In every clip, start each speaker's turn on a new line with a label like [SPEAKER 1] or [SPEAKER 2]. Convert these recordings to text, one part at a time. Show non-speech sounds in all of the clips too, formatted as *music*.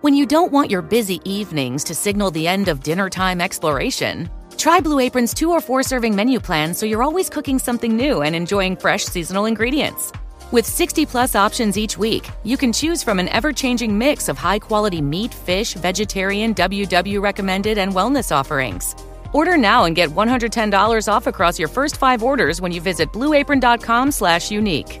[SPEAKER 1] When you don't want your busy evenings to signal the end of dinner time exploration, try Blue Apron's two or four serving menu plans so you're always cooking something new and enjoying fresh seasonal ingredients. With 60 plus options each week, you can choose from an ever changing mix of high quality meat, fish, vegetarian, WW recommended, and wellness offerings. Order now and get $110 off across your first five orders when you visit blueapron.com slash unique.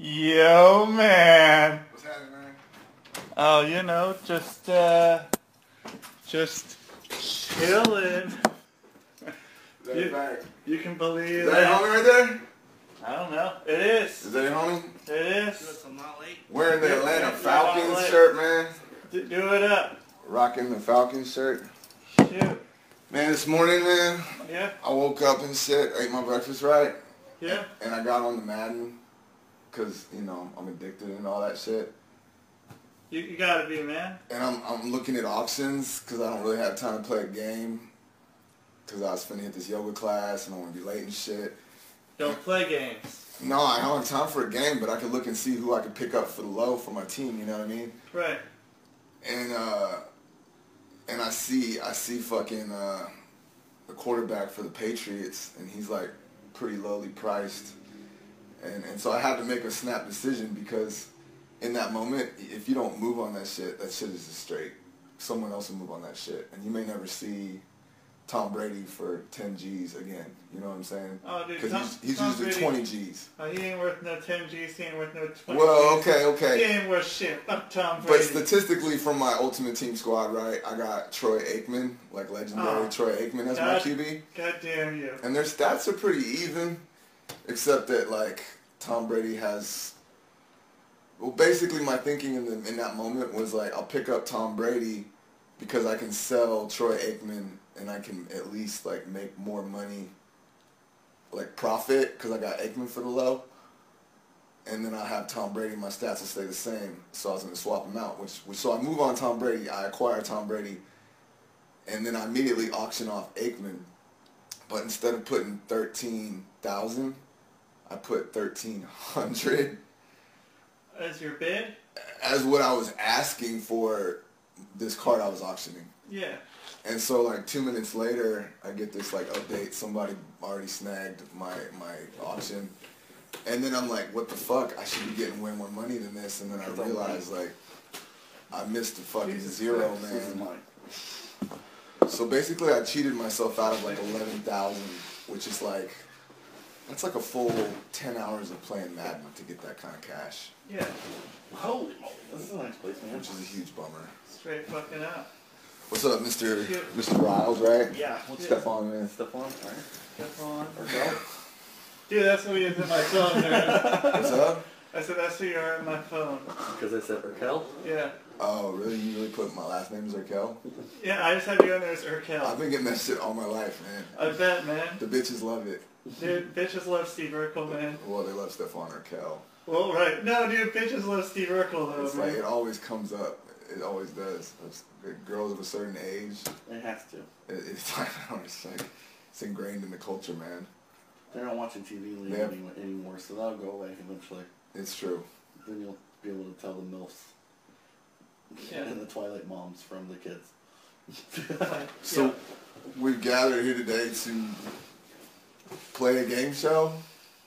[SPEAKER 2] Yo, man.
[SPEAKER 3] What's happening, man?
[SPEAKER 2] Oh, you know, just uh, just chilling.
[SPEAKER 3] Is that
[SPEAKER 2] You,
[SPEAKER 3] your bag?
[SPEAKER 2] you can believe
[SPEAKER 3] Is that your homie
[SPEAKER 2] that.
[SPEAKER 3] right there?
[SPEAKER 2] I don't know. It
[SPEAKER 3] Is
[SPEAKER 2] is.
[SPEAKER 3] that your homie?
[SPEAKER 2] It is.
[SPEAKER 3] Wearing the Atlanta
[SPEAKER 2] Yeah,
[SPEAKER 3] Falcons
[SPEAKER 2] yeah.
[SPEAKER 3] shirt, man.
[SPEAKER 2] D- Do it up.
[SPEAKER 3] Rocking the Falcons shirt.
[SPEAKER 2] Shoot.
[SPEAKER 3] Man, this morning, man,
[SPEAKER 2] Yeah.
[SPEAKER 3] I woke up and shit, ate my breakfast right,
[SPEAKER 2] Yeah.
[SPEAKER 3] and I got on the Madden, cause you know I'm addicted and all that shit.
[SPEAKER 2] You, you gotta be, man.
[SPEAKER 3] And I'm I'm looking at auctions, cause I don't really have time to play a game, cause I was finna hit this yoga class and I want to be late and shit.
[SPEAKER 2] Don't play games.
[SPEAKER 3] No, I don't have time for a game, but I could look and see who I could pick up for the low for my team. You know what I mean?
[SPEAKER 2] Right.
[SPEAKER 3] and uh, and I see I see fucking uh, the quarterback for the Patriots, and he's like pretty lowly priced, and and so I had to make a snap decision because in that moment, if you don't move on that shit, that shit is just straight. Someone else will move on that shit, and you may never see Tom Brady for 10 G's again. You know what I'm saying?
[SPEAKER 2] Oh, dude, Tom-
[SPEAKER 3] he's, he's
[SPEAKER 2] Tom
[SPEAKER 3] usually
[SPEAKER 2] Brady-
[SPEAKER 3] 20 G's.
[SPEAKER 2] Oh, he ain't worth no 10 G's. He ain't worth no 20
[SPEAKER 3] Well,
[SPEAKER 2] Gs.
[SPEAKER 3] okay,
[SPEAKER 2] He
[SPEAKER 3] okay.
[SPEAKER 2] ain't worth shit. Fuck Tom Brady.
[SPEAKER 3] But statistically, from my ultimate team squad, right, I got Troy Aikman, like legendary
[SPEAKER 2] Oh.
[SPEAKER 3] Troy Aikman as my
[SPEAKER 2] God-
[SPEAKER 3] QB,
[SPEAKER 2] God damn you.
[SPEAKER 3] and their stats are pretty even, except that like Tom Brady has. Well, basically, my thinking in the, in that moment was like, I'll pick up Tom Brady because I can sell Troy Aikman and I can at least like make more money, like profit, because I got Aikman for the low and then I have Tom Brady. My stats will stay the same, so I was going to swap him out. Which, which, so I move on Tom Brady. I acquire Tom Brady, and then I immediately auction off Aikman. But instead of putting thirteen thousand, I put thirteen hundred
[SPEAKER 2] That's your bid?
[SPEAKER 3] as what I was asking for this card I was auctioning.
[SPEAKER 2] Yeah.
[SPEAKER 3] And so like two minutes later, I get this like update. Somebody already snagged my my auction, and then I'm like, what the fuck? I should be getting way more money than this. And then I realize like, I missed the fucking zero, man. So basically, I cheated myself out of like eleven thousand, which is like, that's like a full ten hours of playing Madden to get that kind of cash,
[SPEAKER 2] Yeah.
[SPEAKER 4] Holy moly, this is a nice place, man.
[SPEAKER 3] which is a huge bummer.
[SPEAKER 2] Straight fucking up.
[SPEAKER 3] What's up, Mister
[SPEAKER 2] Yeah.
[SPEAKER 3] Mister Riles? Right?
[SPEAKER 4] Yeah, what's
[SPEAKER 3] Step on, man.
[SPEAKER 4] Stuff on, alright.
[SPEAKER 2] That's on.
[SPEAKER 4] Or go.
[SPEAKER 2] Dude, that's what you did to my phone, man.
[SPEAKER 3] What's up?
[SPEAKER 2] I said, that's what you are on my phone.
[SPEAKER 4] Because I said Raquel.
[SPEAKER 2] Yeah.
[SPEAKER 3] Oh, really? You really put my last name is Raquel?
[SPEAKER 2] Yeah, I just had you on there as
[SPEAKER 3] I've
[SPEAKER 2] Urkel.
[SPEAKER 3] been getting that shit all my life, man.
[SPEAKER 2] I bet, man.
[SPEAKER 3] The bitches love it.
[SPEAKER 2] Dude, bitches love Steve Urkel, man.
[SPEAKER 3] Well, they love Stephon Raquel.
[SPEAKER 2] Well, right. No, dude, bitches love Steve Urkel, though,
[SPEAKER 3] It's like it
[SPEAKER 2] man.
[SPEAKER 3] always comes up. It always does. It's- the girls of a certain age,
[SPEAKER 4] It has to.
[SPEAKER 3] it, it's *laughs* like I don't know, it's like it's ingrained in the culture, man.
[SPEAKER 4] They're not watching TV
[SPEAKER 3] Yeah.
[SPEAKER 4] anymore, anymore, so that'll go away eventually.
[SPEAKER 3] It's true.
[SPEAKER 4] Then you'll be able to tell the MILFs
[SPEAKER 2] Yeah.
[SPEAKER 4] and the Twilight moms from the kids.
[SPEAKER 2] Like,
[SPEAKER 3] So
[SPEAKER 2] yeah.
[SPEAKER 3] we've gathered here today to play a game show.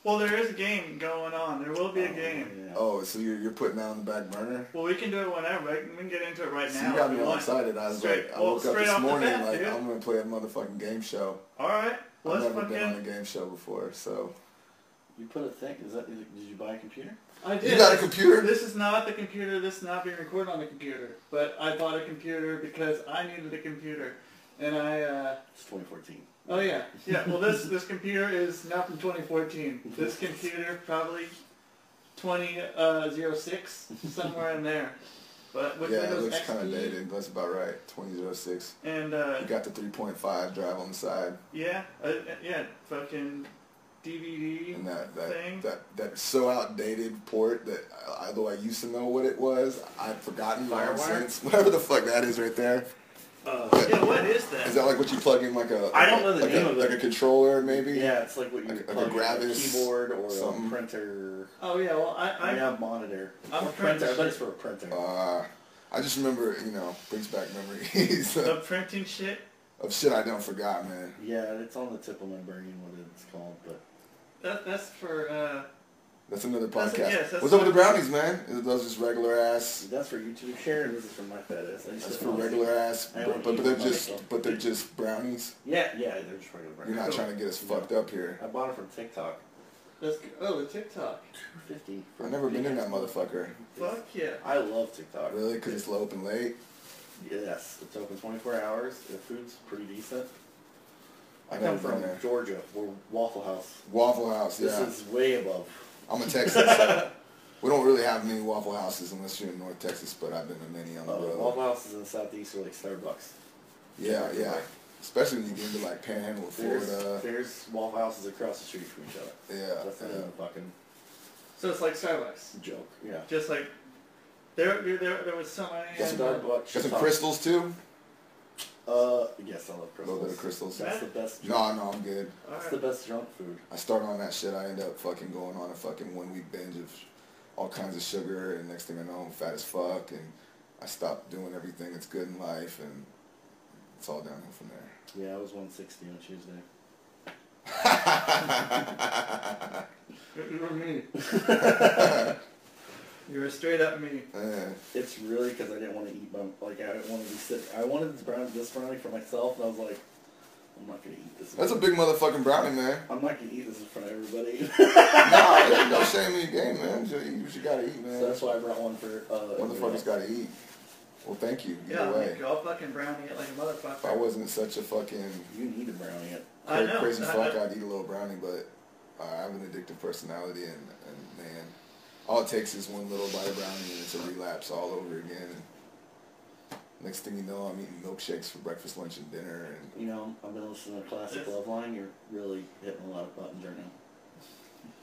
[SPEAKER 2] Well, there is a game going on. There will be a game.
[SPEAKER 4] Yeah.
[SPEAKER 3] Oh, so you're, you're putting that on the back burner?
[SPEAKER 2] Well, we can do it whenever. I can- We can get into it right
[SPEAKER 3] So
[SPEAKER 2] now.
[SPEAKER 3] you got
[SPEAKER 2] if
[SPEAKER 3] me
[SPEAKER 2] we
[SPEAKER 3] all
[SPEAKER 2] want.
[SPEAKER 3] excited. I was
[SPEAKER 2] Straight-
[SPEAKER 3] like, I
[SPEAKER 2] well,
[SPEAKER 3] woke up
[SPEAKER 2] straight
[SPEAKER 3] this
[SPEAKER 2] off the
[SPEAKER 3] morning
[SPEAKER 2] bat,
[SPEAKER 3] like
[SPEAKER 2] dude.
[SPEAKER 3] I'm gonna play a motherfucking game show.
[SPEAKER 2] All right. Let's
[SPEAKER 3] I've never been on a
[SPEAKER 2] fucking...
[SPEAKER 3] game show before, so
[SPEAKER 4] You put a thing, is that, did you buy a computer?
[SPEAKER 2] I did.
[SPEAKER 3] You got a computer?
[SPEAKER 2] This is not the computer. This is not being recorded on the computer. But I bought a computer because I needed a computer, and I. Uh,
[SPEAKER 4] It's 2014.
[SPEAKER 2] oh yeah, yeah. Well, this this computer is not from 2014. This computer probably twenty uh, zero six somewhere in there. But with
[SPEAKER 3] yeah, it
[SPEAKER 2] Windows
[SPEAKER 3] looks
[SPEAKER 2] XP
[SPEAKER 3] kind of dated. That's about right. 2006.
[SPEAKER 2] and uh,
[SPEAKER 3] You got the 3.5 drive on the side,
[SPEAKER 2] yeah, uh, uh, yeah, fucking DVD
[SPEAKER 3] and that that
[SPEAKER 2] thing.
[SPEAKER 3] that that so outdated port that I, I- though I used to know what it was, I've forgotten long
[SPEAKER 5] Firewire?
[SPEAKER 3] since. *laughs* Whatever the fuck that is right there.
[SPEAKER 2] yeah, what is that?
[SPEAKER 3] Is that like what you plug in like a?
[SPEAKER 5] I don't know the
[SPEAKER 3] like
[SPEAKER 5] name
[SPEAKER 3] a,
[SPEAKER 5] of it.
[SPEAKER 3] Like a controller maybe.
[SPEAKER 4] Yeah, it's like what you
[SPEAKER 3] Like-
[SPEAKER 4] would
[SPEAKER 3] like a
[SPEAKER 4] plug in a
[SPEAKER 3] Gravis
[SPEAKER 4] keyboard or
[SPEAKER 3] something.
[SPEAKER 4] a printer.
[SPEAKER 2] oh yeah, well I,
[SPEAKER 4] I
[SPEAKER 2] I
[SPEAKER 4] have monitor.
[SPEAKER 2] I'm
[SPEAKER 4] or
[SPEAKER 2] trying to
[SPEAKER 4] printer. I bet
[SPEAKER 2] see-
[SPEAKER 4] it's for a printer.
[SPEAKER 3] Uh, I just remember, you know, brings back memories *laughs*
[SPEAKER 2] the
[SPEAKER 3] of,
[SPEAKER 2] printing shit.
[SPEAKER 3] shit I don't forgot, man.
[SPEAKER 4] yeah, it's on the tip of my brain what it's called, but
[SPEAKER 2] That, that's for uh,
[SPEAKER 3] That's another
[SPEAKER 2] That's-
[SPEAKER 3] podcast.
[SPEAKER 2] yes, that's
[SPEAKER 3] What's up with the
[SPEAKER 2] what-
[SPEAKER 3] brownies, man? Those just regular ass.
[SPEAKER 4] that's for YouTube sharing. This is for my fat ass. I used
[SPEAKER 3] That's
[SPEAKER 4] to
[SPEAKER 3] for
[SPEAKER 4] not see-
[SPEAKER 3] regular ass,
[SPEAKER 4] I
[SPEAKER 3] but,
[SPEAKER 4] don't
[SPEAKER 3] but
[SPEAKER 4] eat
[SPEAKER 3] they're
[SPEAKER 4] my
[SPEAKER 3] just
[SPEAKER 4] myself.
[SPEAKER 3] but they're just brownies.
[SPEAKER 4] Yeah, yeah, they're just regular.
[SPEAKER 3] You're not
[SPEAKER 2] Cool.
[SPEAKER 3] trying to get us fucked up here.
[SPEAKER 4] I bought it from TikTok.
[SPEAKER 2] that's oh the TikTok.
[SPEAKER 4] Fifty. for
[SPEAKER 3] I've never been in that
[SPEAKER 4] $50.
[SPEAKER 3] motherfucker.
[SPEAKER 2] Fuck yeah.
[SPEAKER 4] I love TikTok.
[SPEAKER 3] Really? Cause it's low open late.
[SPEAKER 4] Yes, it's open 24 hours. The food's pretty decent. I
[SPEAKER 3] I've
[SPEAKER 4] come
[SPEAKER 3] never been
[SPEAKER 4] from
[SPEAKER 3] there.
[SPEAKER 4] Georgia, where Waffle House.
[SPEAKER 3] Waffle House.
[SPEAKER 4] This
[SPEAKER 3] Yeah.
[SPEAKER 4] is way above. *laughs*
[SPEAKER 3] I'm a Texan. so we don't really have many Waffle Houses unless you're in North Texas, but I've been to many on the
[SPEAKER 4] Uh,
[SPEAKER 3] road.
[SPEAKER 4] Waffle House is in the southeast, or like Starbucks.
[SPEAKER 3] Yeah, yeah. Especially when you get into like Panhandle, of
[SPEAKER 4] There's,
[SPEAKER 3] Florida.
[SPEAKER 4] there's Waffle Houses across the street from each other.
[SPEAKER 3] Yeah,
[SPEAKER 4] That's not
[SPEAKER 3] yeah.
[SPEAKER 4] a fucking
[SPEAKER 2] So it's like Starbucks.
[SPEAKER 4] joke. Yeah.
[SPEAKER 2] Just like there there there, there was so many.
[SPEAKER 3] That's
[SPEAKER 2] and, uh,
[SPEAKER 4] Starbucks.
[SPEAKER 3] Got some
[SPEAKER 4] Chipotle.
[SPEAKER 3] crystals too.
[SPEAKER 4] Uh, yes, I love crystals.
[SPEAKER 3] little bit of crystals.
[SPEAKER 4] That's the best. Junk,
[SPEAKER 3] No, no, I'm good.
[SPEAKER 2] all
[SPEAKER 4] That's
[SPEAKER 2] right.
[SPEAKER 4] the best junk food.
[SPEAKER 3] I start on that shit. I end up fucking going on a fucking one week binge of all kinds of sugar, and next thing I know, I'm fat as fuck, and I stop doing everything that's good in life, and it's all downhill from there.
[SPEAKER 4] Yeah, I was 160 on Tuesday.
[SPEAKER 2] You were me.
[SPEAKER 3] *laughs*
[SPEAKER 2] you were straight up me.
[SPEAKER 3] Eh,
[SPEAKER 4] It's really because I didn't want to eat my like I didn't want to be sick. I wanted this brownie, this brownie for myself, and I was like, I'm not gonna eat this.
[SPEAKER 3] that's a big motherfucking brownie, man.
[SPEAKER 4] I'm not gonna eat this in front of everybody. *laughs*
[SPEAKER 3] Nah, there ain't no shame in your game, man. Just eat what you gotta eat, man.
[SPEAKER 4] so that's why I brought one for. Uh, everyone
[SPEAKER 3] Motherfuckers
[SPEAKER 4] else.
[SPEAKER 3] gotta eat. Well, thank you. Either
[SPEAKER 2] Yeah, I'll
[SPEAKER 3] way,
[SPEAKER 2] make you all fucking brownie it like a
[SPEAKER 3] if I
[SPEAKER 2] motherfucker.
[SPEAKER 3] wasn't such a fucking
[SPEAKER 4] You need a brownie. It.
[SPEAKER 2] I know.
[SPEAKER 3] crazy
[SPEAKER 2] I-
[SPEAKER 3] fuck,
[SPEAKER 2] I-
[SPEAKER 3] I'd eat a little brownie, but uh, I have an addictive personality, and, and man, all it takes is one little bite of brownie, and it's a relapse all over again. next thing you know, I'm eating milkshakes for breakfast, lunch, and dinner, and
[SPEAKER 4] You know, I've been listening to classic
[SPEAKER 2] Yes.
[SPEAKER 4] love line. You're really hitting a lot of buttons right now.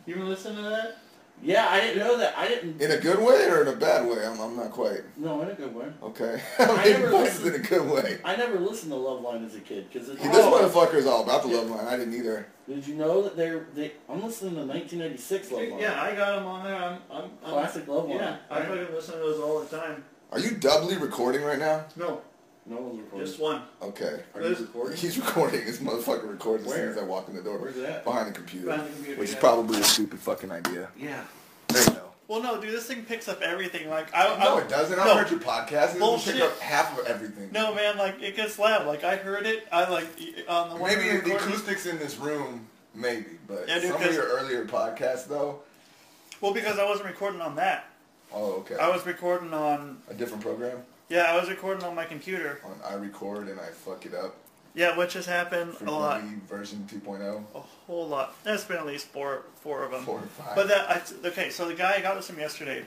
[SPEAKER 2] You been listening to that?
[SPEAKER 4] Yeah, I didn't know that. I didn't.
[SPEAKER 3] in a good way or in a bad way, I'm, I'm not quite
[SPEAKER 4] no, in a good way.
[SPEAKER 3] okay. *laughs* I'm
[SPEAKER 4] I
[SPEAKER 3] being
[SPEAKER 4] never
[SPEAKER 3] busted in
[SPEAKER 4] listened-
[SPEAKER 3] a good way.
[SPEAKER 4] I never listened to Love Line as a kid because
[SPEAKER 2] Oh.
[SPEAKER 4] it's.
[SPEAKER 3] This motherfucker is all about the love line. I didn't either.
[SPEAKER 4] Did you know that they're they? I'm listening to 1996 Love Line.
[SPEAKER 2] Yeah, I got them on there. I'm, I'm, I'm
[SPEAKER 4] Classic Love Line.
[SPEAKER 2] Yeah, I fucking listen to those all the time.
[SPEAKER 3] Are you doubly recording right now?
[SPEAKER 2] No,
[SPEAKER 4] No one's recording.
[SPEAKER 2] just one.
[SPEAKER 3] Okay.
[SPEAKER 4] Are you
[SPEAKER 2] This-
[SPEAKER 4] recording?
[SPEAKER 2] *laughs*
[SPEAKER 3] He's recording. This motherfucker records as soon
[SPEAKER 4] Where?
[SPEAKER 3] as I walk in the door.
[SPEAKER 4] Where's it at?
[SPEAKER 3] Behind the computer.
[SPEAKER 2] Behind the computer,
[SPEAKER 3] Which is
[SPEAKER 2] yeah.
[SPEAKER 3] probably a stupid fucking idea.
[SPEAKER 4] Yeah.
[SPEAKER 3] There you go.
[SPEAKER 2] Well, no, dude, this thing picks up everything. Like, I, I
[SPEAKER 3] No, it doesn't. I've
[SPEAKER 2] Oh, no.
[SPEAKER 3] heard your podcast. It doesn't
[SPEAKER 2] Bullshit.
[SPEAKER 3] pick up half of everything.
[SPEAKER 2] No, man, like it gets loud. Like I heard it. I like y- on the one.
[SPEAKER 3] Maybe
[SPEAKER 2] we
[SPEAKER 3] the
[SPEAKER 2] recorded-
[SPEAKER 3] acoustics in this room, maybe. But
[SPEAKER 2] Yeah, dude,
[SPEAKER 3] some of
[SPEAKER 2] 'cause-
[SPEAKER 3] your earlier podcasts, though.
[SPEAKER 2] Well, because I wasn't recording on that.
[SPEAKER 3] Oh, okay.
[SPEAKER 2] I was recording on.
[SPEAKER 3] a different program
[SPEAKER 2] Yeah, I was recording on my computer.
[SPEAKER 3] on I record and I fuck it up.
[SPEAKER 2] Yeah, which has happened a lot,
[SPEAKER 3] Frequently version 2.0.
[SPEAKER 2] a whole lot. There's been at least four, four of them.
[SPEAKER 3] Four or five.
[SPEAKER 2] But that I, okay. So the guy I got this from yesterday.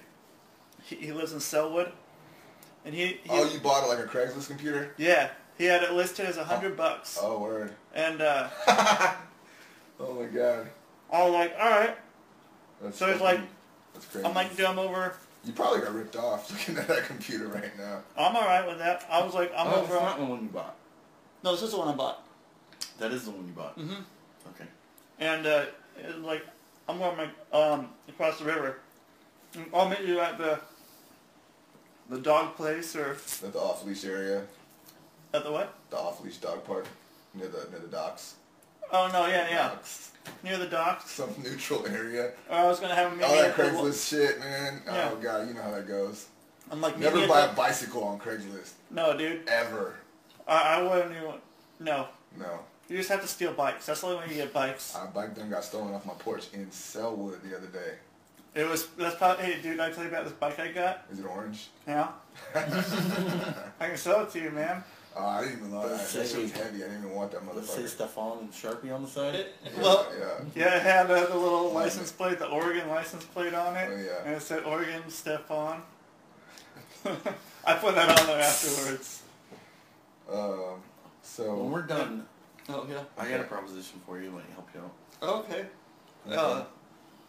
[SPEAKER 2] He, he lives in Selwood, and he. he
[SPEAKER 3] Oh, you bought it like a Craigslist computer?
[SPEAKER 2] Yeah, he had it listed as a hundred bucks,
[SPEAKER 3] Oh, word.
[SPEAKER 2] and uh,
[SPEAKER 3] Oh my god.
[SPEAKER 2] I was like, all right.
[SPEAKER 3] That's
[SPEAKER 2] So it's
[SPEAKER 3] fucking-
[SPEAKER 2] like-
[SPEAKER 3] that's crazy.
[SPEAKER 2] I'm like, dumb over.
[SPEAKER 3] you probably got ripped off *laughs* looking at that computer right now.
[SPEAKER 2] I'm all right with that. I was like, I'm
[SPEAKER 4] Oh, it's
[SPEAKER 2] over.
[SPEAKER 4] not the one you bought.
[SPEAKER 2] No, this is the one I bought.
[SPEAKER 4] That is the one you bought. Mm-hmm. Okay.
[SPEAKER 2] and uh, it was like I'm going my um across the river. And I'll meet you at the the dog place or
[SPEAKER 3] At the off leash area,
[SPEAKER 2] at the what?
[SPEAKER 3] the off leash dog park near the near the docks.
[SPEAKER 2] Oh no, yeah, yeah,
[SPEAKER 3] Docks. *laughs*
[SPEAKER 2] near the docks.
[SPEAKER 3] some neutral area.
[SPEAKER 2] Or I was gonna have a meeting.
[SPEAKER 3] All Oh, that
[SPEAKER 2] at the-
[SPEAKER 3] Craigslist shit, man.
[SPEAKER 2] Yeah.
[SPEAKER 3] Oh god, you know how that goes.
[SPEAKER 2] I'm like meet me
[SPEAKER 3] Never
[SPEAKER 2] at
[SPEAKER 3] buy
[SPEAKER 2] the-
[SPEAKER 3] a bicycle on Craigslist
[SPEAKER 2] No, dude,
[SPEAKER 3] ever.
[SPEAKER 2] I, I wouldn't even. No,
[SPEAKER 3] No,
[SPEAKER 2] you just have to steal bikes. That's the only way you get bikes.
[SPEAKER 3] my bike done got stolen off my porch in Selwood the other day.
[SPEAKER 2] It was that's probably. Hey, dude, I tell you about this bike I got.
[SPEAKER 3] *laughs* Is it orange?
[SPEAKER 2] Yeah. I can sell it to you, man.
[SPEAKER 3] Oh, I didn't even know that.
[SPEAKER 4] Let's
[SPEAKER 3] That shit
[SPEAKER 4] say-
[SPEAKER 3] was heavy. I didn't even want that
[SPEAKER 4] Let's say
[SPEAKER 3] motherfucker.
[SPEAKER 4] Stefan and Sharpie on the side.
[SPEAKER 2] Well,
[SPEAKER 3] yeah.
[SPEAKER 2] yeah, it had uh, the little license plate, the Oregon license plate on it,
[SPEAKER 3] Oh, yeah.
[SPEAKER 2] and it said Oregon Stephon. *laughs* I put that on there afterwards.
[SPEAKER 3] Um,
[SPEAKER 4] When
[SPEAKER 3] so
[SPEAKER 4] we're done,
[SPEAKER 2] Oh yeah.
[SPEAKER 4] I got a proposition for you. Let me help you out.
[SPEAKER 2] Okay. Uh,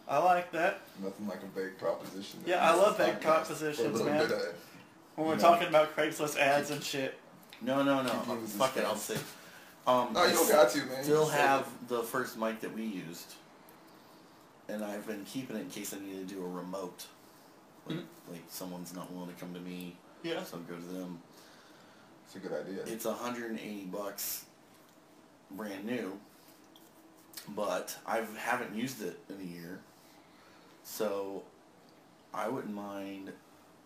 [SPEAKER 2] I like that.
[SPEAKER 3] nothing like a vague proposition.
[SPEAKER 2] Yeah, I love vague
[SPEAKER 3] Podcast.
[SPEAKER 2] propositions,
[SPEAKER 3] A little
[SPEAKER 2] man.
[SPEAKER 3] bit of-
[SPEAKER 2] When we're talking about Craigslist ads and shit.
[SPEAKER 4] No, no, no.
[SPEAKER 3] Keep
[SPEAKER 4] uh,
[SPEAKER 3] moving this
[SPEAKER 4] Fuck it.
[SPEAKER 3] thing.
[SPEAKER 4] I'll say. Um,
[SPEAKER 3] No,
[SPEAKER 4] I
[SPEAKER 3] you don't got to, man. You
[SPEAKER 4] Still
[SPEAKER 3] just said
[SPEAKER 4] have the first mic that we used, and I've been keeping it in case I need to do a remote. Like, like someone's not willing to come to me,
[SPEAKER 2] Mm-hmm. Yeah.
[SPEAKER 4] so I go to them.
[SPEAKER 3] It's a good idea.
[SPEAKER 4] It's 180 bucks, brand new. But I haven't used it in a year, so I wouldn't mind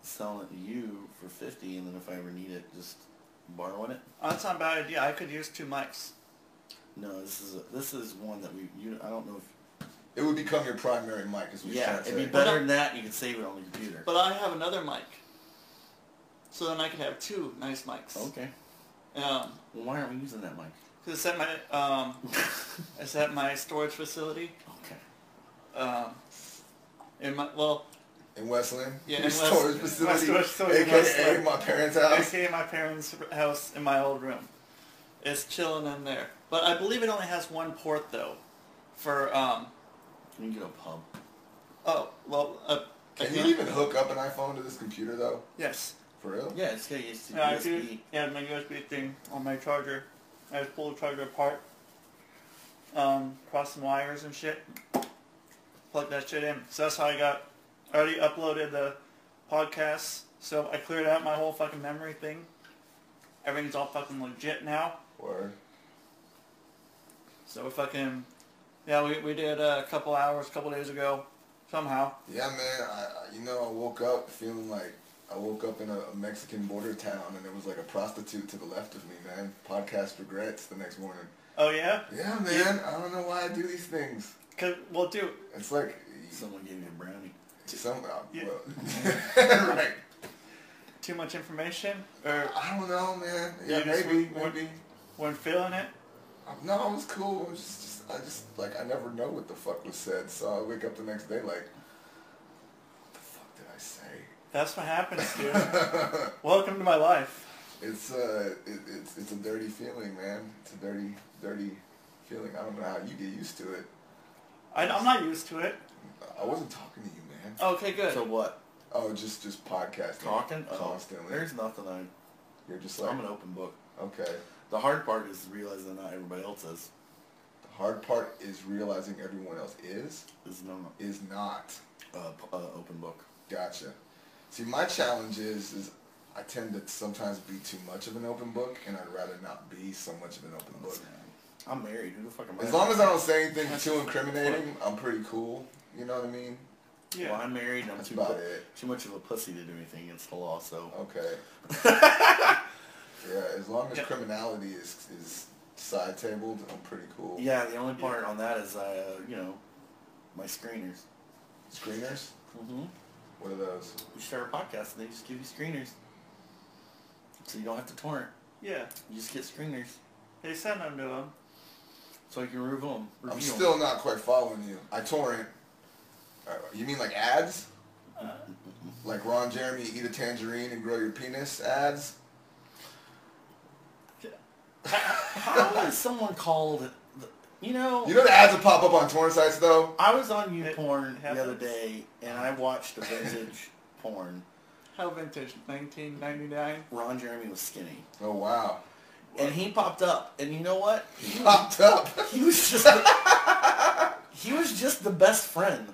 [SPEAKER 4] selling it to you for 50, and then if I ever need it, just borrowing it.
[SPEAKER 2] Oh, that's not a bad idea. I could use two mics.
[SPEAKER 4] No, this is a, this is one that we. You, I don't know if.
[SPEAKER 3] it would become your primary mic, is what you're
[SPEAKER 4] Yeah,
[SPEAKER 3] trying to
[SPEAKER 4] it'd be
[SPEAKER 3] say.
[SPEAKER 4] better than that. You could save it on the computer.
[SPEAKER 2] But I have another mic. So then I could have two nice mics.
[SPEAKER 4] okay.
[SPEAKER 2] Um,
[SPEAKER 4] Well, why aren't we using that mic?
[SPEAKER 2] Cause it's at my um, it's at my storage facility.
[SPEAKER 4] Okay.
[SPEAKER 2] Um, in my well,
[SPEAKER 3] in Westland,
[SPEAKER 2] Yeah, in
[SPEAKER 3] your
[SPEAKER 2] West-
[SPEAKER 3] storage
[SPEAKER 2] my
[SPEAKER 3] facility,
[SPEAKER 2] storage facility in
[SPEAKER 3] aka
[SPEAKER 2] Westland.
[SPEAKER 3] my parents'
[SPEAKER 2] I *laughs*
[SPEAKER 3] house.
[SPEAKER 2] stay in my parents' house in my old room. It's chilling in there, but I believe it only has one port though. For um,
[SPEAKER 4] Can you get a pub?
[SPEAKER 2] oh well, uh,
[SPEAKER 3] Can you even hook up an iPhone to this computer though?
[SPEAKER 2] Yes.
[SPEAKER 3] For real?
[SPEAKER 4] Yeah, it's got USB.
[SPEAKER 2] Yeah, I do. Yeah, my USB thing on my charger. I just pull the charger apart, um, cross some wires and shit, plug that shit in. So that's how I got. I already uploaded the podcasts, so I cleared out my whole fucking memory thing. Everything's all fucking legit now.
[SPEAKER 3] Or
[SPEAKER 2] So we fucking, yeah, we, we did uh, a couple hours, a couple days ago, somehow.
[SPEAKER 3] yeah, man. I I- you know I woke up feeling like I woke up in a a Mexican border town and there was like a prostitute to the left of me, man. Podcast regrets the next morning.
[SPEAKER 2] Oh yeah,
[SPEAKER 3] Yeah, man. I don't know why I do these things.
[SPEAKER 2] 'Cause- well, dude,
[SPEAKER 3] It's like
[SPEAKER 4] Someone gave you a brownie.
[SPEAKER 3] some uh,
[SPEAKER 2] Yeah.
[SPEAKER 3] well, *laughs* right.
[SPEAKER 2] too much information, or
[SPEAKER 3] I don't know, man. Yeah,
[SPEAKER 2] You just
[SPEAKER 3] maybe,
[SPEAKER 2] went-
[SPEAKER 3] maybe.
[SPEAKER 2] weren't feeling it.
[SPEAKER 3] Um, No, I was cool. I was just, just, I just like I never know what the fuck was said, so I wake up the next day like, what the fuck did I say?
[SPEAKER 2] That's what happens,
[SPEAKER 3] *laughs*
[SPEAKER 2] dude. Welcome to my life.
[SPEAKER 3] It's uh, it, it's it's a dirty feeling, man. It's a dirty, dirty feeling. I don't know how you get used to it.
[SPEAKER 2] I, am not used to it.
[SPEAKER 3] I wasn't talking to you, man.
[SPEAKER 2] Okay, good.
[SPEAKER 4] So what?
[SPEAKER 3] Oh, just just podcasting,
[SPEAKER 4] Talking? Oh,
[SPEAKER 3] constantly.
[SPEAKER 4] There's nothing. I.
[SPEAKER 3] You're just like,
[SPEAKER 4] I'm an open book.
[SPEAKER 3] okay.
[SPEAKER 4] The hard part is realizing not everybody else is.
[SPEAKER 3] The hard part is realizing everyone else is
[SPEAKER 4] Is not
[SPEAKER 3] is not.
[SPEAKER 4] uh, p- uh, open book.
[SPEAKER 3] Gotcha. See, my challenge is, is I tend to sometimes be too much of an open book, and I'd rather not be so much of an open book.
[SPEAKER 4] I'm married. Who the fuck am I?
[SPEAKER 3] As long as I don't say anything too incriminating, I'm pretty cool. You know what I mean?
[SPEAKER 2] yeah.
[SPEAKER 4] Well, I'm married. and I'm
[SPEAKER 3] That's
[SPEAKER 4] too
[SPEAKER 3] about
[SPEAKER 4] pu-
[SPEAKER 3] it. Oh.
[SPEAKER 4] too much of a pussy to do anything against the law. So *laughs*
[SPEAKER 3] Okay. yeah, as long as
[SPEAKER 2] Yeah.
[SPEAKER 3] criminality is is side tabled, I'm pretty cool.
[SPEAKER 4] yeah, the only part on that is I, uh, you know, my screeners.
[SPEAKER 3] Screeners?
[SPEAKER 4] Mm-hmm.
[SPEAKER 3] What are those?
[SPEAKER 4] You start a podcast and they just give you screeners, so you don't have to torrent.
[SPEAKER 2] yeah.
[SPEAKER 4] You just get screeners,
[SPEAKER 2] They send them to him.
[SPEAKER 4] so you can review them.
[SPEAKER 3] I'm still not quite following you. I torrent. Uh, you mean like ads?
[SPEAKER 4] Uh.
[SPEAKER 3] Like Ron Jeremy, eat a tangerine and grow your penis ads?
[SPEAKER 4] How is someone called? The, you know,
[SPEAKER 3] You know the ads that pop up on torrent sites though?
[SPEAKER 4] I was on YouPorn porn the
[SPEAKER 2] happens.
[SPEAKER 4] other day and I watched a vintage *laughs* porn.
[SPEAKER 2] How vintage? 1999.
[SPEAKER 4] Ron Jeremy was skinny,
[SPEAKER 3] Oh wow.
[SPEAKER 4] and he popped up. And you know what? He
[SPEAKER 3] Popped up. *laughs*
[SPEAKER 4] He was just the, he was just the best friend,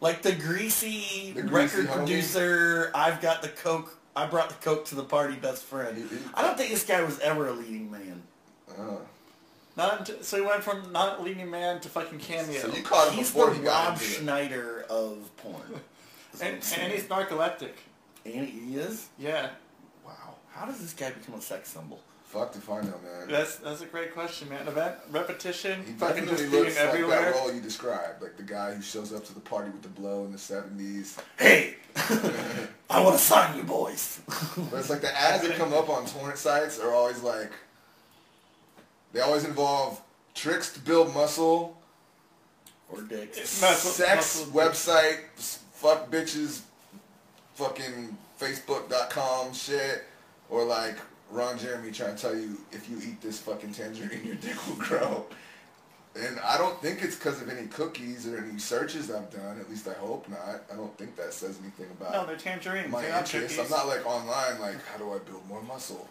[SPEAKER 4] like the greasy
[SPEAKER 3] The greasy
[SPEAKER 4] record
[SPEAKER 3] homie.
[SPEAKER 4] producer. I've got the coke. I brought the coke to the party, best
[SPEAKER 3] He-
[SPEAKER 4] friend.
[SPEAKER 3] he-
[SPEAKER 4] I don't think this guy was ever a leading man.
[SPEAKER 2] Not until, so he went from not leading man to fucking cameo.
[SPEAKER 3] So you caught him
[SPEAKER 4] He's the
[SPEAKER 3] before he
[SPEAKER 4] Rob
[SPEAKER 3] got into it.
[SPEAKER 4] Schneider of
[SPEAKER 3] *laughs*
[SPEAKER 4] porn. Is what I'm
[SPEAKER 2] and, and
[SPEAKER 4] saying.
[SPEAKER 2] he's narcoleptic.
[SPEAKER 4] and he is.
[SPEAKER 2] Yeah.
[SPEAKER 4] Wow. How does this guy become a sex symbol?
[SPEAKER 3] Fuck if I know, man.
[SPEAKER 2] That's that's a great question, man. Event repetition.
[SPEAKER 3] He
[SPEAKER 2] fucking
[SPEAKER 3] definitely
[SPEAKER 2] being
[SPEAKER 3] looks like that role you described, like the guy who shows up to
[SPEAKER 4] *laughs*
[SPEAKER 3] the party with the blow in the '70s.
[SPEAKER 4] Hey, I want to sign you boys. *laughs*
[SPEAKER 3] But it's like the ads that come up on torrent sites are always like, they always involve tricks to build muscle,
[SPEAKER 4] or dicks.
[SPEAKER 2] Muscle-
[SPEAKER 3] sex
[SPEAKER 2] muscle-
[SPEAKER 3] website, s- fuck bitches, fucking Facebook.com shit, or like Ron Jeremy trying to tell you if you eat this fucking tangerine, your dick will grow. And I don't think it's because of any cookies or any searches I've done. At least I hope not. I don't think that says anything about
[SPEAKER 2] No, they're tangerines.
[SPEAKER 3] my
[SPEAKER 2] they're not
[SPEAKER 3] interest.
[SPEAKER 2] cookies.
[SPEAKER 3] I'm not like online, like how do I build more muscle?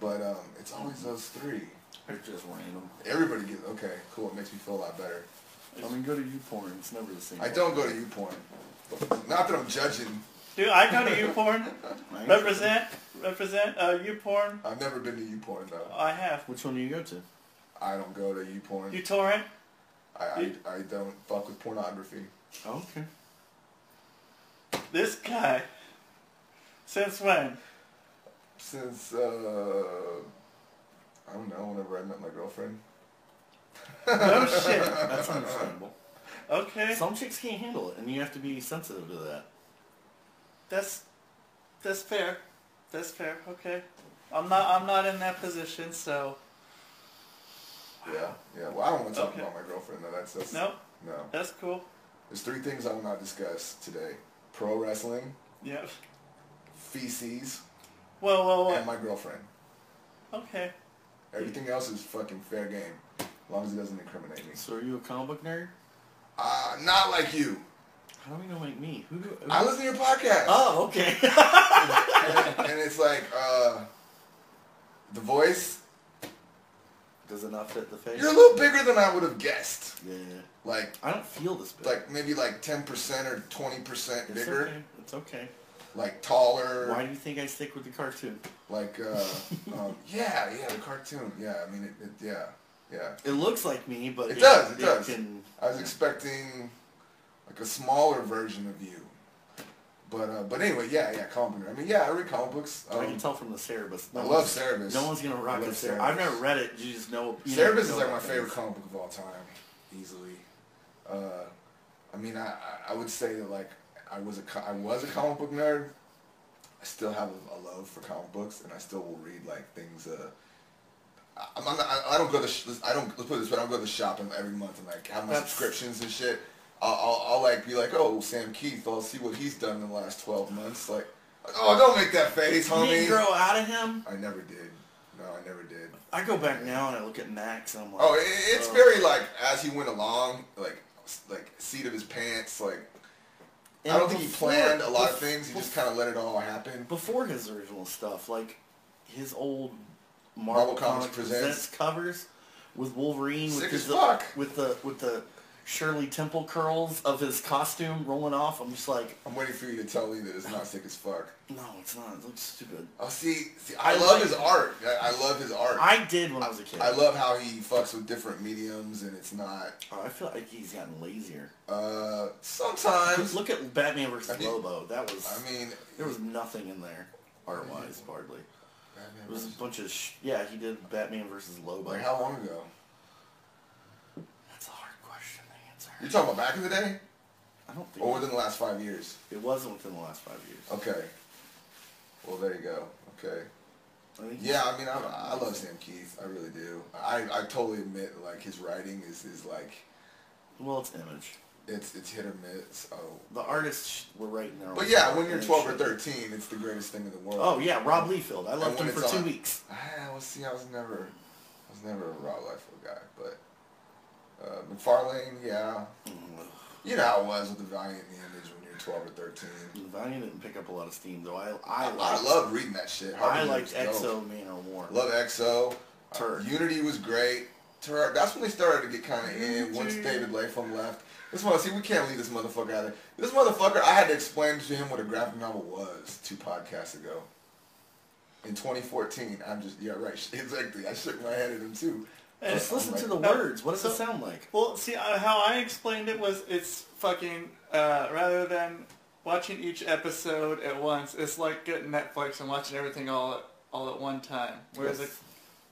[SPEAKER 3] But um, it's always those three.
[SPEAKER 4] They're just random.
[SPEAKER 3] Everybody gets okay, cool. It makes me feel a lot better.
[SPEAKER 4] I mean, go to YouPorn. It's never the same.
[SPEAKER 3] I don't go to YouPorn. Not that I'm judging.
[SPEAKER 2] Dude, I go to YouPorn.
[SPEAKER 4] Right?
[SPEAKER 2] represent, represent uh, YouPorn.
[SPEAKER 3] I've never been to YouPorn though.
[SPEAKER 2] I have.
[SPEAKER 4] Which one do you go to?
[SPEAKER 3] I don't go to YouPorn.
[SPEAKER 2] You torrent?
[SPEAKER 3] I, I I don't fuck with pornography.
[SPEAKER 4] Oh, okay.
[SPEAKER 2] This guy. Since when?
[SPEAKER 3] Since uh, I don't know. Whenever I met my girlfriend,
[SPEAKER 2] No shit.
[SPEAKER 4] That's understandable.
[SPEAKER 2] Okay.
[SPEAKER 4] Some chicks can't handle it, and you have to be sensitive to that.
[SPEAKER 2] That's that's fair. That's fair. Okay. I'm not I'm not in that position, so
[SPEAKER 3] yeah, yeah. Well, I don't want to talk
[SPEAKER 2] Okay.
[SPEAKER 3] about my girlfriend though. That's, that's
[SPEAKER 2] no,
[SPEAKER 3] no.
[SPEAKER 2] that's cool.
[SPEAKER 3] There's three things I will not discuss today: pro wrestling,
[SPEAKER 2] Yeah.
[SPEAKER 3] feces,
[SPEAKER 2] Whoa, whoa,
[SPEAKER 3] and my girlfriend.
[SPEAKER 2] whoa. Okay.
[SPEAKER 3] Everything else is fucking fair game, as long as it doesn't incriminate me.
[SPEAKER 4] So are you a comic book nerd?
[SPEAKER 3] Uh, not like you.
[SPEAKER 4] How do we know like me? Who do?
[SPEAKER 3] I listen to your podcast,
[SPEAKER 4] oh, okay. *laughs*
[SPEAKER 3] and, and it's like uh, the voice.
[SPEAKER 4] Does it not fit the face?
[SPEAKER 3] You're a little bigger than I would have guessed.
[SPEAKER 4] yeah.
[SPEAKER 3] Like,
[SPEAKER 4] I don't feel this big.
[SPEAKER 3] like maybe like 10% or 20%
[SPEAKER 4] it's
[SPEAKER 3] bigger.
[SPEAKER 4] okay. It's okay.
[SPEAKER 3] Like taller.
[SPEAKER 4] Why do you think I stick with the cartoon?
[SPEAKER 3] Like, uh, um, yeah, yeah, the cartoon. Yeah, I mean, it, it yeah, yeah.
[SPEAKER 4] It looks like me, but
[SPEAKER 3] It does, it, does.
[SPEAKER 4] can-
[SPEAKER 3] I was expecting like a smaller version of you. But uh, but anyway, yeah, yeah, comic book. I mean, yeah, I read comic books.
[SPEAKER 4] I can
[SPEAKER 3] Um,
[SPEAKER 4] tell from the Cerebus.
[SPEAKER 3] I love Cerebus.
[SPEAKER 4] No one's gonna rock
[SPEAKER 3] I
[SPEAKER 4] a
[SPEAKER 3] love
[SPEAKER 4] Cerebus.
[SPEAKER 3] Cerebus.
[SPEAKER 4] I've never read it. You just know. You
[SPEAKER 3] Cerebus
[SPEAKER 4] know-
[SPEAKER 3] is
[SPEAKER 4] know
[SPEAKER 3] like
[SPEAKER 4] what
[SPEAKER 3] my *laughs*
[SPEAKER 4] that
[SPEAKER 3] favorite
[SPEAKER 4] is.
[SPEAKER 3] comic book of all time, easily. Uh, I mean, I, I- I would say that like I was a co- I was a comic book nerd. I still have a, a love for comic books, and I still will read like things. Uh, I- I'm not, I, I don't go to sh- I don't let's put it this way I don't go to shopping every month and like have my
[SPEAKER 4] That's-
[SPEAKER 3] subscriptions and shit. I'll, I'll, I'll like be like, oh Sam Keith, I'll see what he's done in the last twelve months. Like, oh don't make that face,
[SPEAKER 4] You didn't
[SPEAKER 3] homie.
[SPEAKER 4] grow out of him.
[SPEAKER 3] I never did. No, I never did.
[SPEAKER 4] I go back now and I look at Max and I'm like, uh,
[SPEAKER 3] Oh, it, it's very like as he went along, like s- like seat of his pants. Like I don't think he planned a lot of things. He just kind of let it all happen.
[SPEAKER 4] before his original stuff, like his old Marvel, Comics presents. covers with Wolverine
[SPEAKER 3] Sick
[SPEAKER 4] with
[SPEAKER 3] as
[SPEAKER 4] his
[SPEAKER 3] fuck.
[SPEAKER 4] with the with the Shirley Temple curls of his costume rolling off. I'm just like,
[SPEAKER 3] I'm waiting for you to tell me that it's not sick as fuck.
[SPEAKER 4] no, it's not. It looks stupid.
[SPEAKER 3] Oh, see, see I,
[SPEAKER 4] I
[SPEAKER 3] love
[SPEAKER 4] like-
[SPEAKER 3] his art. I, I love his art. I,
[SPEAKER 4] I did when I was a kid.
[SPEAKER 3] love how he fucks with different mediums, and it's not.
[SPEAKER 4] Oh, I feel like he's gotten lazier.
[SPEAKER 3] Uh, sometimes
[SPEAKER 4] Look at Batman
[SPEAKER 3] I
[SPEAKER 4] versus
[SPEAKER 3] mean-
[SPEAKER 4] Lobo. That was.
[SPEAKER 3] I mean,
[SPEAKER 4] there was nothing in there, art wise, hardly. It was a bunch of. Sh- yeah, he did Batman versus Lobo.
[SPEAKER 3] like how long ago?
[SPEAKER 4] That's a hard question to answer.
[SPEAKER 3] You're talking about back in the day,
[SPEAKER 4] I don't think
[SPEAKER 3] or within the Oh, last five years?
[SPEAKER 4] it wasn't within the last five years.
[SPEAKER 3] Okay. Well, there you go. Okay.
[SPEAKER 4] I think
[SPEAKER 3] Yeah, I mean, I, I love Sam Keith. I really do. I, I totally admit, like, his writing is, is like,
[SPEAKER 4] Well, it's image.
[SPEAKER 3] it's it's hit or miss. Oh.
[SPEAKER 4] The artists were writing their. own
[SPEAKER 3] But yeah,
[SPEAKER 4] stuff,
[SPEAKER 3] when you're
[SPEAKER 4] and it
[SPEAKER 3] 12 or
[SPEAKER 4] should-
[SPEAKER 3] 13, it's the greatest thing in the world.
[SPEAKER 4] Oh yeah, Rob Liefeld. I
[SPEAKER 3] And
[SPEAKER 4] loved
[SPEAKER 3] when
[SPEAKER 4] him for
[SPEAKER 3] it's
[SPEAKER 4] two
[SPEAKER 3] on-
[SPEAKER 4] weeks.
[SPEAKER 3] Ah, well, see, I was never, I was never a Rob Liefeld guy, but uh, McFarlane, yeah.
[SPEAKER 4] Mm-hmm.
[SPEAKER 3] You know how it was with the Valiant and the Image when you're 12 or 13.
[SPEAKER 4] Vanya didn't pick up a lot of steam though. I I
[SPEAKER 3] I
[SPEAKER 4] liked,
[SPEAKER 3] love reading that shit.
[SPEAKER 4] I
[SPEAKER 3] Harvey
[SPEAKER 4] liked
[SPEAKER 3] was dope.
[SPEAKER 4] EXO Man or War.
[SPEAKER 3] Love EXO. Uh,
[SPEAKER 4] Turk.
[SPEAKER 3] Unity was great. Turk. That's when they started to get kind of in once David Latham left. This one, see, we can't leave this motherfucker out of This motherfucker, I had to explain to him what a graphic novel was two podcasts ago. In 2014, I'm just, yeah, right, *laughs* exactly. I shook my head at him, too.
[SPEAKER 4] Just listen to the
[SPEAKER 2] No.
[SPEAKER 4] words. What does it
[SPEAKER 2] So-
[SPEAKER 4] sound like?
[SPEAKER 2] Well, see uh, how I explained it was it's fucking uh, rather than watching each episode at once, it's like getting Netflix and watching everything all at, all at one time. Whereas
[SPEAKER 4] Yes.
[SPEAKER 2] it,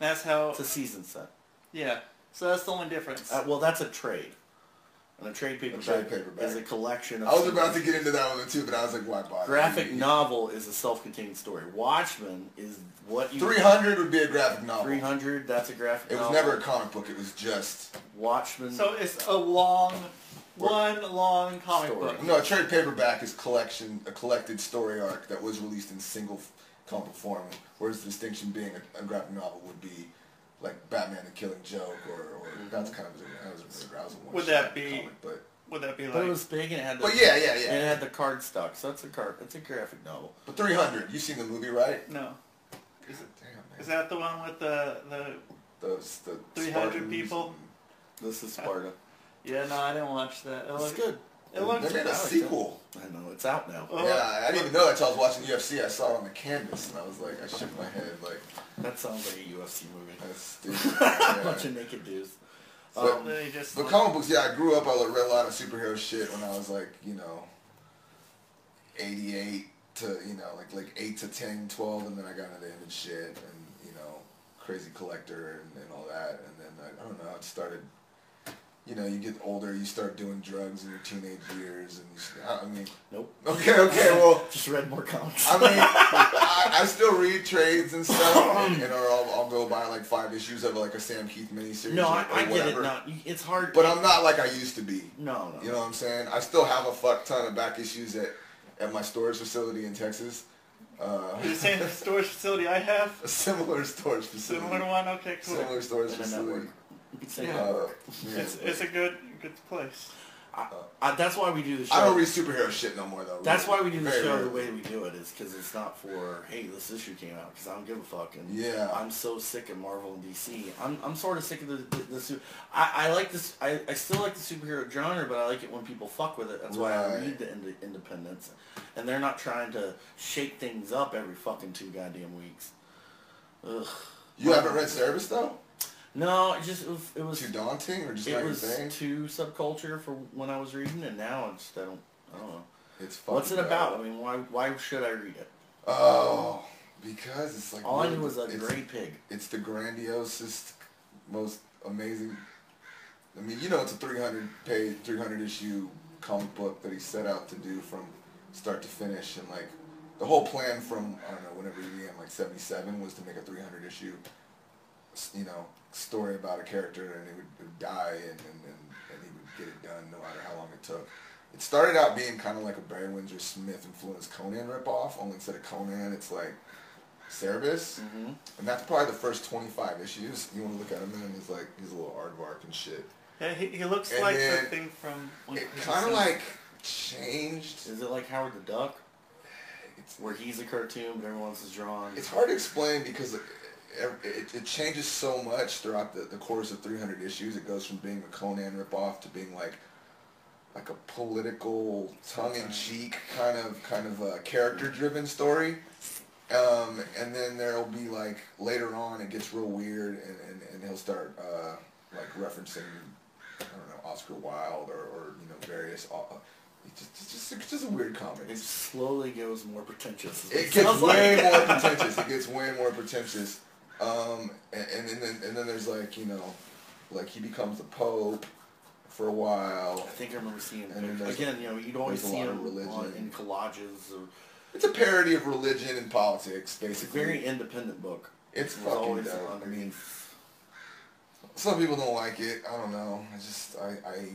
[SPEAKER 2] that's how
[SPEAKER 4] It's a season set.
[SPEAKER 2] yeah. So that's the only difference.
[SPEAKER 4] Uh, well, that's a trade. And a trade paperback,
[SPEAKER 3] trade paperback.
[SPEAKER 4] is a collection of
[SPEAKER 3] I was about to get into that one too, but I was like, why bother?
[SPEAKER 4] graphic novel is a self-contained story. Watchmen is what you
[SPEAKER 3] 300 would be a graphic novel.
[SPEAKER 4] 300, that's a graphic
[SPEAKER 3] It was
[SPEAKER 4] novel.
[SPEAKER 3] never a comic book. It was just
[SPEAKER 4] Watchmen.
[SPEAKER 2] So it's a long, one long comic
[SPEAKER 4] Story.
[SPEAKER 2] book.
[SPEAKER 3] no. A trade paperback is collection, a collected story arc that was released in single f- comic book form. Whereas the distinction being a, a graphic novel would be like Batman: The Killing Joke, or, or that's kind of a, that was a really rousing one.
[SPEAKER 2] Mm-hmm. Would that be-
[SPEAKER 3] Comic, but
[SPEAKER 2] Would that be
[SPEAKER 4] but
[SPEAKER 2] like?
[SPEAKER 4] it was big and it had the,
[SPEAKER 3] But yeah, yeah, yeah.
[SPEAKER 4] And it had the card stock, so that's a card. It's a graphic novel.
[SPEAKER 3] but 300. You've seen the movie, right?
[SPEAKER 2] no. Is,
[SPEAKER 3] Damn man,
[SPEAKER 2] is that the one with the the?
[SPEAKER 3] those the
[SPEAKER 2] 300
[SPEAKER 3] Spartans
[SPEAKER 2] people?
[SPEAKER 3] and-
[SPEAKER 2] *laughs*
[SPEAKER 4] This is Sparta.
[SPEAKER 2] Yeah, no, I didn't watch that. It
[SPEAKER 4] It's
[SPEAKER 2] looked,
[SPEAKER 4] good.
[SPEAKER 2] It looked.
[SPEAKER 3] They made a
[SPEAKER 4] I liked it.
[SPEAKER 3] sequel.
[SPEAKER 4] I know it's out now.
[SPEAKER 2] Oh.
[SPEAKER 3] Yeah, I didn't even know that till I was watching UFC. I saw it on the canvas, and I was like, I shook my head, like,
[SPEAKER 4] That sounds like a UFC movie.
[SPEAKER 3] that's stupid.
[SPEAKER 2] *laughs*
[SPEAKER 3] Yeah.
[SPEAKER 4] Bunch of naked dudes.
[SPEAKER 3] But-
[SPEAKER 2] They just.
[SPEAKER 3] But comic books, yeah, I grew up. I like, read a lot of superhero shit when I was like, you know, 88 to, you know, like like 8 to 10, 12, and then I got into the image shit and, you know, Crazy Collector and, and all that. And then, I, I don't know, I started, you know, you get older, you start doing drugs in your teenage years, and you, st- I I mean,
[SPEAKER 4] Nope.
[SPEAKER 3] okay, okay, well,
[SPEAKER 4] Just read more comics.
[SPEAKER 3] I mean, I, I still read trades and
[SPEAKER 4] *coughs*
[SPEAKER 3] stuff, and, and or I'll, I'll go buy like five issues of like a Sam Keith miniseries.
[SPEAKER 4] no,
[SPEAKER 3] or,
[SPEAKER 4] I,
[SPEAKER 3] or
[SPEAKER 4] I get it.
[SPEAKER 3] whatever.
[SPEAKER 4] Not it's hard.
[SPEAKER 3] But I'm not like I used to be.
[SPEAKER 4] no, no.
[SPEAKER 3] You know what I'm saying? I still have a fuck ton of back issues at, at my storage facility in Texas. Uh, *laughs*
[SPEAKER 2] You're saying the storage facility I have?
[SPEAKER 3] a similar storage facility.
[SPEAKER 2] Similar one? Okay, cool.
[SPEAKER 3] Similar storage
[SPEAKER 4] In a
[SPEAKER 3] facility.
[SPEAKER 4] network. Say
[SPEAKER 2] Yeah.
[SPEAKER 4] that.
[SPEAKER 3] Uh, yeah.
[SPEAKER 2] It's, it's a good good place.
[SPEAKER 4] I, I, that's why we do the show.
[SPEAKER 3] I don't read superhero shit no more though.
[SPEAKER 4] That's why we do the
[SPEAKER 3] Very
[SPEAKER 4] show the
[SPEAKER 3] rarely.
[SPEAKER 4] way we do it is because it's not for hey this issue came out because I don't give a fuck and
[SPEAKER 3] Yeah.
[SPEAKER 4] I'm so sick of Marvel and DC I'm, I'm sort of sick of the the, the su- I, I like this I, I still like the superhero genre but I like it when people fuck with it that's why I
[SPEAKER 3] Right.
[SPEAKER 4] read the ind- Independence and they're not trying to shake things up every fucking two goddamn weeks
[SPEAKER 3] You haven't read Service though?
[SPEAKER 4] no it just it was it was,
[SPEAKER 3] Too daunting or just not
[SPEAKER 4] it
[SPEAKER 3] your
[SPEAKER 4] was
[SPEAKER 3] thing?
[SPEAKER 4] too subculture for when I was reading and now I just I don't I don't know
[SPEAKER 3] It's fucking
[SPEAKER 4] what's it
[SPEAKER 3] bad.
[SPEAKER 4] about I mean why why should I read it
[SPEAKER 3] Oh, because it's like
[SPEAKER 4] all I
[SPEAKER 3] really-
[SPEAKER 4] knew was a
[SPEAKER 3] it's-
[SPEAKER 4] gray pig.
[SPEAKER 3] It's the grandiosest, most amazing. I mean, you know, it's a 300 page, 300 issue comic book that he set out to do from start to finish, and like the whole plan from I don't know whenever he began, like 77, was to make a 300 issue, s- you know, story about a character, and he would, would die, and, and, and, and he would get it done no matter how long it took. It started out being kind of like a Barry Windsor Smith influenced Conan ripoff, only instead of Conan, it's like Cerberus, and that's probably the first 25 issues. You want to look at him, and he's like he's a little aardvark and shit.
[SPEAKER 2] Yeah, he, he looks
[SPEAKER 3] And
[SPEAKER 2] like
[SPEAKER 3] then
[SPEAKER 2] the thing from. One
[SPEAKER 3] It
[SPEAKER 2] Piece.
[SPEAKER 3] kind of like changed.
[SPEAKER 4] Is it like Howard the Duck,
[SPEAKER 3] It's
[SPEAKER 4] where he's a cartoon but everyone else is drawn?
[SPEAKER 3] it's hard to explain because it, it, it changes so much throughout the, the course of 300 issues. It goes from being a Conan ripoff to being like like a political, tongue-in-cheek kind of kind of a character-driven story. Um, and then there'll be like later on it gets real weird and, and, and he'll start uh, like referencing I don't know Oscar Wilde or, or you know various au- it's just it's just, it's just a weird comic.
[SPEAKER 4] it slowly goes more pretentious. is what
[SPEAKER 3] It gets
[SPEAKER 4] sounds
[SPEAKER 3] way
[SPEAKER 4] like.
[SPEAKER 3] more
[SPEAKER 4] *laughs*
[SPEAKER 3] pretentious. It gets way more pretentious. Um, and, and, then and then there's like you know, like he becomes the pope for a while.
[SPEAKER 4] I think I remember seeing
[SPEAKER 3] And then there's-
[SPEAKER 4] again. You know, you'd always
[SPEAKER 3] there's a
[SPEAKER 4] see
[SPEAKER 3] lot of
[SPEAKER 4] him
[SPEAKER 3] religion.
[SPEAKER 4] on, in collages. Or,
[SPEAKER 3] It's a parody of religion and politics,
[SPEAKER 4] it's a
[SPEAKER 3] basically.
[SPEAKER 4] very independent book.
[SPEAKER 3] It's
[SPEAKER 4] There's
[SPEAKER 3] fucking
[SPEAKER 4] always
[SPEAKER 3] dope. I mean,
[SPEAKER 4] underneath
[SPEAKER 3] Some people don't like it. I don't know. I just I, I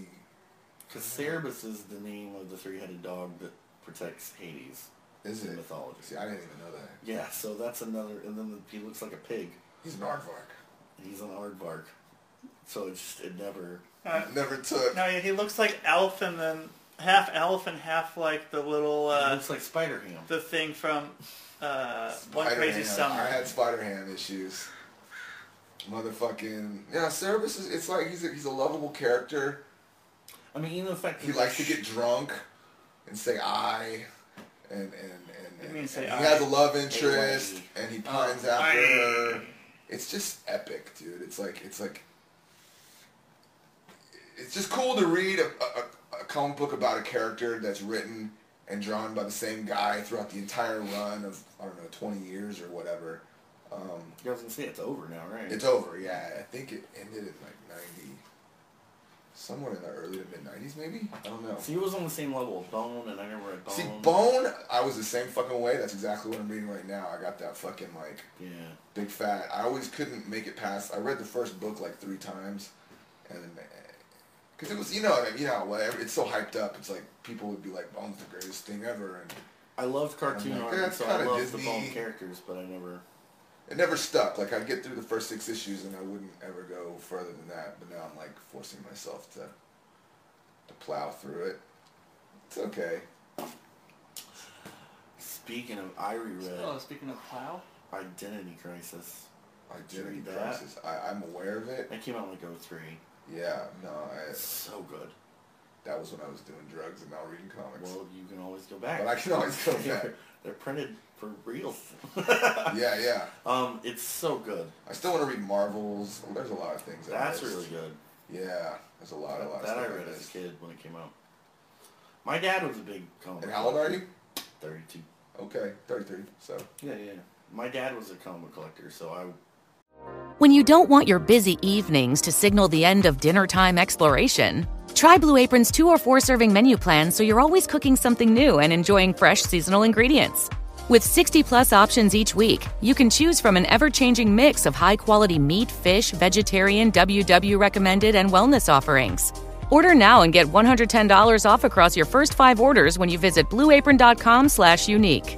[SPEAKER 4] because Cerberus is the name of the three-headed dog that protects Hades.
[SPEAKER 3] is
[SPEAKER 4] in
[SPEAKER 3] it
[SPEAKER 4] mythology?
[SPEAKER 3] See, I didn't even know that.
[SPEAKER 4] Yeah, so that's another. And then the, he looks like a pig.
[SPEAKER 3] He's an aardvark.
[SPEAKER 4] He's an aardvark. So it just it never.
[SPEAKER 2] Uh,
[SPEAKER 3] Never took.
[SPEAKER 2] no, yeah, he looks like Alf and then half Alf and half like the little
[SPEAKER 4] It
[SPEAKER 2] uh,
[SPEAKER 4] looks like Spider Ham.
[SPEAKER 2] the thing from uh, One Crazy
[SPEAKER 3] Spider-Ham.
[SPEAKER 2] Summer.
[SPEAKER 3] I had Spider Ham issues. Motherfucking yeah, Cerberus is it's like he's a, he's a lovable character.
[SPEAKER 4] I mean, even the fact that
[SPEAKER 3] He likes to
[SPEAKER 4] sh-
[SPEAKER 3] get drunk and say I and and and, and,
[SPEAKER 2] mean say
[SPEAKER 3] and
[SPEAKER 2] I? Oh,
[SPEAKER 3] he has a love interest
[SPEAKER 4] Hey,
[SPEAKER 3] and he pines after her. It's just epic, dude. It's like it's like it's just cool to read a, a, a comic book about a character that's written and drawn by the same guy throughout the entire run of I don't know twenty years or whatever.
[SPEAKER 4] You guys can see it's over now, right?
[SPEAKER 3] It's over, yeah. I think it ended in like ninety somewhere in the early to mid '90s, maybe. I don't know.
[SPEAKER 4] See, it was on the same level of Bone, and I never read Bone.
[SPEAKER 3] See, Bone, I was the same fucking way. That's exactly what I'm reading right now. I got that fucking like
[SPEAKER 4] Yeah.
[SPEAKER 3] big fat. I always couldn't make it past. I read the first book like three times, and because it was you know what I mean, you know how whatever it's so hyped up. It's like people would be like, "Bones the greatest thing ever," and
[SPEAKER 4] I loved cartoon
[SPEAKER 3] I'm like,
[SPEAKER 4] art, and
[SPEAKER 3] that's
[SPEAKER 4] so I
[SPEAKER 3] kinda
[SPEAKER 4] loved the
[SPEAKER 3] Disney.
[SPEAKER 4] Bone characters, but I never.
[SPEAKER 3] it never stuck. Like I'd get through the first six issues, and I wouldn't ever go further than that. But now I'm like forcing myself to to plow through it. It's okay.
[SPEAKER 4] Speaking of, I reread
[SPEAKER 2] Oh, speaking of plow,
[SPEAKER 4] Identity Crisis.
[SPEAKER 3] Identity
[SPEAKER 4] read that?
[SPEAKER 3] crisis. I, I'm aware of it.
[SPEAKER 4] That came out in like 03.
[SPEAKER 3] Yeah, no, I,
[SPEAKER 4] So good.
[SPEAKER 3] that was when I was doing drugs and now reading comics.
[SPEAKER 4] Well, you can always go back.
[SPEAKER 3] But I can always
[SPEAKER 4] *laughs*
[SPEAKER 3] go back.
[SPEAKER 4] They're printed for real. *laughs*
[SPEAKER 3] *laughs* yeah, yeah.
[SPEAKER 4] um, it's so good.
[SPEAKER 3] I still want to read Marvels. There's a lot of things. I
[SPEAKER 4] That's
[SPEAKER 3] missed.
[SPEAKER 4] really good.
[SPEAKER 3] Yeah, there's a lot, a lot. of
[SPEAKER 4] that I
[SPEAKER 3] stuff
[SPEAKER 4] read as a
[SPEAKER 3] missed.
[SPEAKER 4] kid when it came out. My dad was a big comic.
[SPEAKER 3] And how old are
[SPEAKER 4] collector.
[SPEAKER 3] you?
[SPEAKER 4] 32.
[SPEAKER 3] Okay, 33. So
[SPEAKER 4] Yeah, yeah. My dad was a comic collector, so I
[SPEAKER 1] When you don't want your busy evenings to signal the end of dinner time exploration, try Blue Apron's two or four serving menu plan so you're always cooking something new and enjoying fresh seasonal ingredients. With 60 plus options each week, you can choose from an ever changing mix of high quality meat, fish, vegetarian, WW recommended, and wellness offerings. Order now and get $110 off across your first five orders when you visit blueapron.com slash unique.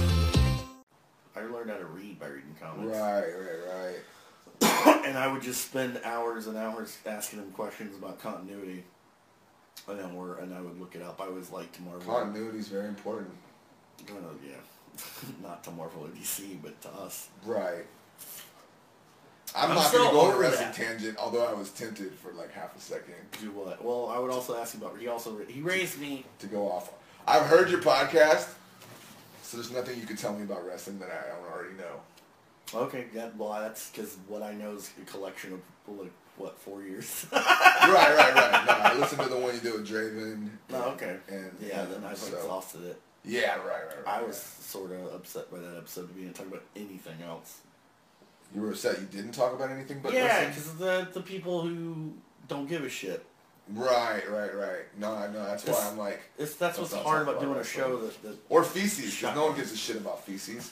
[SPEAKER 4] I learned how to read by reading comics.
[SPEAKER 3] right, right, right.
[SPEAKER 4] And I would just spend hours and hours asking them questions about continuity. And then we're, and I would look it up. I was like to Marvel.
[SPEAKER 3] Continuity is very important.
[SPEAKER 4] Well, yeah. *laughs* Not to Marvel or DC, but to us.
[SPEAKER 3] Right. I'm,
[SPEAKER 4] I'm
[SPEAKER 3] not
[SPEAKER 4] still
[SPEAKER 3] gonna go on a
[SPEAKER 4] over
[SPEAKER 3] wrestling
[SPEAKER 4] that.
[SPEAKER 3] tangent, although I was tempted for like half a second
[SPEAKER 4] Do what? Well, I would also ask him about. He also he raised me.
[SPEAKER 3] to go off. I've heard your podcast, so there's nothing you could tell me about wrestling that I don't already know.
[SPEAKER 4] Okay, that, well, that's because what I know is a collection of like what four years. *laughs*
[SPEAKER 3] right, right, right. No, I listened to the one you did with Draven.
[SPEAKER 4] No, Oh, okay.
[SPEAKER 3] And
[SPEAKER 4] yeah,
[SPEAKER 3] and
[SPEAKER 4] then I was
[SPEAKER 3] so-
[SPEAKER 4] exhausted it.
[SPEAKER 3] Yeah, right, right, right.
[SPEAKER 4] I was sort of upset by that episode to be talk about anything else.
[SPEAKER 3] You were upset you didn't talk about anything but
[SPEAKER 4] yeah,
[SPEAKER 3] wrestling?
[SPEAKER 4] because the the people who don't give a shit.
[SPEAKER 3] Right, right, right. No, I know. That's why
[SPEAKER 4] It's-
[SPEAKER 3] I'm like.
[SPEAKER 4] It's that's
[SPEAKER 3] Let's
[SPEAKER 4] what's
[SPEAKER 3] not
[SPEAKER 4] hard
[SPEAKER 3] talk
[SPEAKER 4] about doing a
[SPEAKER 3] wrestling.
[SPEAKER 4] show that, that
[SPEAKER 3] Or feces,
[SPEAKER 4] Shut
[SPEAKER 3] because no one
[SPEAKER 4] up.
[SPEAKER 3] gives a shit about feces.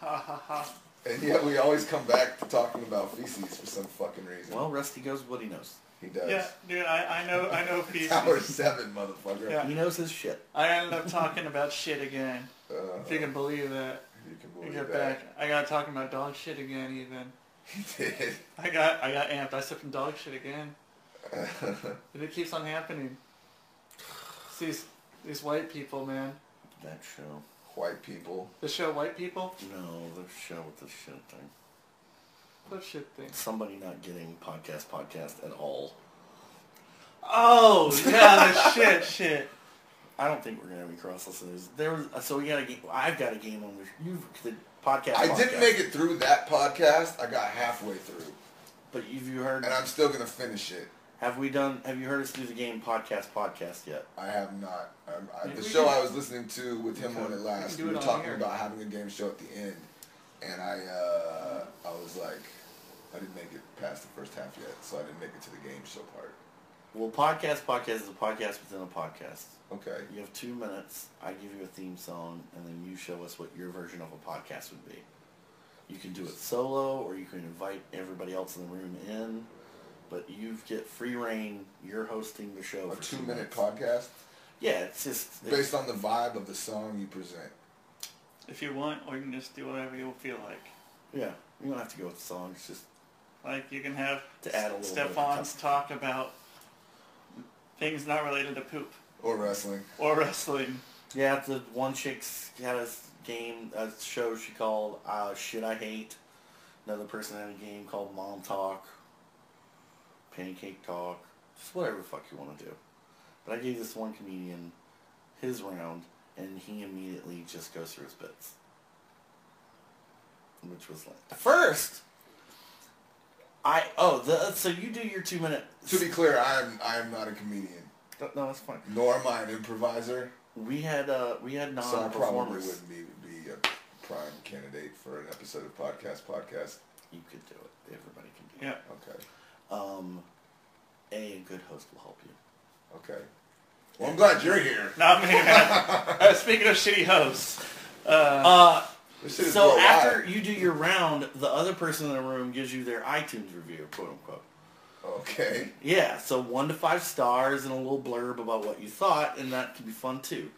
[SPEAKER 2] ha ha
[SPEAKER 3] *laughs*
[SPEAKER 2] ha.
[SPEAKER 3] And yet we always come back to talking about feces for some fucking reason.
[SPEAKER 4] well, Rusty goes with what he knows.
[SPEAKER 3] he does.
[SPEAKER 2] Yeah, dude, I, I know I
[SPEAKER 3] *laughs*
[SPEAKER 2] know
[SPEAKER 3] Tower
[SPEAKER 2] pieces.
[SPEAKER 3] 7, motherfucker.
[SPEAKER 2] Yeah.
[SPEAKER 4] He knows his shit.
[SPEAKER 2] I ended up talking about shit again. if you can believe that.
[SPEAKER 3] You can
[SPEAKER 2] You
[SPEAKER 3] Uh, believe
[SPEAKER 2] get back.
[SPEAKER 3] that.
[SPEAKER 2] I got talking about dog shit again. Even
[SPEAKER 3] He did.
[SPEAKER 2] I got I got amped. I said some dog shit
[SPEAKER 4] *laughs*
[SPEAKER 2] again. and it keeps on happening. It's these these white people, man.
[SPEAKER 4] That show.
[SPEAKER 3] *laughs* White people.
[SPEAKER 2] The show White People.
[SPEAKER 4] No, the show with the shit thing.
[SPEAKER 2] What shit thing?
[SPEAKER 4] Somebody not getting podcast podcast at all.
[SPEAKER 2] Oh yeah,
[SPEAKER 4] *laughs*
[SPEAKER 2] the shit shit.
[SPEAKER 4] I don't think we're gonna have any cross listeners. There was uh, so we got a game. I've got a game on which you the podcast.
[SPEAKER 3] I didn't
[SPEAKER 4] podcast.
[SPEAKER 3] make it through that podcast. I got halfway through.
[SPEAKER 4] But have you heard?
[SPEAKER 3] And I'm still going to finish it.
[SPEAKER 4] Have we done? Have you heard us do the game podcast podcast yet?
[SPEAKER 3] I have not. Um, I,
[SPEAKER 2] Maybe
[SPEAKER 3] the
[SPEAKER 2] we
[SPEAKER 3] show
[SPEAKER 2] can-
[SPEAKER 3] I was listening to with him on it last,
[SPEAKER 2] do
[SPEAKER 3] we
[SPEAKER 2] it
[SPEAKER 3] were
[SPEAKER 2] on
[SPEAKER 3] talking
[SPEAKER 2] here.
[SPEAKER 3] about having a game show at the end, and I uh, I was like, I didn't make it past the first half yet, so I didn't make it to the game show part.
[SPEAKER 4] Well, podcast podcast is a podcast within a podcast.
[SPEAKER 3] Okay.
[SPEAKER 4] You have two minutes. I give you a theme song, and then you show us what your version of a podcast would be. You can do it solo, or you can invite everybody else in the room in. But you get free reign. You're hosting the show.
[SPEAKER 3] A
[SPEAKER 4] for two
[SPEAKER 3] two-minute
[SPEAKER 4] minutes.
[SPEAKER 3] podcast
[SPEAKER 4] Yeah, it's just it's-
[SPEAKER 3] based on the vibe of the song you present.
[SPEAKER 2] If you want, or you can just do whatever you feel like.
[SPEAKER 4] yeah. You don't have to go with songs. Just
[SPEAKER 2] Like you can have
[SPEAKER 4] To add a little bit of
[SPEAKER 2] Stefan's
[SPEAKER 4] context.
[SPEAKER 2] talk about things not related to poop
[SPEAKER 3] Or wrestling.
[SPEAKER 2] or wrestling.
[SPEAKER 4] Yeah, the one chick's had a s- game, a show she called uh, "Shit I Hate." Another person had a game called "Mom Talk." pancake talk, just whatever the fuck you want to do. But I gave this one comedian his round, and he immediately just goes through his bits, which was like the first. I oh the so you do your two minute.
[SPEAKER 3] To be clear, I am I am not a comedian,
[SPEAKER 4] No, that's fine.
[SPEAKER 3] nor am I an improviser,
[SPEAKER 4] We had uh we had non
[SPEAKER 3] so I probably
[SPEAKER 4] performers.
[SPEAKER 3] wouldn't be, be a prime candidate for an episode of podcast podcast.
[SPEAKER 4] you could do it. Everybody can do it.
[SPEAKER 2] Yeah.
[SPEAKER 3] Okay,
[SPEAKER 4] Um, a good host will help you.
[SPEAKER 3] okay. Well, I'm glad you're here.
[SPEAKER 2] Not me, man.
[SPEAKER 4] *laughs*
[SPEAKER 2] uh, speaking of shitty hosts,
[SPEAKER 3] This shit is
[SPEAKER 4] So
[SPEAKER 3] worldwide.
[SPEAKER 4] after you do your round, the other person in the room gives you their iTunes review, quote unquote.
[SPEAKER 3] okay,
[SPEAKER 4] Yeah, so one to five stars and a little blurb about what you thought, and that can be fun too.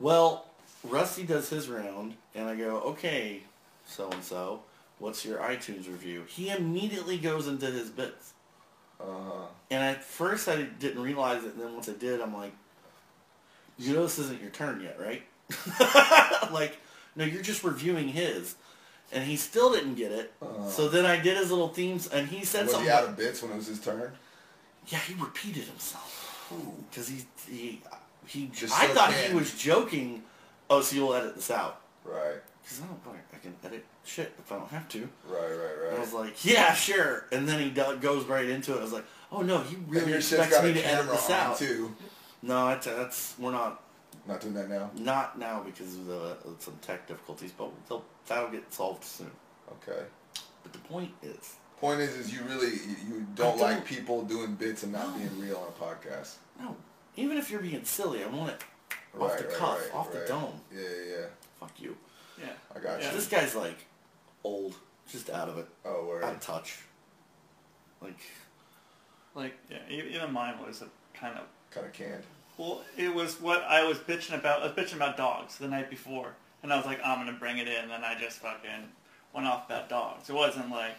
[SPEAKER 4] Well, Rusty does his round, and I go, okay, so and so, what's your iTunes review? He immediately goes into his bits. And at first I didn't realize it, and then once I did, I'm like, you know this isn't your turn yet, right? *laughs* like, no, you're just reviewing his. And he still didn't get it. so then I did his little themes, and he said
[SPEAKER 3] Uh-huh. was
[SPEAKER 4] something.
[SPEAKER 3] he out of bits when it was his turn?
[SPEAKER 4] Yeah, he repeated himself. Because he, he, he
[SPEAKER 3] Just
[SPEAKER 4] I
[SPEAKER 3] so
[SPEAKER 4] thought he
[SPEAKER 3] can.
[SPEAKER 4] was joking. Oh, so you'll edit this out.
[SPEAKER 3] Right,
[SPEAKER 4] Because I don't fucking- I can edit shit if I don't have to.
[SPEAKER 3] right, right,
[SPEAKER 4] I
[SPEAKER 3] right.
[SPEAKER 4] was like, yeah, sure. And then he do- goes right into it. I was like, oh no, he
[SPEAKER 3] And
[SPEAKER 4] really
[SPEAKER 3] your shit's
[SPEAKER 4] expects
[SPEAKER 3] got
[SPEAKER 4] me
[SPEAKER 3] a
[SPEAKER 4] to edit
[SPEAKER 3] camera
[SPEAKER 4] this
[SPEAKER 3] on
[SPEAKER 4] out.
[SPEAKER 3] too.
[SPEAKER 4] No, that's, that's, we're not,
[SPEAKER 3] Not doing that now.
[SPEAKER 4] not now because of, the, of some tech difficulties, but they'll, that'll get solved soon.
[SPEAKER 3] Okay.
[SPEAKER 4] But the point is,
[SPEAKER 3] Point is, is you really you you don't
[SPEAKER 4] I don't-
[SPEAKER 3] like people doing bits and not being real on a podcast.
[SPEAKER 4] no, even if you're being silly, I want it off the cuff, off the dome.
[SPEAKER 3] Yeah, yeah, yeah.
[SPEAKER 4] Fuck you.
[SPEAKER 2] yeah.
[SPEAKER 3] I got
[SPEAKER 2] Yeah.
[SPEAKER 3] you.
[SPEAKER 4] This guy's like old, just out of it,
[SPEAKER 3] Oh, word.
[SPEAKER 4] out of touch. Like,
[SPEAKER 2] Like, yeah, e- even mine was a kind of
[SPEAKER 3] Kind of canned.
[SPEAKER 2] Well, it was what I was bitching about. I was bitching about dogs the night before, and I was like, I'm gonna bring it in, and I just fucking went off about dogs. It wasn't like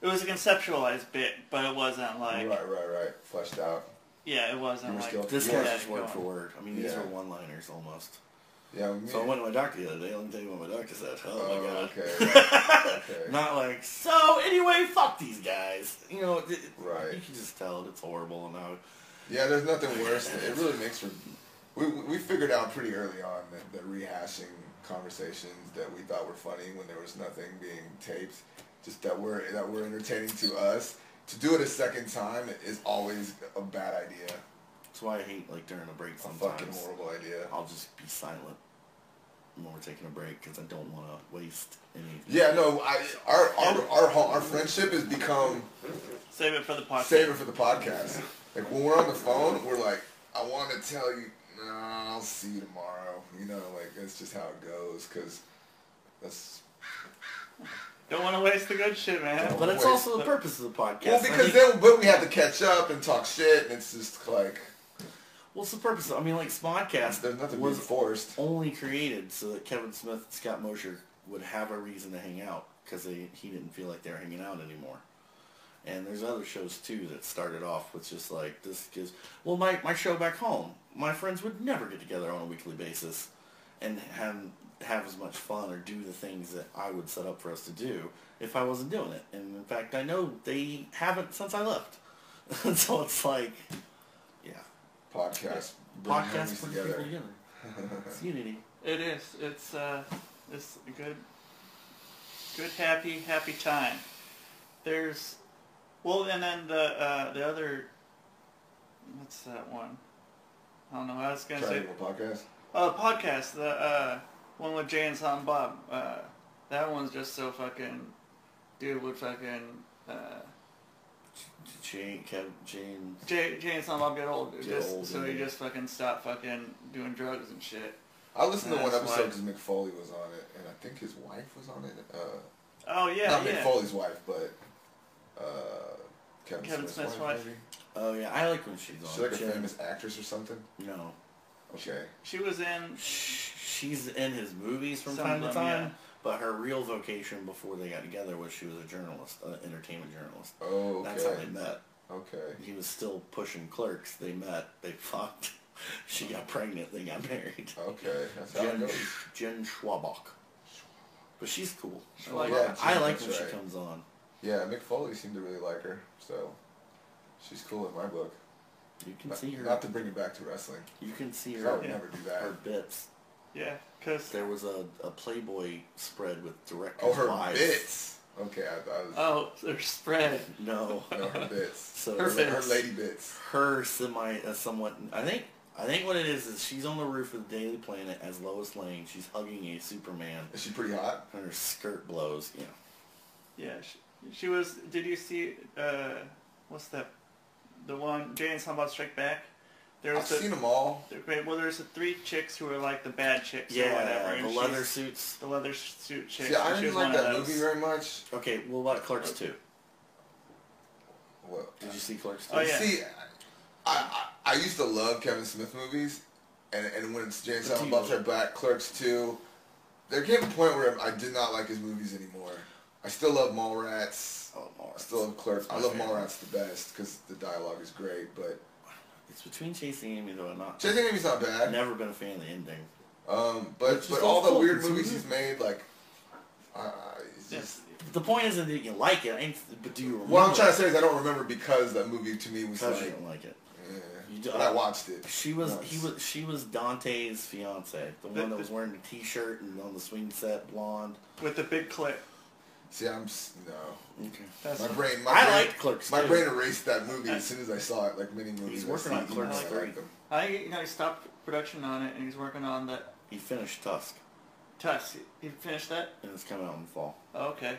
[SPEAKER 2] it was a conceptualized bit, but it wasn't like
[SPEAKER 3] right, right, right. Fleshed out.
[SPEAKER 2] yeah, it
[SPEAKER 3] You
[SPEAKER 2] wasn't
[SPEAKER 3] were
[SPEAKER 2] like
[SPEAKER 3] still-
[SPEAKER 4] this
[SPEAKER 3] Yeah,
[SPEAKER 4] guy's just
[SPEAKER 2] go
[SPEAKER 4] word
[SPEAKER 2] on.
[SPEAKER 4] for word. I mean, these
[SPEAKER 3] Yeah.
[SPEAKER 4] were one-liners almost.
[SPEAKER 3] Yeah. Me,
[SPEAKER 4] So I went to my doctor the other day. Let me tell you what my doctor said. Oh,
[SPEAKER 3] oh,
[SPEAKER 4] my god.
[SPEAKER 3] okay.
[SPEAKER 4] *laughs*
[SPEAKER 3] right, okay.
[SPEAKER 4] Not like so. Anyway, fuck these guys. You know, it, it-
[SPEAKER 3] Right.
[SPEAKER 4] You can just tell it's horrible, and I,
[SPEAKER 3] Yeah, there's nothing worse. It really makes for. We, we figured out pretty early on that, that rehashing conversations that we thought were funny when there was nothing being taped, just that were that were entertaining to us. To do it a second time is always a bad idea.
[SPEAKER 4] that's why I hate like during a break
[SPEAKER 3] A
[SPEAKER 4] sometimes.
[SPEAKER 3] fucking horrible idea.
[SPEAKER 4] I'll just be silent when we're taking a break because I don't want to waste any.
[SPEAKER 3] Yeah, no, I, our, our, our, ho- our friendship has become
[SPEAKER 2] save it for the podcast.
[SPEAKER 3] save it for the podcast. Like when we're on the phone, we're like, I want to tell you, no, I'll see you tomorrow. You know, like that's just how it goes. Cause that's
[SPEAKER 2] Don't want to waste the good shit, man.
[SPEAKER 4] But it's
[SPEAKER 3] Wait,
[SPEAKER 4] also the purpose of the podcast.
[SPEAKER 3] well
[SPEAKER 4] I
[SPEAKER 3] because
[SPEAKER 4] think-
[SPEAKER 3] then, but we have to catch up and talk shit, and it's just like
[SPEAKER 4] Well, it's the purpose. I mean, like
[SPEAKER 3] there's
[SPEAKER 4] Smodcast
[SPEAKER 3] nothing
[SPEAKER 4] was
[SPEAKER 3] was forced.
[SPEAKER 4] only created so that Kevin Smith and Scott Mosher would have a reason to hang out because he didn't feel like they were hanging out anymore. And there's other shows too that started off with just like this gives. Well, my my show back home, my friends would never get together on a weekly basis, and have have as much fun or do the things that I would set up for us to do if I wasn't doing it. And in fact, I know they haven't since I left. *laughs* so it's like, yeah
[SPEAKER 3] Podcast, bring
[SPEAKER 4] podcast
[SPEAKER 3] homies
[SPEAKER 4] brings people together. it's unity.
[SPEAKER 2] It is. It's uh, it's a good, good happy happy time. There's, well, and then the uh, the other, what's that one? I don't know. I was gonna
[SPEAKER 3] Try
[SPEAKER 2] say
[SPEAKER 3] to do a podcast.
[SPEAKER 2] uh, podcast. The uh, one with Jay and Silent Bob. Uh, that one's just so fucking. Dude would fucking. Uh,
[SPEAKER 4] Jane, Kevin, Jane.
[SPEAKER 2] Jay, Jay and Silent Bob get old, dude.
[SPEAKER 4] Get
[SPEAKER 2] just,
[SPEAKER 4] old,
[SPEAKER 2] so he
[SPEAKER 4] yeah.
[SPEAKER 2] just fucking stopped fucking doing drugs and shit.
[SPEAKER 3] I listened to one
[SPEAKER 2] That's
[SPEAKER 3] episode
[SPEAKER 2] why-
[SPEAKER 3] because Mick Foley was on it, and I think his wife was on it. Uh,
[SPEAKER 2] Oh yeah,
[SPEAKER 3] not Mick
[SPEAKER 2] yeah.
[SPEAKER 3] Foley's wife, but uh, Kevin,
[SPEAKER 2] Kevin
[SPEAKER 3] Smith's,
[SPEAKER 2] Smith's
[SPEAKER 3] wife.
[SPEAKER 2] wife.
[SPEAKER 3] maybe?
[SPEAKER 4] Oh yeah, I like when she's on.
[SPEAKER 3] She's like a
[SPEAKER 4] Jen-
[SPEAKER 3] famous actress or something.
[SPEAKER 4] No,
[SPEAKER 3] Okay.
[SPEAKER 2] She was in
[SPEAKER 4] Sh- she's in his movies from
[SPEAKER 2] Some
[SPEAKER 4] time to
[SPEAKER 2] of them,
[SPEAKER 4] time.
[SPEAKER 2] yeah.
[SPEAKER 4] But her real vocation before they got together was she was a journalist, an entertainment journalist.
[SPEAKER 3] Oh, okay.
[SPEAKER 4] That's how they met.
[SPEAKER 3] Okay.
[SPEAKER 4] He was still pushing clerks. They met. They fucked. *laughs* She got pregnant. They got married.
[SPEAKER 3] Okay. Oh, That's how it
[SPEAKER 4] Jen,
[SPEAKER 3] goes.
[SPEAKER 4] Jen Schwabach. But she's cool. I
[SPEAKER 2] like
[SPEAKER 4] like,
[SPEAKER 3] that.
[SPEAKER 4] I like
[SPEAKER 3] That's
[SPEAKER 4] when she
[SPEAKER 3] right.
[SPEAKER 4] comes on.
[SPEAKER 3] Yeah, Mick Foley seemed to really like her, so She's cool in my book.
[SPEAKER 4] You can
[SPEAKER 3] Not,
[SPEAKER 4] see her.
[SPEAKER 3] not to bring it back to wrestling.
[SPEAKER 4] you can see
[SPEAKER 3] I
[SPEAKER 4] her.
[SPEAKER 3] would never do that.
[SPEAKER 4] Her bits.
[SPEAKER 2] Yeah, because
[SPEAKER 4] There was a, a Playboy spread with director's
[SPEAKER 3] Oh, her
[SPEAKER 4] wives.
[SPEAKER 3] bits. Okay, I, I was.
[SPEAKER 2] oh, they're spread.
[SPEAKER 4] No.
[SPEAKER 3] no, *laughs* her bits.
[SPEAKER 4] So
[SPEAKER 2] Her
[SPEAKER 4] it was
[SPEAKER 3] Her
[SPEAKER 2] bits.
[SPEAKER 3] lady bits.
[SPEAKER 4] her semi uh, somewhat I think I think what it is is she's on the roof of the Daily Planet as Lois Lane. She's hugging a Superman
[SPEAKER 3] Is she pretty hot?
[SPEAKER 4] and her skirt blows, you know.
[SPEAKER 2] Yeah, she, she was. Did you see? Uh, what's that? The one Jane's talking about Strike Back. There
[SPEAKER 3] I've
[SPEAKER 2] was the,
[SPEAKER 3] seen them all.
[SPEAKER 2] there- well, there's the three chicks who were like the bad chicks or whatever.
[SPEAKER 4] Yeah,
[SPEAKER 2] and
[SPEAKER 4] the
[SPEAKER 2] she's-
[SPEAKER 4] leather suits.
[SPEAKER 2] the leather suit chick.
[SPEAKER 3] See, I
[SPEAKER 2] she was
[SPEAKER 3] didn't
[SPEAKER 2] one
[SPEAKER 3] like
[SPEAKER 2] of
[SPEAKER 3] that
[SPEAKER 2] those.
[SPEAKER 3] movie very much.
[SPEAKER 4] Okay, what about Clerks 2?
[SPEAKER 3] Well,
[SPEAKER 4] Did you see Clerks 2?
[SPEAKER 2] Oh, yeah.
[SPEAKER 3] See, I, I I used to love Kevin Smith movies, and and when it's James
[SPEAKER 4] But
[SPEAKER 3] Allen
[SPEAKER 4] do you-
[SPEAKER 3] Bob's Right Back, Clerks Two, there came a point where I did not like his movies anymore. I still love Mallrats.
[SPEAKER 4] Oh, Mallrats.
[SPEAKER 3] I still love Clerks. I
[SPEAKER 4] My
[SPEAKER 3] love
[SPEAKER 4] favorite.
[SPEAKER 3] Mallrats the best because the dialogue is great. But
[SPEAKER 4] It's between Chasing Amy though I'm not
[SPEAKER 3] Chasing Amy's not
[SPEAKER 4] I've
[SPEAKER 3] bad.
[SPEAKER 4] never been a fan of the ending.
[SPEAKER 3] Um,
[SPEAKER 4] It's
[SPEAKER 3] but
[SPEAKER 4] just
[SPEAKER 3] but all the
[SPEAKER 4] awful.
[SPEAKER 3] weird
[SPEAKER 4] It's
[SPEAKER 3] movies
[SPEAKER 4] weird.
[SPEAKER 3] he's made, like, uh, it's
[SPEAKER 2] Yeah.
[SPEAKER 3] just.
[SPEAKER 4] But the point isn't that you like it, I ain't, but do you remember?
[SPEAKER 3] What I'm trying to say is I don't remember because that movie to me was
[SPEAKER 4] Because you
[SPEAKER 3] like,
[SPEAKER 4] don't like it.
[SPEAKER 3] eh,
[SPEAKER 4] You do- uh,
[SPEAKER 3] but I watched it.
[SPEAKER 4] She was he
[SPEAKER 3] Nice.
[SPEAKER 4] was she was Dante's fiance, the one that was wearing the t-shirt and on the swing set, blonde.
[SPEAKER 2] with the big clip.
[SPEAKER 3] See, I'm s- no.
[SPEAKER 4] Okay.
[SPEAKER 2] That's
[SPEAKER 3] My brain, my
[SPEAKER 4] I
[SPEAKER 3] brain,
[SPEAKER 4] liked Clerks
[SPEAKER 3] My
[SPEAKER 4] too.
[SPEAKER 3] brain erased that movie as soon as I saw it, like many movies.
[SPEAKER 4] He's working
[SPEAKER 3] I
[SPEAKER 4] on
[SPEAKER 3] see,
[SPEAKER 4] Clerks
[SPEAKER 3] I like
[SPEAKER 4] three.
[SPEAKER 3] them.
[SPEAKER 2] I you know he stopped production on it and he's working on that
[SPEAKER 4] He finished Tusk,
[SPEAKER 2] Tusk. You finished that?
[SPEAKER 4] and it's coming out in the fall.
[SPEAKER 2] Oh, okay.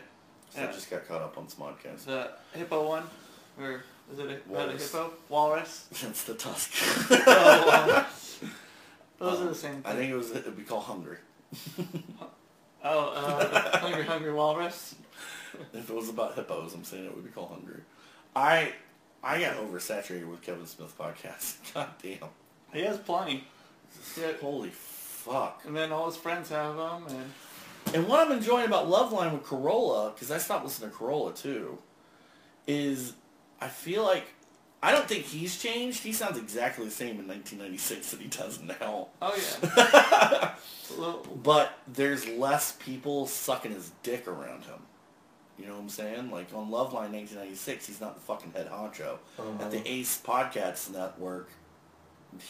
[SPEAKER 4] So I
[SPEAKER 2] Yeah.
[SPEAKER 4] just got caught up on Smodcast.
[SPEAKER 2] The hippo one, or is it a, about a
[SPEAKER 4] Walrus.
[SPEAKER 2] hippo? Walrus.
[SPEAKER 4] *laughs* It's
[SPEAKER 2] *laughs*
[SPEAKER 4] the Tusk.
[SPEAKER 2] Oh, Those are the same.
[SPEAKER 4] I
[SPEAKER 2] Thing.
[SPEAKER 4] think it was it'd be called Hungry.
[SPEAKER 2] Oh, uh, hungry, hungry walrus.
[SPEAKER 4] If it was about hippos, I'm saying it would be called Hungry. I I got oversaturated with Kevin Smith podcast. *laughs* God damn.
[SPEAKER 2] He has plenty, Yeah.
[SPEAKER 4] Holy fuck.
[SPEAKER 2] and then all his friends have them, and
[SPEAKER 4] And what I'm enjoying about Loveline with Corolla, because I stopped listening to Corolla too, is I feel like I don't think he's changed. He sounds exactly the same in 1996 that he does now.
[SPEAKER 2] oh yeah. *laughs* Little-
[SPEAKER 4] But there's less people sucking his dick around him. You know what I'm saying? Like on Loveline 1996, he's not the fucking head honcho. At the Ace Podcast Network,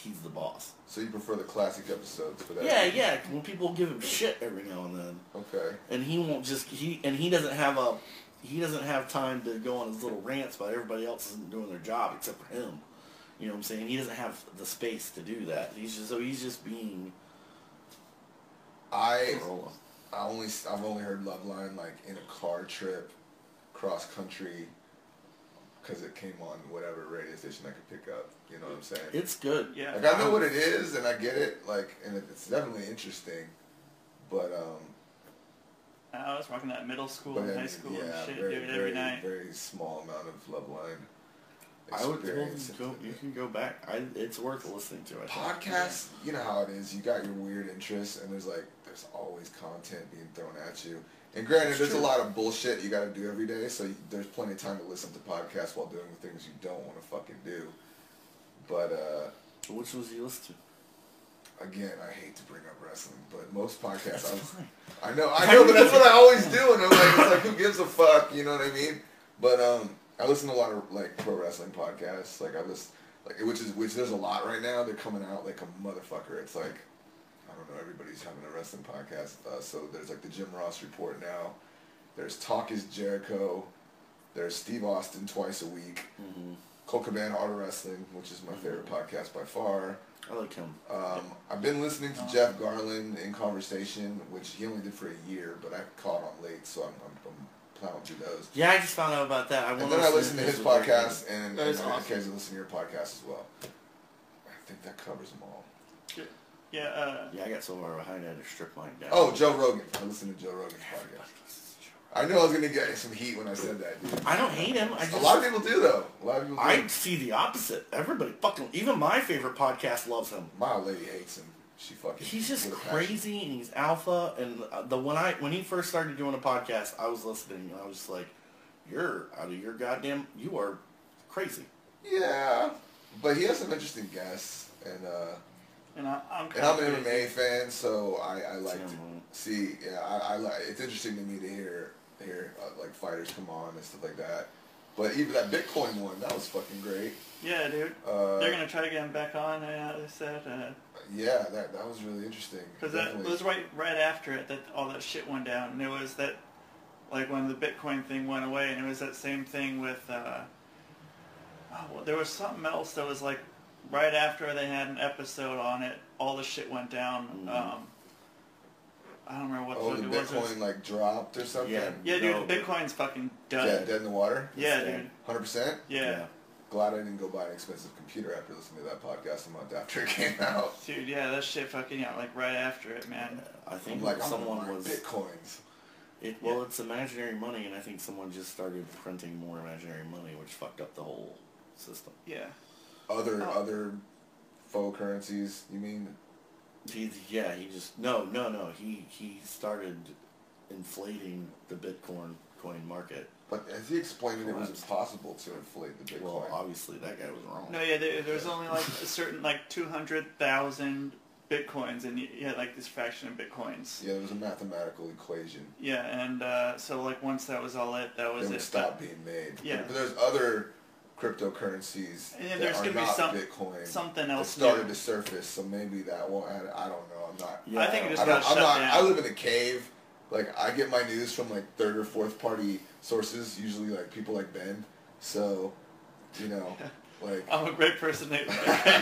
[SPEAKER 4] he's the boss.
[SPEAKER 3] So you prefer the classic episodes for that?
[SPEAKER 4] Yeah, yeah. When people give him shit every now and then.
[SPEAKER 3] Okay.
[SPEAKER 4] and he won't just he and he doesn't have a he doesn't have time to go on his little rants about everybody else isn't doing their job except for him. You know what I'm saying? He doesn't have the space to do that. He's just so he's just being
[SPEAKER 3] I
[SPEAKER 4] Corolla.
[SPEAKER 3] I only s- I've only heard Love Line like in a car trip, cross country, because it came on whatever radio station I could pick up. You know what I'm saying?
[SPEAKER 4] It's good.
[SPEAKER 2] yeah.
[SPEAKER 3] Like I know what it is and I get it. Like and it, it's definitely interesting, but um,
[SPEAKER 2] I was rocking that middle school
[SPEAKER 3] but
[SPEAKER 2] and
[SPEAKER 3] then,
[SPEAKER 2] high school
[SPEAKER 3] yeah,
[SPEAKER 2] and shit,
[SPEAKER 3] very,
[SPEAKER 2] dude, every
[SPEAKER 3] very,
[SPEAKER 2] night.
[SPEAKER 3] very small amount of Love Line.
[SPEAKER 4] I would tell you
[SPEAKER 3] experience into
[SPEAKER 4] go,
[SPEAKER 3] the-
[SPEAKER 4] you can go back. I, it's worth listening to. I think.
[SPEAKER 3] podcasts, you know how it is. You got your weird interests, and there's like there's always content being thrown at you. And granted, there's a lot of bullshit you got to do every day, so you, there's plenty of time to listen to podcasts while doing the things you don't want to fucking do. But uh,
[SPEAKER 4] Which was you listen to?
[SPEAKER 3] again, I hate to bring up wrestling, but most podcasts,
[SPEAKER 4] That's
[SPEAKER 3] I, was,
[SPEAKER 4] fine.
[SPEAKER 3] I know, I know, but that's what I always do, and I'm like, it's like who gives a fuck, you know what I mean? But um, I listen to a lot of like pro wrestling podcasts, like I listen, like which is which there's a lot right now. They're coming out like a motherfucker. It's like I don't know, everybody's having a wrestling podcast. Uh, so there's like the Jim Ross report now. There's Talk is Jericho. There's Steve Austin twice a week. Mm-hmm. Cole Cabana Auto Wrestling, which is my
[SPEAKER 4] Mm-hmm.
[SPEAKER 3] favorite podcast by far.
[SPEAKER 4] I like him.
[SPEAKER 3] Um, I've been listening to Jeff Garland in conversation, which he only did for a year, but I caught on late, so I'm, I'm, I'm plowing through those.
[SPEAKER 4] Yeah, I just found out about that. I
[SPEAKER 3] And
[SPEAKER 4] wanna
[SPEAKER 3] then I listen to his
[SPEAKER 4] with Rick Rubin.
[SPEAKER 3] podcast, and, and
[SPEAKER 2] That is
[SPEAKER 3] I
[SPEAKER 2] awesome.
[SPEAKER 3] occasionally listen to your podcast as well. I think that covers them all.
[SPEAKER 2] Yeah, uh,
[SPEAKER 4] Yeah, I got so far behind I had to strip mine down.
[SPEAKER 3] Oh, Joe Rogan. I listen to Joe Rogan's podcast. I knew I was gonna get some heat when I said that. Dude.
[SPEAKER 4] I don't hate him. I just,
[SPEAKER 3] A lot of people do though. A lot of people. Do.
[SPEAKER 4] I see the opposite. Everybody fucking, even my favorite podcast loves him.
[SPEAKER 3] my old lady hates him. She fucking.
[SPEAKER 4] He's just
[SPEAKER 3] with a passion.
[SPEAKER 4] crazy and he's alpha. And uh, the when I when he first started doing a podcast, I was listening and I was just like, "You're out of your goddamn. You are crazy."
[SPEAKER 3] Yeah, but he has some interesting guests, and uh,
[SPEAKER 2] and I, I'm.
[SPEAKER 3] And I'm an
[SPEAKER 2] kinda
[SPEAKER 3] MMA fan, so I, I like
[SPEAKER 4] Sam
[SPEAKER 3] to
[SPEAKER 4] Hunt.
[SPEAKER 3] see. Yeah, I, I like. It's interesting to me to hear hear uh, like fighters come on and stuff like that. But even that Bitcoin one, that was fucking great.
[SPEAKER 2] Yeah, dude.
[SPEAKER 3] Uh,
[SPEAKER 2] They're gonna try to get him back on. Uh, they said
[SPEAKER 3] Yeah, that, that was really interesting.
[SPEAKER 2] because that
[SPEAKER 3] Definitely.
[SPEAKER 2] was right right after it that all that shit went down, and it was that like when the Bitcoin thing went away, and it was that same thing with. Uh, oh, well, there was something else that was like right after they had an episode on it, all the shit went down. Um, I don't remember what
[SPEAKER 3] Mm-hmm. Oh, the
[SPEAKER 2] episode it was.
[SPEAKER 3] Bitcoin like dropped or something.
[SPEAKER 4] Yeah.
[SPEAKER 2] Yeah, dude,
[SPEAKER 4] No.
[SPEAKER 2] Bitcoin's fucking
[SPEAKER 3] Yeah,
[SPEAKER 2] done.
[SPEAKER 3] dead in the water.
[SPEAKER 2] Yeah,
[SPEAKER 4] Yeah.
[SPEAKER 2] dude.
[SPEAKER 3] Hundred percent.
[SPEAKER 2] Yeah.
[SPEAKER 3] Glad I didn't go buy an expensive computer after listening to that podcast a month after it came out.
[SPEAKER 2] Dude, yeah, that shit fucking out like right after it, man.
[SPEAKER 4] I think
[SPEAKER 3] I'm like, I'm gonna
[SPEAKER 4] someone
[SPEAKER 3] buy
[SPEAKER 4] was.
[SPEAKER 3] bitcoins.
[SPEAKER 4] It, well, it's imaginary money, and I think someone just started printing more imaginary money, which fucked up the whole system.
[SPEAKER 2] Yeah.
[SPEAKER 3] Other
[SPEAKER 2] Oh.
[SPEAKER 3] other faux currencies. You mean?
[SPEAKER 4] He, yeah, he just no, no, no. He he started inflating the Bitcoin coin market.
[SPEAKER 3] But as he explained it, it was
[SPEAKER 4] Correct.
[SPEAKER 3] impossible to inflate the Bitcoin.
[SPEAKER 4] Well, obviously that guy was wrong.
[SPEAKER 2] No, yeah, there, there's only like a certain like 200,000 bitcoins and you, you had like this fraction of bitcoins. Yeah,
[SPEAKER 3] yeah, it was a mathematical equation.
[SPEAKER 2] and uh, so like once that was all it, that was
[SPEAKER 3] It
[SPEAKER 2] it.
[SPEAKER 3] would stop being made.
[SPEAKER 2] Yeah.
[SPEAKER 3] But there's other cryptocurrencies
[SPEAKER 2] And
[SPEAKER 3] that
[SPEAKER 2] then there's
[SPEAKER 3] are
[SPEAKER 2] gonna be
[SPEAKER 3] not
[SPEAKER 2] some-
[SPEAKER 3] Bitcoin.
[SPEAKER 2] something else
[SPEAKER 3] that started
[SPEAKER 2] new.
[SPEAKER 3] to surface, so maybe that won't. add- I don't know. I'm not.
[SPEAKER 2] I think it just
[SPEAKER 3] I
[SPEAKER 2] got
[SPEAKER 3] don't,
[SPEAKER 2] shut
[SPEAKER 3] I'm not.
[SPEAKER 2] down.
[SPEAKER 3] I live in a cave. Like I get my news from like third or fourth party sources, usually like people like Ben. So, you
[SPEAKER 2] *laughs*
[SPEAKER 3] know, like
[SPEAKER 2] I'm a great person to
[SPEAKER 3] *laughs*
[SPEAKER 2] get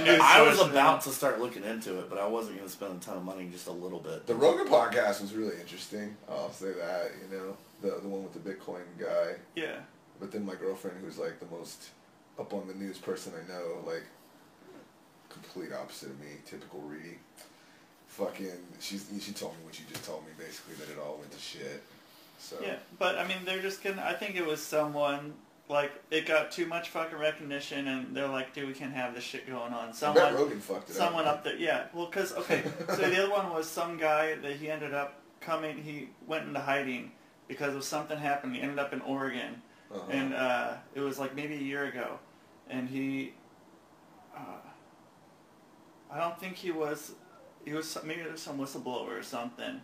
[SPEAKER 2] news
[SPEAKER 4] I was
[SPEAKER 2] sources.
[SPEAKER 4] about to start looking into it, but I wasn't going to spend a ton of money, just a little bit.
[SPEAKER 3] the Rogan podcast was really interesting. I'll say that. You know, the the one with the Bitcoin guy.
[SPEAKER 2] Yeah.
[SPEAKER 3] But then my girlfriend, who's like the most up on the news person I know, like complete opposite of me, typical Reedy. Fucking, she's, she told me what you just told me, basically that it all went to shit. So
[SPEAKER 2] Yeah, but I mean, they're just gonna. I think it was someone like it got too much fucking recognition, and they're like, "Dude, we can't have this shit going on." Someone,
[SPEAKER 3] Rogan fucked it up.
[SPEAKER 2] someone up there, yeah. Well, because okay, so the other one was some guy that he ended up coming. He went into hiding because of something happened. He ended up in Oregon,
[SPEAKER 3] Uh-huh.
[SPEAKER 2] and uh, it was like maybe a year ago, and he uh, I don't think he was. He was maybe there was some whistleblower or something,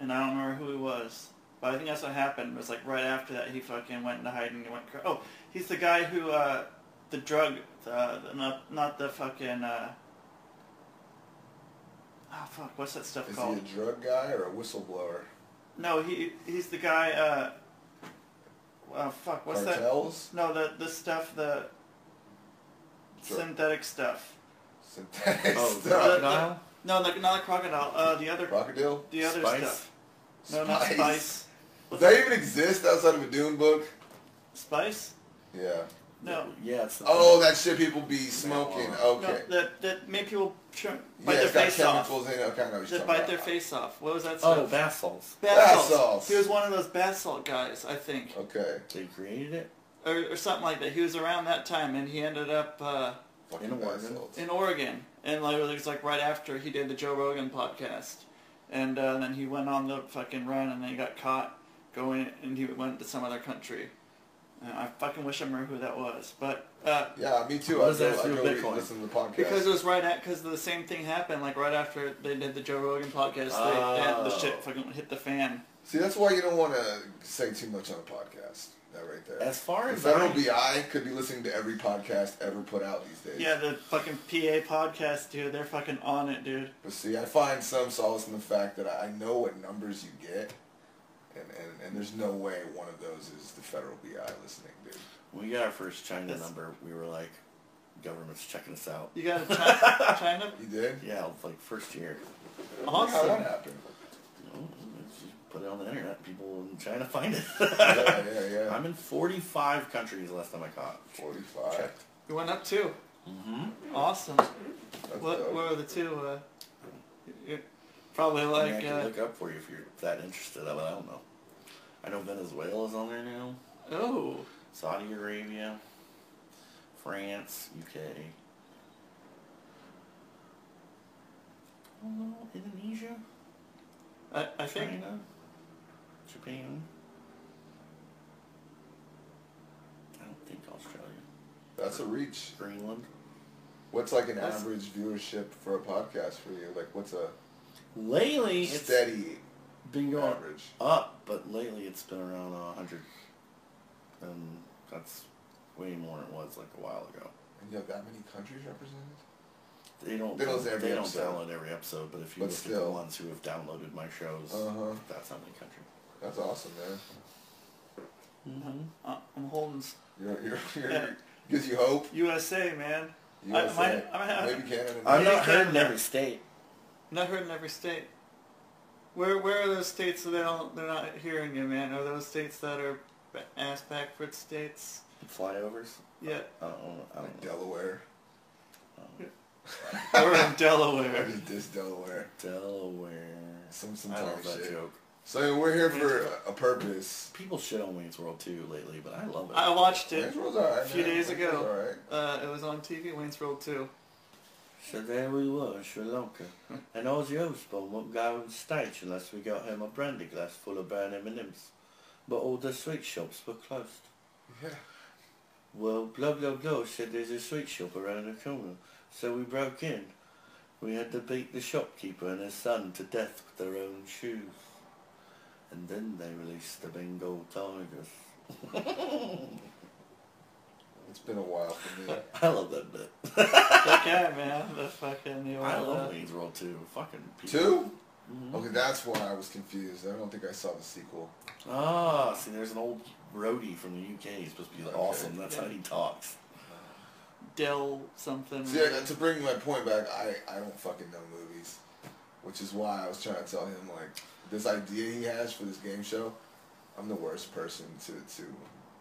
[SPEAKER 2] and I don't remember who he was. But I think that's what happened. It was like right after that he fucking went into hiding. and went. cra- Oh, he's the guy who uh, the drug, uh, the- not not the fucking. Uh, oh fuck, what's that stuff
[SPEAKER 3] is he
[SPEAKER 2] called?
[SPEAKER 3] a drug guy or a whistleblower?
[SPEAKER 2] No, he he's the guy. Uh, uh, fuck, what's
[SPEAKER 3] Cartels?
[SPEAKER 2] that? No, the the stuff, the
[SPEAKER 3] Sure.
[SPEAKER 2] synthetic
[SPEAKER 3] *laughs*
[SPEAKER 2] stuff.
[SPEAKER 3] Synthetic
[SPEAKER 4] Oh,
[SPEAKER 3] stuff.
[SPEAKER 2] The- the-
[SPEAKER 4] Crocodile?
[SPEAKER 2] no, the, not the crocodile. Uh, the other.
[SPEAKER 3] Crocodile?
[SPEAKER 2] The other
[SPEAKER 4] Spice?
[SPEAKER 2] stuff. No, not
[SPEAKER 3] Spice.
[SPEAKER 2] spice.
[SPEAKER 3] Does that even exist outside of a Dune book?
[SPEAKER 2] Spice?
[SPEAKER 3] Yeah.
[SPEAKER 2] No.
[SPEAKER 4] Yeah, it's the
[SPEAKER 3] Oh, that shit people be smoking.
[SPEAKER 2] No,
[SPEAKER 3] Okay.
[SPEAKER 2] that that made people tr- bite
[SPEAKER 3] yeah,
[SPEAKER 2] their
[SPEAKER 3] it's got
[SPEAKER 2] face off.
[SPEAKER 3] chemicals in it. Okay, I know what you're
[SPEAKER 2] That
[SPEAKER 3] talking
[SPEAKER 2] bite
[SPEAKER 3] about.
[SPEAKER 2] their face off. What was that stuff?
[SPEAKER 4] oh bath salts.
[SPEAKER 2] Bath
[SPEAKER 3] Bath salts.
[SPEAKER 2] He was one of those bath salt guys, I think,
[SPEAKER 3] Okay.
[SPEAKER 4] They created it
[SPEAKER 2] or, or something like that. He was around that time, and he ended up uh,
[SPEAKER 3] Fucking
[SPEAKER 4] In a
[SPEAKER 3] bath
[SPEAKER 4] word.
[SPEAKER 3] salts.
[SPEAKER 2] in Oregon, and like, it was like right after he did the Joe Rogan podcast, and uh, then he went on the fucking run, and then he got caught going, and he went to some other country. And I fucking wish I remember who that was, but uh,
[SPEAKER 3] Yeah, me too.
[SPEAKER 4] What
[SPEAKER 3] I
[SPEAKER 4] does that
[SPEAKER 3] go,
[SPEAKER 4] have
[SPEAKER 3] I
[SPEAKER 4] to do
[SPEAKER 3] go
[SPEAKER 4] with
[SPEAKER 3] re-
[SPEAKER 4] Bitcoin?
[SPEAKER 3] listen to the podcast.
[SPEAKER 2] Because it was right at because the same thing happened like right after they did the Joe Rogan podcast. They, they had the shit fucking hit the fan.
[SPEAKER 3] See, that's why you don't want to say too much on a podcast. That right there.
[SPEAKER 4] As far
[SPEAKER 3] the
[SPEAKER 4] as
[SPEAKER 3] federal
[SPEAKER 4] I-
[SPEAKER 3] BI could be listening to every podcast ever put out these days.
[SPEAKER 2] Yeah, the fucking PA podcast, dude. They're fucking on it, dude.
[SPEAKER 3] But see, I find some solace in the fact that I know what numbers you get, and, and, and there's no way one of those is the federal BI listening, dude.
[SPEAKER 4] When we got our first China
[SPEAKER 2] That's-
[SPEAKER 4] number, we were like, government's checking us out.
[SPEAKER 2] You got to China, China.
[SPEAKER 3] You did?
[SPEAKER 4] Yeah, it was like first year.
[SPEAKER 3] How that
[SPEAKER 2] Awesome.
[SPEAKER 3] happened?
[SPEAKER 4] You know, just put it on the internet. People in China find it. *laughs*
[SPEAKER 3] yeah, yeah, yeah.
[SPEAKER 4] I'm in 45 countries last time I caught.
[SPEAKER 3] 45.
[SPEAKER 4] Checked.
[SPEAKER 2] You went up two. Mm-hmm. Awesome.
[SPEAKER 3] That's
[SPEAKER 2] What
[SPEAKER 3] dope.
[SPEAKER 2] what were the two? Uh, you- probably
[SPEAKER 4] I, mean, I
[SPEAKER 2] like
[SPEAKER 4] can
[SPEAKER 2] uh,
[SPEAKER 4] look up for you if you're that interested, but I don't know. I know Venezuela's on there now.
[SPEAKER 2] oh
[SPEAKER 4] Saudi Arabia, France, UK. I don't know, Indonesia,
[SPEAKER 2] I, I think
[SPEAKER 4] China, Japan. I don't think Australia.
[SPEAKER 3] That's a reach.
[SPEAKER 4] Greenland.
[SPEAKER 3] What's like an
[SPEAKER 2] That's-
[SPEAKER 3] average viewership for a podcast for you? Like, what's a
[SPEAKER 4] Lately, it's
[SPEAKER 3] steady
[SPEAKER 4] been going
[SPEAKER 3] average?
[SPEAKER 4] up, but lately it's been around uh, 100 and That's way more than it was like a while ago.
[SPEAKER 3] And you have that many countries represented?
[SPEAKER 4] They don't.
[SPEAKER 3] They don't say every
[SPEAKER 4] they don't
[SPEAKER 3] episode.
[SPEAKER 4] download every episode, but if you
[SPEAKER 3] But
[SPEAKER 4] look at the
[SPEAKER 3] still.
[SPEAKER 4] ones who have downloaded my shows,
[SPEAKER 3] Uh-huh.
[SPEAKER 4] that's how many countries.
[SPEAKER 3] That's awesome, man.
[SPEAKER 2] Uh, I'm holding s-
[SPEAKER 3] You're, you're, *laughs* you're, gives you hope.
[SPEAKER 2] USA, man. I,
[SPEAKER 3] USA,
[SPEAKER 2] might, I might have,
[SPEAKER 3] maybe Canada.
[SPEAKER 4] I'm
[SPEAKER 2] Yeah,
[SPEAKER 4] not heard in
[SPEAKER 2] Canada.
[SPEAKER 4] every state.
[SPEAKER 2] Not heard in every state. Where where are those states that they don't they're not hearing you, man? Are those states that are ba- ass backward states?
[SPEAKER 4] Flyovers.
[SPEAKER 2] Yeah,
[SPEAKER 3] *laughs*
[SPEAKER 4] I don't. know, I don't know.
[SPEAKER 3] Delaware.
[SPEAKER 2] or in Delaware.
[SPEAKER 3] Just this Delaware.
[SPEAKER 4] Delaware.
[SPEAKER 3] Some some
[SPEAKER 4] I
[SPEAKER 3] type
[SPEAKER 4] love
[SPEAKER 3] of
[SPEAKER 4] that
[SPEAKER 3] shit.
[SPEAKER 4] joke.
[SPEAKER 3] So I mean, we're here for a- a purpose.
[SPEAKER 4] People shit on Wayne's World too lately, but I love it.
[SPEAKER 2] I watched it
[SPEAKER 3] Wayne's World's alright.
[SPEAKER 2] a few
[SPEAKER 3] man.
[SPEAKER 2] days
[SPEAKER 3] Wayne's
[SPEAKER 2] ago.
[SPEAKER 3] World's Alright.
[SPEAKER 2] Uh, it was on TV, Wayne's World 2.
[SPEAKER 4] So there we were in Sri *laughs* Lanka, and Ozzy Osbourne won't go on stage unless we got him a brandy glass full of brown M&Ms. But all the sweet shops were closed.
[SPEAKER 3] Yeah.
[SPEAKER 4] Well, blah blah blah said there's a sweet shop around the corner, so we broke in. We had to beat the shopkeeper and his son to death with their own shoes. And then they released the Bengal tigers.
[SPEAKER 3] It's been a while
[SPEAKER 2] *laughs*
[SPEAKER 3] for me.
[SPEAKER 4] I love that bit.
[SPEAKER 2] Fuck yeah, man. The fucking the
[SPEAKER 4] I
[SPEAKER 2] old, uh,
[SPEAKER 4] love Wayne's World too. Fucking people.
[SPEAKER 3] Two?
[SPEAKER 2] Mm-hmm.
[SPEAKER 3] Okay, that's why I was confused. I don't think I saw the sequel.
[SPEAKER 4] Ah, see, there's an old roadie from the UK. He's supposed to be like,
[SPEAKER 3] Okay.
[SPEAKER 4] awesome. That's how he talks.
[SPEAKER 2] Dell something.
[SPEAKER 3] See, I- to bring my point back, I, I don't fucking know movies, which is why I was trying to tell him like this idea he has for this game show. I'm the worst person to to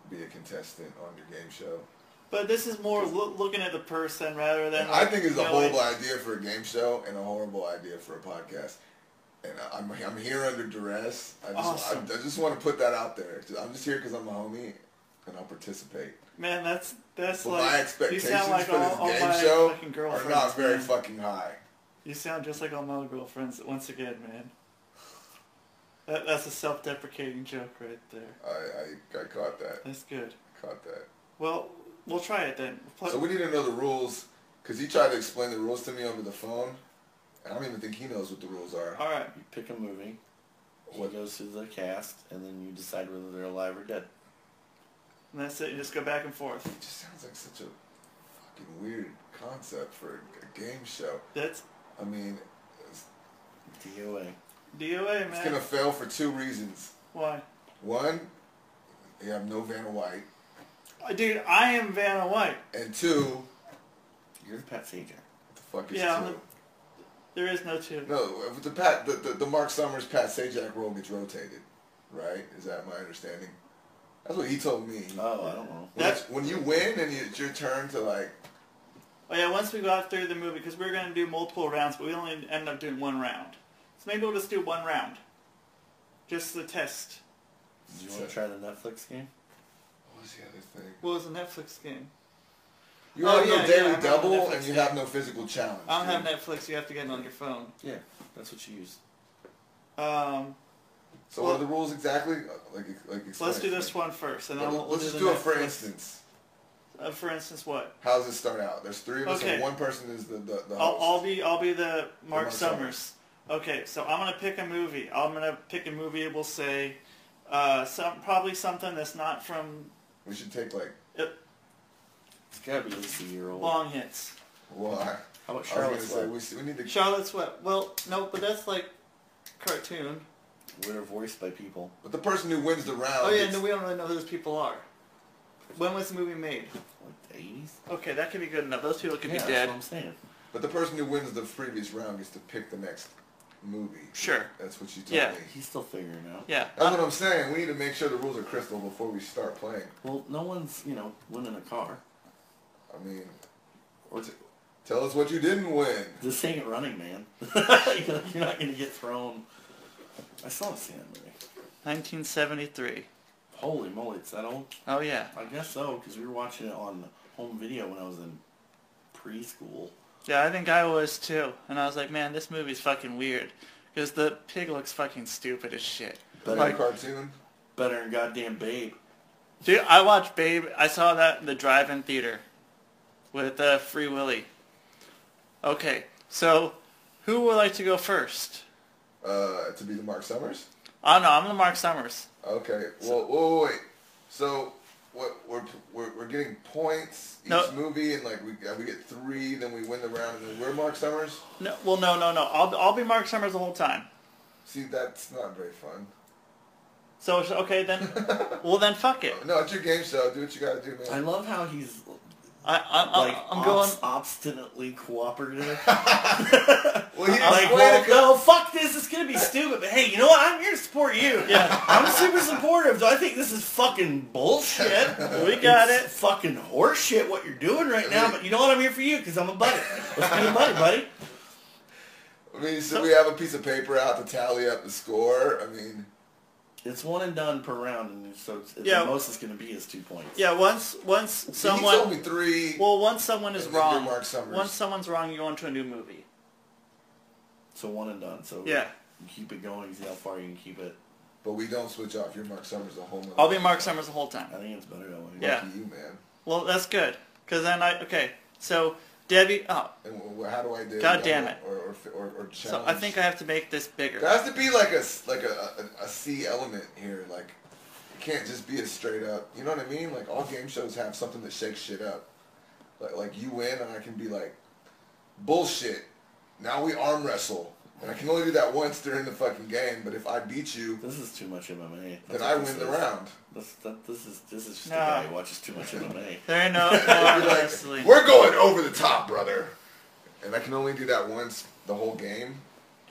[SPEAKER 3] be a contestant on your game show.
[SPEAKER 2] But this is more loo- looking at the person rather than.
[SPEAKER 3] I think it's a
[SPEAKER 2] you know,
[SPEAKER 3] horrible
[SPEAKER 2] like-
[SPEAKER 3] idea for a game show and a horrible idea for a podcast. And I- I'm, I'm here under duress. I just,
[SPEAKER 2] Awesome.
[SPEAKER 3] I, I just want to put that out there. I'm just here because I'm a homie and I'll participate.
[SPEAKER 2] Man, that's that's
[SPEAKER 3] But
[SPEAKER 2] like.
[SPEAKER 3] my expectations
[SPEAKER 2] you sound like
[SPEAKER 3] for
[SPEAKER 2] all, all
[SPEAKER 3] this game
[SPEAKER 2] my
[SPEAKER 3] show
[SPEAKER 2] fucking
[SPEAKER 3] are
[SPEAKER 2] girlfriends,
[SPEAKER 3] not very
[SPEAKER 2] man.
[SPEAKER 3] fucking high.
[SPEAKER 2] You sound just like all my girlfriends once again, man. That, that's a self-deprecating joke right there.
[SPEAKER 3] I, I, I caught that.
[SPEAKER 2] That's good.
[SPEAKER 3] Caught that.
[SPEAKER 2] Well, we'll try it then. Pl-
[SPEAKER 3] So we need to know the rules because he tried to explain the rules to me over the phone, and I don't even think he knows what the rules are.
[SPEAKER 2] all right.
[SPEAKER 4] You pick a movie, what
[SPEAKER 3] What-
[SPEAKER 4] goes through the cast, and then you decide whether they're alive or dead.
[SPEAKER 2] And that's it. You just go back and forth.
[SPEAKER 3] It just sounds like such a fucking weird concept for a game show.
[SPEAKER 2] That's
[SPEAKER 3] I mean, it's,
[SPEAKER 4] DOA.
[SPEAKER 2] DOA,
[SPEAKER 3] it's
[SPEAKER 2] man.
[SPEAKER 3] gonna fail for two reasons.
[SPEAKER 2] Why?
[SPEAKER 3] One, you have no Vanna White,
[SPEAKER 2] Uh, Dude, I am Vanna White.
[SPEAKER 3] and two,
[SPEAKER 4] You're the Pat Seeger.
[SPEAKER 3] what the fuck is
[SPEAKER 2] Yeah, I'm
[SPEAKER 3] two?
[SPEAKER 2] There is no two.
[SPEAKER 3] No, with the Pat, the, the, the Mark Summers Pat Sajak role gets rotated, right? Is that my understanding? That's what he told me.
[SPEAKER 4] Oh, I don't know.
[SPEAKER 3] When
[SPEAKER 2] That's-
[SPEAKER 3] it's- when you win and it's your turn to like
[SPEAKER 2] Oh yeah, once we got through the movie, because we are going to do multiple rounds, but we only ended up doing one round. So maybe we'll just do one round. Just the test.
[SPEAKER 4] Do you want to try the Netflix game?
[SPEAKER 3] What was the other thing?
[SPEAKER 2] What was a Netflix game?
[SPEAKER 3] You
[SPEAKER 2] Oh,
[SPEAKER 3] have
[SPEAKER 2] yeah,
[SPEAKER 3] no
[SPEAKER 2] yeah,
[SPEAKER 3] daily
[SPEAKER 2] I remember
[SPEAKER 3] double
[SPEAKER 2] Netflix.
[SPEAKER 3] and you have no physical challenge.
[SPEAKER 2] I don't have
[SPEAKER 3] dude.
[SPEAKER 2] Netflix. You have to get it on your phone.
[SPEAKER 4] Yeah, that's what you use.
[SPEAKER 2] Um,
[SPEAKER 3] So what are the rules exactly? uh, Like, like
[SPEAKER 2] so let's do
[SPEAKER 3] explain.
[SPEAKER 2] this one first, and
[SPEAKER 3] Well,
[SPEAKER 2] then we'll, we'll
[SPEAKER 3] let's just
[SPEAKER 2] the
[SPEAKER 3] do it
[SPEAKER 2] Netflix.
[SPEAKER 3] for instance.
[SPEAKER 2] Uh, for instance, what?
[SPEAKER 3] How does it start out? There's three of us
[SPEAKER 2] Okay.
[SPEAKER 3] and one person is the, the, the host.
[SPEAKER 2] I'll, I'll be I'll be the Mark,
[SPEAKER 3] Uh, Mark
[SPEAKER 2] Summers.
[SPEAKER 3] Summers.
[SPEAKER 2] Okay, so I'm gonna pick a movie. I'm gonna pick a movie. We'll say, uh, some probably something that's not from
[SPEAKER 3] we should take like,
[SPEAKER 2] uh,
[SPEAKER 4] It's got to be at least a year old.
[SPEAKER 2] long hits.
[SPEAKER 3] why?
[SPEAKER 4] How about
[SPEAKER 3] I
[SPEAKER 4] Charlotte's
[SPEAKER 3] was gonna say,
[SPEAKER 4] Web?
[SPEAKER 3] we, s- we need to...
[SPEAKER 2] Charlotte's Web. Well, no, but that's like cartoon.
[SPEAKER 4] We're voiced by people.
[SPEAKER 3] but the person who wins the round...
[SPEAKER 2] Oh yeah,
[SPEAKER 3] gets-
[SPEAKER 2] no, we don't really know who those people are. When was the movie made?
[SPEAKER 4] Like the 80s?
[SPEAKER 2] Okay, that could be good enough. Those people could
[SPEAKER 4] yeah,
[SPEAKER 2] be
[SPEAKER 4] that's
[SPEAKER 2] dead.
[SPEAKER 4] what I'm saying.
[SPEAKER 3] But the person who wins the previous round gets to pick the next movie.
[SPEAKER 2] Sure.
[SPEAKER 3] That's what you told
[SPEAKER 2] Yeah.
[SPEAKER 3] me.
[SPEAKER 4] He's still figuring out.
[SPEAKER 2] Yeah.
[SPEAKER 3] That's what I'm saying. We need to make sure the rules are crystal before we start playing.
[SPEAKER 4] Well, no one's, you know, winning a car.
[SPEAKER 3] I mean,
[SPEAKER 4] Or
[SPEAKER 3] tell us what you didn't win.
[SPEAKER 4] This ain't running, man. *laughs* You're not going to get thrown. I still haven't seen that movie.
[SPEAKER 2] 1973.
[SPEAKER 4] Holy moly, it's that old?
[SPEAKER 2] Oh yeah.
[SPEAKER 4] I guess so, because we were watching it on home video when I was in preschool.
[SPEAKER 2] Yeah, I think I was too. And I was like, man, this movie's fucking weird. Because the pig looks fucking stupid as shit.
[SPEAKER 3] Better
[SPEAKER 2] Like,
[SPEAKER 3] cartoon.
[SPEAKER 4] Better than goddamn Babe.
[SPEAKER 2] dude, I watched Babe. I saw that in the drive-in theater with uh, Free Willy. Okay, so who would like to go first? Ah,
[SPEAKER 3] Uh, to be the Mark Summers.
[SPEAKER 2] I don't know. I'm the Mark Summers.
[SPEAKER 3] Okay. Well, whoa, whoa, wait. So what we're we're, we're getting points each
[SPEAKER 2] No.
[SPEAKER 3] movie, and like we we get three, then we win the round, and then we're Mark Summers.
[SPEAKER 2] No, well, no, no, no. I'll, I'll be Mark Summers the whole time.
[SPEAKER 3] See, that's not very fun.
[SPEAKER 2] So it's- okay
[SPEAKER 3] *laughs*
[SPEAKER 2] then. well then, fuck it.
[SPEAKER 3] No, it's your game show. Do what you gotta do,
[SPEAKER 4] I
[SPEAKER 3] man.
[SPEAKER 4] love how he's
[SPEAKER 2] I, I'm, I'm-
[SPEAKER 4] like
[SPEAKER 2] I'm going.
[SPEAKER 4] obs- obstinately *laughs* cooperative.
[SPEAKER 3] Well, he
[SPEAKER 4] like,
[SPEAKER 3] explained
[SPEAKER 4] well,
[SPEAKER 3] it 'cause-
[SPEAKER 4] no, fuck this. It's gonna be stupid. But hey, you know what? I'm here to support you.
[SPEAKER 2] Yeah.
[SPEAKER 4] I'm super supportive. So I think this is fucking bullshit.
[SPEAKER 2] We got
[SPEAKER 4] It's
[SPEAKER 2] it.
[SPEAKER 4] Fucking horseshit. What you're doing right now. But you know what? I'm here for you because I'm a buddy. Let's be a buddy, buddy.
[SPEAKER 3] I mean, so we have a piece of paper out to tally up the score. I mean,
[SPEAKER 4] It's one and done per round, and so it's, it's
[SPEAKER 2] Yeah.
[SPEAKER 4] the most it's gonna be is two points.
[SPEAKER 2] Yeah. Once once
[SPEAKER 3] he told me
[SPEAKER 2] someone.
[SPEAKER 3] three.
[SPEAKER 2] Well, once someone is
[SPEAKER 3] And then you're
[SPEAKER 2] wrong.
[SPEAKER 3] Mark Summers.
[SPEAKER 2] Once someone's wrong, you go into a new movie.
[SPEAKER 4] So one and done. So
[SPEAKER 2] Yeah.
[SPEAKER 4] you keep it going. See how far you can keep it.
[SPEAKER 3] but we don't switch off. You're Mark Summers the whole month.
[SPEAKER 2] I'll be Mark Summers the whole time.
[SPEAKER 4] I think it's better that way.
[SPEAKER 2] Yeah.
[SPEAKER 3] Lucky you, man.
[SPEAKER 2] Well, that's good. Cause then I okay. So Debbie. Oh,
[SPEAKER 3] And wh- wh- how do I do?
[SPEAKER 2] God damn it.
[SPEAKER 3] Or or or, or challenge.
[SPEAKER 2] so I think I have to make this bigger.
[SPEAKER 3] There has to be like a s- like a, a, a C element here. Like it can't just be a straight up. You know what I mean? Like all game shows have something that shakes shit up. Like like you win and I can be like bullshit. Now we arm wrestle and I can only do that once during the fucking game. But if I beat you,
[SPEAKER 4] This is too much MMA. That's
[SPEAKER 3] then
[SPEAKER 4] what
[SPEAKER 3] I
[SPEAKER 4] this
[SPEAKER 3] win the
[SPEAKER 4] is.
[SPEAKER 3] round.
[SPEAKER 4] This, that, this is this is just
[SPEAKER 2] Nah.
[SPEAKER 4] a guy who watches too much
[SPEAKER 3] *laughs*
[SPEAKER 4] MMA.
[SPEAKER 2] There ain't no, no
[SPEAKER 3] You're like,
[SPEAKER 2] honestly.
[SPEAKER 3] We're going over the top, brother. And I can only do that once the whole game.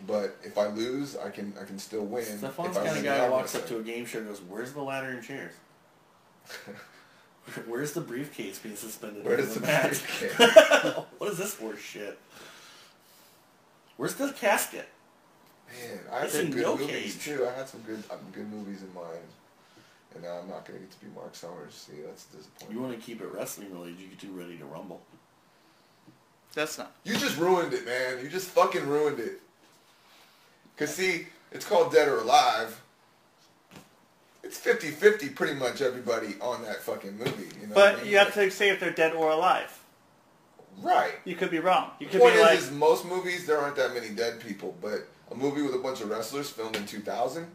[SPEAKER 3] But if I lose, I can I can still win.
[SPEAKER 4] Stefan's
[SPEAKER 3] If I
[SPEAKER 4] kind
[SPEAKER 3] win,
[SPEAKER 4] of guy
[SPEAKER 3] I'm
[SPEAKER 4] who walks up
[SPEAKER 3] gonna
[SPEAKER 4] to a game show and goes, "Where's the ladder and chairs?
[SPEAKER 3] *laughs*
[SPEAKER 4] Where's the briefcase being suspended?
[SPEAKER 3] Where
[SPEAKER 4] from
[SPEAKER 3] does the
[SPEAKER 4] mat?
[SPEAKER 3] briefcase?
[SPEAKER 4] *laughs* what is this horse shit? Where's the casket?
[SPEAKER 3] Man, I had
[SPEAKER 4] It's
[SPEAKER 3] some
[SPEAKER 4] in
[SPEAKER 3] good
[SPEAKER 4] no
[SPEAKER 3] movies
[SPEAKER 4] cage.
[SPEAKER 3] too. I had some good uh, good movies in mind, and now I'm not gonna get to be Mark Summers. See, that's disappointing.
[SPEAKER 4] You want to keep it wrestling related? You get too ready to rumble.
[SPEAKER 2] That's not.
[SPEAKER 3] You just ruined it, man. You just fucking ruined it. Cause see, it's called Dead or Alive. It's 50-50 pretty much everybody on that fucking movie. You know what I
[SPEAKER 2] But
[SPEAKER 3] mean?
[SPEAKER 2] you have to
[SPEAKER 3] Like,
[SPEAKER 2] say if they're dead or alive.
[SPEAKER 3] right.
[SPEAKER 2] You could be wrong. You
[SPEAKER 3] The
[SPEAKER 2] could
[SPEAKER 3] point
[SPEAKER 2] be
[SPEAKER 3] is,
[SPEAKER 2] like.
[SPEAKER 3] is most movies there aren't that many dead people, but a movie with a bunch of wrestlers filmed in 2000,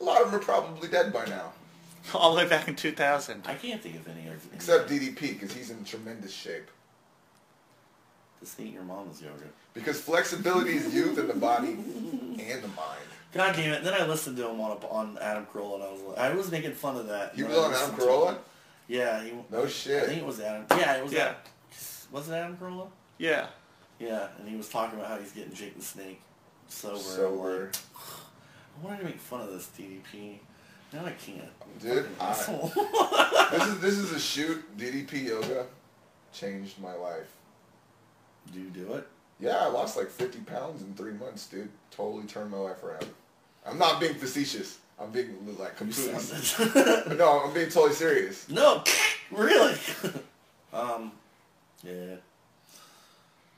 [SPEAKER 3] a lot of them are probably dead by now.
[SPEAKER 2] *laughs* all the way back in 2000.
[SPEAKER 4] I can't think of any. other-
[SPEAKER 3] Except DDP, because he's in tremendous shape.
[SPEAKER 4] Just think your mom was younger.
[SPEAKER 3] Because flexibility is youth in the body and the mind.
[SPEAKER 4] God damn it! Then I listened to him on a, on Adam Carolla, and I was like, I was making fun of that.
[SPEAKER 3] He
[SPEAKER 4] And
[SPEAKER 3] was
[SPEAKER 4] I
[SPEAKER 3] on Adam
[SPEAKER 4] listened to
[SPEAKER 3] Carolla?
[SPEAKER 4] him. Yeah, he,
[SPEAKER 3] No
[SPEAKER 4] I
[SPEAKER 3] shit.
[SPEAKER 4] think it was Adam. Yeah, it was.
[SPEAKER 2] Yeah.
[SPEAKER 4] Adam- was it Adam Carolla?
[SPEAKER 2] Yeah.
[SPEAKER 4] Yeah, and he was talking about how he's getting Jake the Snake sober.
[SPEAKER 3] So
[SPEAKER 4] I'm like,
[SPEAKER 3] we're,
[SPEAKER 4] I wanted to make fun of this DDP. Now I can't. I'm
[SPEAKER 3] Dude,
[SPEAKER 4] fucking
[SPEAKER 3] I-
[SPEAKER 4] asshole. *laughs*
[SPEAKER 3] this is this is a shoot. DDP yoga changed my life.
[SPEAKER 4] Do you do it?
[SPEAKER 3] Yeah, I lost like 50 pounds in three months, dude. Totally turned my life around. I'm not being facetious. I'm being like completely. *laughs* no, I'm being totally serious.
[SPEAKER 4] *laughs* no, really. *laughs* um, yeah.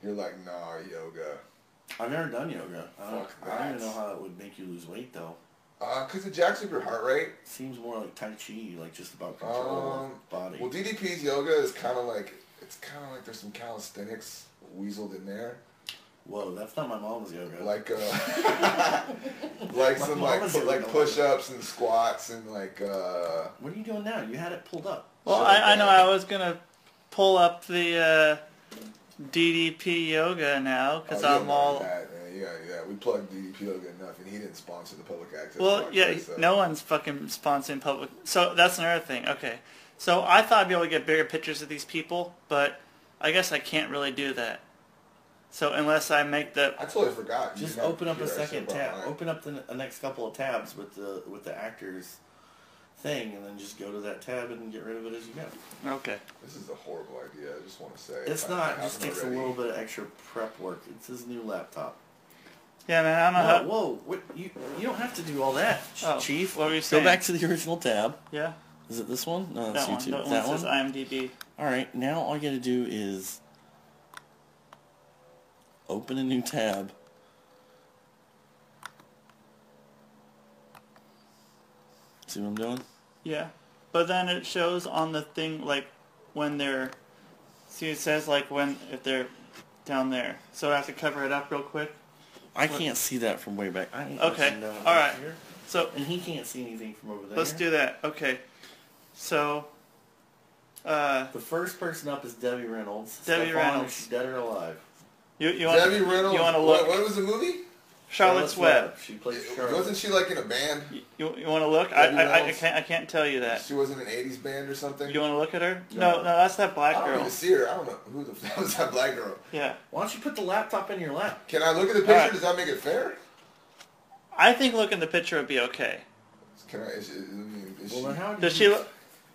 [SPEAKER 3] You're like, nah, yoga.
[SPEAKER 4] I've never done yoga. I don't,
[SPEAKER 3] Fuck
[SPEAKER 4] I don't
[SPEAKER 3] that.
[SPEAKER 4] even know how that would make you lose weight though.
[SPEAKER 3] Uh, cause it jacks up your heart rate.
[SPEAKER 4] Seems more like Tai Chi, like just about control
[SPEAKER 3] Um,
[SPEAKER 4] of the body.
[SPEAKER 3] Well, DDP's yoga is kind of like it's kind of like there's some calisthenics weaseled in there,
[SPEAKER 4] Whoa, that's not my mom's yoga.
[SPEAKER 3] like uh, like some like
[SPEAKER 4] mama's
[SPEAKER 3] pu- like
[SPEAKER 4] yoga.
[SPEAKER 3] push-ups and squats and like uh,
[SPEAKER 4] what are you doing now? You had it pulled up.
[SPEAKER 3] Oh,
[SPEAKER 2] Well, I, I know I was going to pull up the uh, DDP yoga now because
[SPEAKER 3] oh, you don't
[SPEAKER 2] I'm
[SPEAKER 3] know
[SPEAKER 2] all.
[SPEAKER 3] that, man. yeah yeah we plugged DDP yoga enough and he didn't sponsor the public access.
[SPEAKER 2] Well,
[SPEAKER 3] podcast,
[SPEAKER 2] yeah,
[SPEAKER 3] so-
[SPEAKER 2] no one's fucking sponsoring public. So that's another thing. Okay. So I thought I'd be able to get bigger pictures of these people, but I guess I can't really do that. So unless I make the
[SPEAKER 3] I totally forgot. You
[SPEAKER 4] Just
[SPEAKER 3] didn't have
[SPEAKER 4] open up a
[SPEAKER 3] computer. I should've
[SPEAKER 4] second
[SPEAKER 3] brought
[SPEAKER 4] tab.
[SPEAKER 3] mine.
[SPEAKER 4] Open up the, n- the next couple of tabs with the with the actors thing, and then just go to that tab and get rid of it as you go.
[SPEAKER 2] okay,
[SPEAKER 3] This is a horrible idea. I just want to say
[SPEAKER 4] It's
[SPEAKER 3] I-
[SPEAKER 4] not.
[SPEAKER 3] I
[SPEAKER 4] It just
[SPEAKER 3] haven't
[SPEAKER 4] takes
[SPEAKER 3] already.
[SPEAKER 4] a little bit of extra prep work. It's his new laptop.
[SPEAKER 2] yeah, man, I don't know
[SPEAKER 4] No,
[SPEAKER 2] how.
[SPEAKER 4] whoa, what, you you don't have to do all that, ch-
[SPEAKER 2] Uh-huh. Oh,
[SPEAKER 4] Chief.
[SPEAKER 2] what were you
[SPEAKER 4] Go
[SPEAKER 2] saying?
[SPEAKER 4] back to the original tab.
[SPEAKER 2] Yeah,
[SPEAKER 4] Is it this one? No, it's
[SPEAKER 2] that one.
[SPEAKER 4] YouTube.
[SPEAKER 2] That,
[SPEAKER 4] that
[SPEAKER 2] one
[SPEAKER 4] one.
[SPEAKER 2] says IMDb.
[SPEAKER 4] All right, now all you got to do is open a new tab. See what I'm doing?
[SPEAKER 2] Yeah, but then it shows on the thing like when they're. See, it says like when if they're down there. So I have to cover it up real quick.
[SPEAKER 4] I can't see that from way back. I don't
[SPEAKER 2] Okay,
[SPEAKER 4] actually know what's
[SPEAKER 2] all right.
[SPEAKER 4] here.
[SPEAKER 2] So
[SPEAKER 4] And he can't see anything from over there.
[SPEAKER 2] let's do that. Okay, so Uh,
[SPEAKER 4] The first person up is Debbie Reynolds.
[SPEAKER 2] Debbie
[SPEAKER 4] Step on if
[SPEAKER 2] Reynolds.
[SPEAKER 4] She's dead or alive.
[SPEAKER 2] you you want
[SPEAKER 3] Debbie Reynolds.
[SPEAKER 2] you want to
[SPEAKER 3] what,
[SPEAKER 2] look?
[SPEAKER 3] what was the movie?
[SPEAKER 2] Charlotte's Web.
[SPEAKER 4] She plays
[SPEAKER 3] Wasn't
[SPEAKER 4] Charlotte.
[SPEAKER 3] she like in a band?
[SPEAKER 2] You, you want to look? I,
[SPEAKER 3] Debbie
[SPEAKER 2] I, I
[SPEAKER 3] Reynolds.
[SPEAKER 2] can't I can't tell you that.
[SPEAKER 3] She was in an '80s band or something.
[SPEAKER 2] You want to look at her? No,
[SPEAKER 4] No.
[SPEAKER 2] no, that's that black
[SPEAKER 3] I don't
[SPEAKER 2] girl.
[SPEAKER 3] even see her. I don't know who the *laughs* fuck was that black girl.
[SPEAKER 2] Yeah,
[SPEAKER 4] Why don't you put the laptop in your lap?
[SPEAKER 3] Can I look at the picture?
[SPEAKER 2] right.
[SPEAKER 3] Does that make it fair?
[SPEAKER 2] I think looking the picture would be okay.
[SPEAKER 3] Can I? Is, is, I mean, is
[SPEAKER 4] Well,
[SPEAKER 3] she,
[SPEAKER 4] then how do
[SPEAKER 2] Does
[SPEAKER 4] you-
[SPEAKER 2] she look?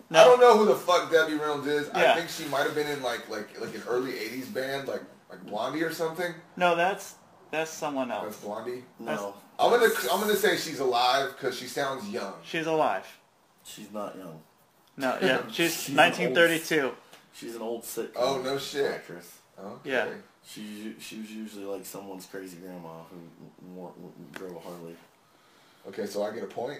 [SPEAKER 3] I don't know who the fuck Debbie Reynolds is.
[SPEAKER 2] Yeah.
[SPEAKER 3] I think she might have been in like like like an early '80s band, like like Blondie or something.
[SPEAKER 2] No, that's that's someone
[SPEAKER 3] That's
[SPEAKER 2] else.
[SPEAKER 3] Blondie.
[SPEAKER 4] No,
[SPEAKER 3] I'm gonna I'm gonna say she's alive because she sounds young.
[SPEAKER 2] She's alive.
[SPEAKER 4] she's not young.
[SPEAKER 2] No,
[SPEAKER 3] *laughs*
[SPEAKER 2] yeah, she's
[SPEAKER 4] She's
[SPEAKER 2] 1932.
[SPEAKER 4] She's an old sitcom.
[SPEAKER 3] Oh, no shit.
[SPEAKER 4] Actress.
[SPEAKER 3] Okay.
[SPEAKER 2] Yeah.
[SPEAKER 4] She u- she was usually like someone's crazy grandma who wore, drove a Harley.
[SPEAKER 3] Okay, so I get a point.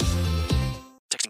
[SPEAKER 6] Texting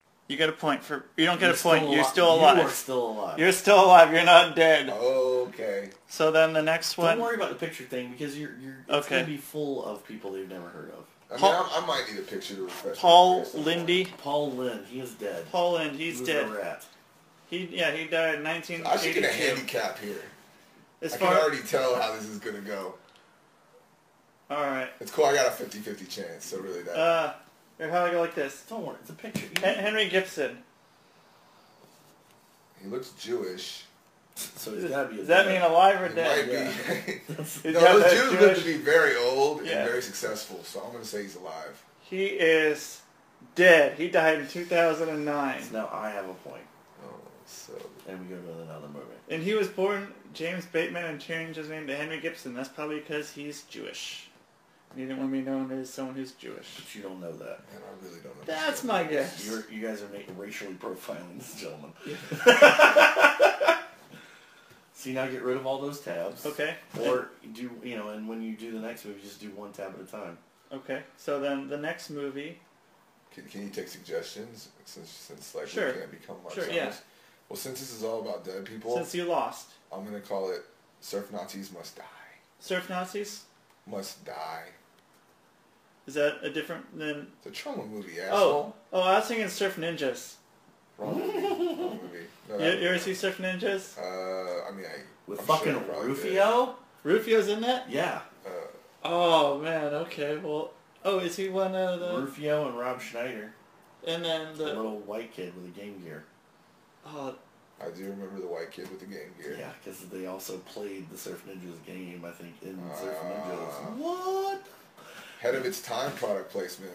[SPEAKER 2] You get a point for. You don't get
[SPEAKER 4] You're
[SPEAKER 2] a point.
[SPEAKER 4] still
[SPEAKER 2] You're
[SPEAKER 4] ali-
[SPEAKER 2] still
[SPEAKER 4] You are
[SPEAKER 2] alive.
[SPEAKER 4] still alive.
[SPEAKER 2] You're still alive. You're not dead.
[SPEAKER 3] Oh. Okay.
[SPEAKER 2] So then the next
[SPEAKER 4] Don't
[SPEAKER 2] one.
[SPEAKER 4] worry about the picture thing because you're you're it's
[SPEAKER 2] Okay.
[SPEAKER 4] gonna be full of people you've never heard of.
[SPEAKER 3] I mean,
[SPEAKER 2] Paul-
[SPEAKER 3] I, I might need a picture to refresh. my
[SPEAKER 2] Paul
[SPEAKER 3] memory or something.
[SPEAKER 2] Lindy.
[SPEAKER 4] Paul Lynn, he is dead.
[SPEAKER 2] Paul and
[SPEAKER 4] He
[SPEAKER 2] he's
[SPEAKER 4] was
[SPEAKER 2] dead.
[SPEAKER 4] A rat.
[SPEAKER 2] He yeah he died in
[SPEAKER 3] I should get a
[SPEAKER 2] 1982.
[SPEAKER 3] handicap here.
[SPEAKER 2] As
[SPEAKER 3] I can
[SPEAKER 2] far
[SPEAKER 3] already tell how this is gonna go.
[SPEAKER 2] all right.
[SPEAKER 3] It's cool. I got a 50-50 chance. So really, that
[SPEAKER 2] Uh, here, how do I go like this?
[SPEAKER 4] Don't worry, it's a picture. You-
[SPEAKER 2] Hen- Henry Gibson.
[SPEAKER 3] he looks Jewish. *laughs*
[SPEAKER 4] So he's gotta be.
[SPEAKER 2] Does that mean alive or
[SPEAKER 3] He might
[SPEAKER 2] dead?
[SPEAKER 3] *laughs* be.
[SPEAKER 2] He's
[SPEAKER 3] no,
[SPEAKER 2] got
[SPEAKER 3] those
[SPEAKER 2] that
[SPEAKER 3] Jews
[SPEAKER 2] Jewish-
[SPEAKER 3] live to be very old
[SPEAKER 2] Yeah.
[SPEAKER 3] and very successful. So I'm gonna say he's alive.
[SPEAKER 2] He is dead. He died in 2009.
[SPEAKER 4] Now I have a point,
[SPEAKER 3] Oh, so
[SPEAKER 4] and we go to another movie.
[SPEAKER 2] And he was born James Bateman and changed his name to Henry Gibson. That's probably because he's Jewish. And He didn't want to be known as someone who's Jewish.
[SPEAKER 4] But you don't know that.
[SPEAKER 3] man, I really don't know.
[SPEAKER 2] That's my guess.
[SPEAKER 4] You're, you guys are ma- racially profiling this gentleman. *laughs* See now, get rid of all those tabs.
[SPEAKER 2] Okay.
[SPEAKER 4] Or do you know? And when you do the next movie, just do one tab at a time.
[SPEAKER 2] Okay. So then the next movie.
[SPEAKER 3] Can, can you take suggestions since since like
[SPEAKER 2] Sure.
[SPEAKER 3] we can't become much
[SPEAKER 2] Sure, yeah.
[SPEAKER 3] Well, since this is all about dead people,
[SPEAKER 2] Since you lost,
[SPEAKER 3] I'm gonna call it "Surf Nazis Must Die."
[SPEAKER 2] Surf Nazis.
[SPEAKER 3] Must die.
[SPEAKER 2] Is that a different than?
[SPEAKER 3] It's a trauma movie,
[SPEAKER 2] Oh,
[SPEAKER 3] asshole.
[SPEAKER 2] oh, I was thinking Surf Ninjas.
[SPEAKER 3] Wrong movie. Wrong movie. No,
[SPEAKER 2] You,
[SPEAKER 3] that-
[SPEAKER 2] you ever see Surf Ninjas?
[SPEAKER 3] uh, I mean, I
[SPEAKER 4] With
[SPEAKER 3] I'm sure
[SPEAKER 4] fucking
[SPEAKER 3] I probably did.
[SPEAKER 4] Rufio.
[SPEAKER 2] Rufio's in that.
[SPEAKER 4] Yeah.
[SPEAKER 2] Oh man. Okay. Well. Oh, is he one of the?
[SPEAKER 4] Rufio and Rob Schneider,
[SPEAKER 2] And then
[SPEAKER 4] the
[SPEAKER 2] the.
[SPEAKER 4] little white kid with a Game Gear.
[SPEAKER 2] Oh,
[SPEAKER 3] I do remember the white kid with the game gear.
[SPEAKER 4] Yeah, because they also played the Surf Ninjas game, I think, in Surf
[SPEAKER 3] Ah.
[SPEAKER 4] Ninjas. What?
[SPEAKER 3] Head of its time, product placement.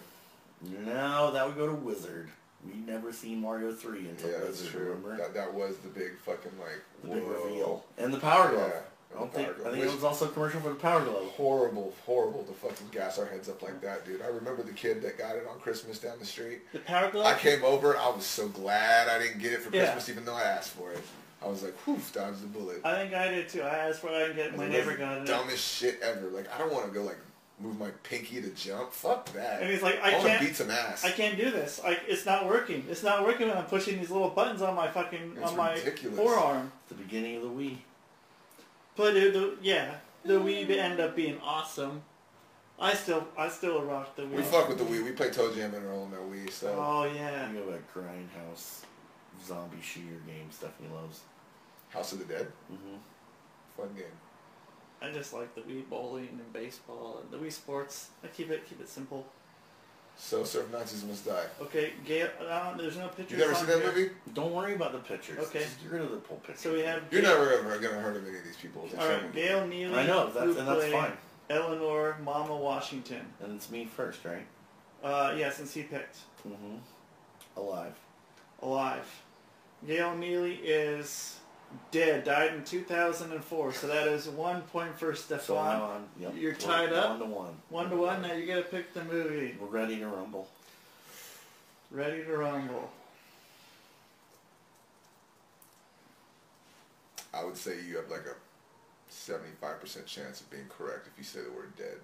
[SPEAKER 4] No, that would go to Wizard. We never seen Mario 3 until
[SPEAKER 3] Yeah, that's
[SPEAKER 4] Wizard,
[SPEAKER 3] true.
[SPEAKER 4] remember?
[SPEAKER 3] That, that was the big fucking like
[SPEAKER 4] the big
[SPEAKER 3] whoa.
[SPEAKER 4] reveal. And the Power Glove.
[SPEAKER 3] Yeah,
[SPEAKER 4] I don't
[SPEAKER 3] the
[SPEAKER 4] think,
[SPEAKER 3] Power Glove.
[SPEAKER 4] I think it
[SPEAKER 3] Which-
[SPEAKER 4] was also a commercial for the Power Glove.
[SPEAKER 3] Horrible, horrible to fucking gas our heads up like that, dude. I remember the kid that got it on Christmas down the street.
[SPEAKER 2] the Power Glove.
[SPEAKER 3] I came over. I was so glad I didn't get it for
[SPEAKER 2] Yeah.
[SPEAKER 3] Christmas, even though I asked for it. I was like, "Whew, dodged the bullet."
[SPEAKER 2] I think I did too. I asked what I can get. My
[SPEAKER 3] It was
[SPEAKER 2] neighbor
[SPEAKER 3] the
[SPEAKER 2] got it.
[SPEAKER 3] Dumbest shit ever. Like I don't want to go like move my pinky to jump. Fuck that.
[SPEAKER 2] And he's like, I
[SPEAKER 3] wanna
[SPEAKER 2] can't
[SPEAKER 3] beat some ass.
[SPEAKER 2] I can't do this. I, it's not working. It's not working when I'm pushing these little buttons on my fucking
[SPEAKER 3] It's
[SPEAKER 2] on my
[SPEAKER 3] ridiculous.
[SPEAKER 2] forearm.
[SPEAKER 4] The beginning of the Wii.
[SPEAKER 2] But it, the, yeah, the
[SPEAKER 3] Mm.
[SPEAKER 2] Wii ended up being awesome. I still I still rock the Wii.
[SPEAKER 3] We fuck with the Wii. We play Toe Jam and Roll on our Wii, so
[SPEAKER 2] Oh yeah.
[SPEAKER 4] You have a grindhouse zombie shooter game Stephanie loves.
[SPEAKER 3] House of the Dead. Fun game.
[SPEAKER 2] I just like the Wii bowling and baseball and the Wii sports. I keep it keep it simple.
[SPEAKER 3] So Surf Nazis Must Die.
[SPEAKER 2] Okay, Gail. Uh, there's no pictures.
[SPEAKER 3] You never
[SPEAKER 2] on
[SPEAKER 3] seen that
[SPEAKER 2] here.
[SPEAKER 3] movie?
[SPEAKER 4] Don't worry about the pictures.
[SPEAKER 2] Okay.
[SPEAKER 4] Just get rid of the pole picture.
[SPEAKER 2] So we have.
[SPEAKER 3] You're never ever gonna heard of any of these people. It's a
[SPEAKER 2] All
[SPEAKER 3] shame.
[SPEAKER 2] right, Gail Neely.
[SPEAKER 4] I know, that's-
[SPEAKER 2] who
[SPEAKER 4] and that's
[SPEAKER 2] played
[SPEAKER 4] fine.
[SPEAKER 2] Eleanor Mama Washington.
[SPEAKER 4] And it's me first, right?
[SPEAKER 2] Uh, yeah, since he picked
[SPEAKER 4] Alive.
[SPEAKER 2] alive. Gail Neely is dead. Died in 2004. So that is one point for Stefan.
[SPEAKER 4] So now I'm- yep,
[SPEAKER 2] You're
[SPEAKER 4] we're
[SPEAKER 2] tied up.
[SPEAKER 4] One to one.
[SPEAKER 2] One to one. Now you gotta pick the movie.
[SPEAKER 4] We're ready to rumble.
[SPEAKER 2] Ready to rumble.
[SPEAKER 3] I would say you have like a seventy-five percent chance of being correct if you say the word dead.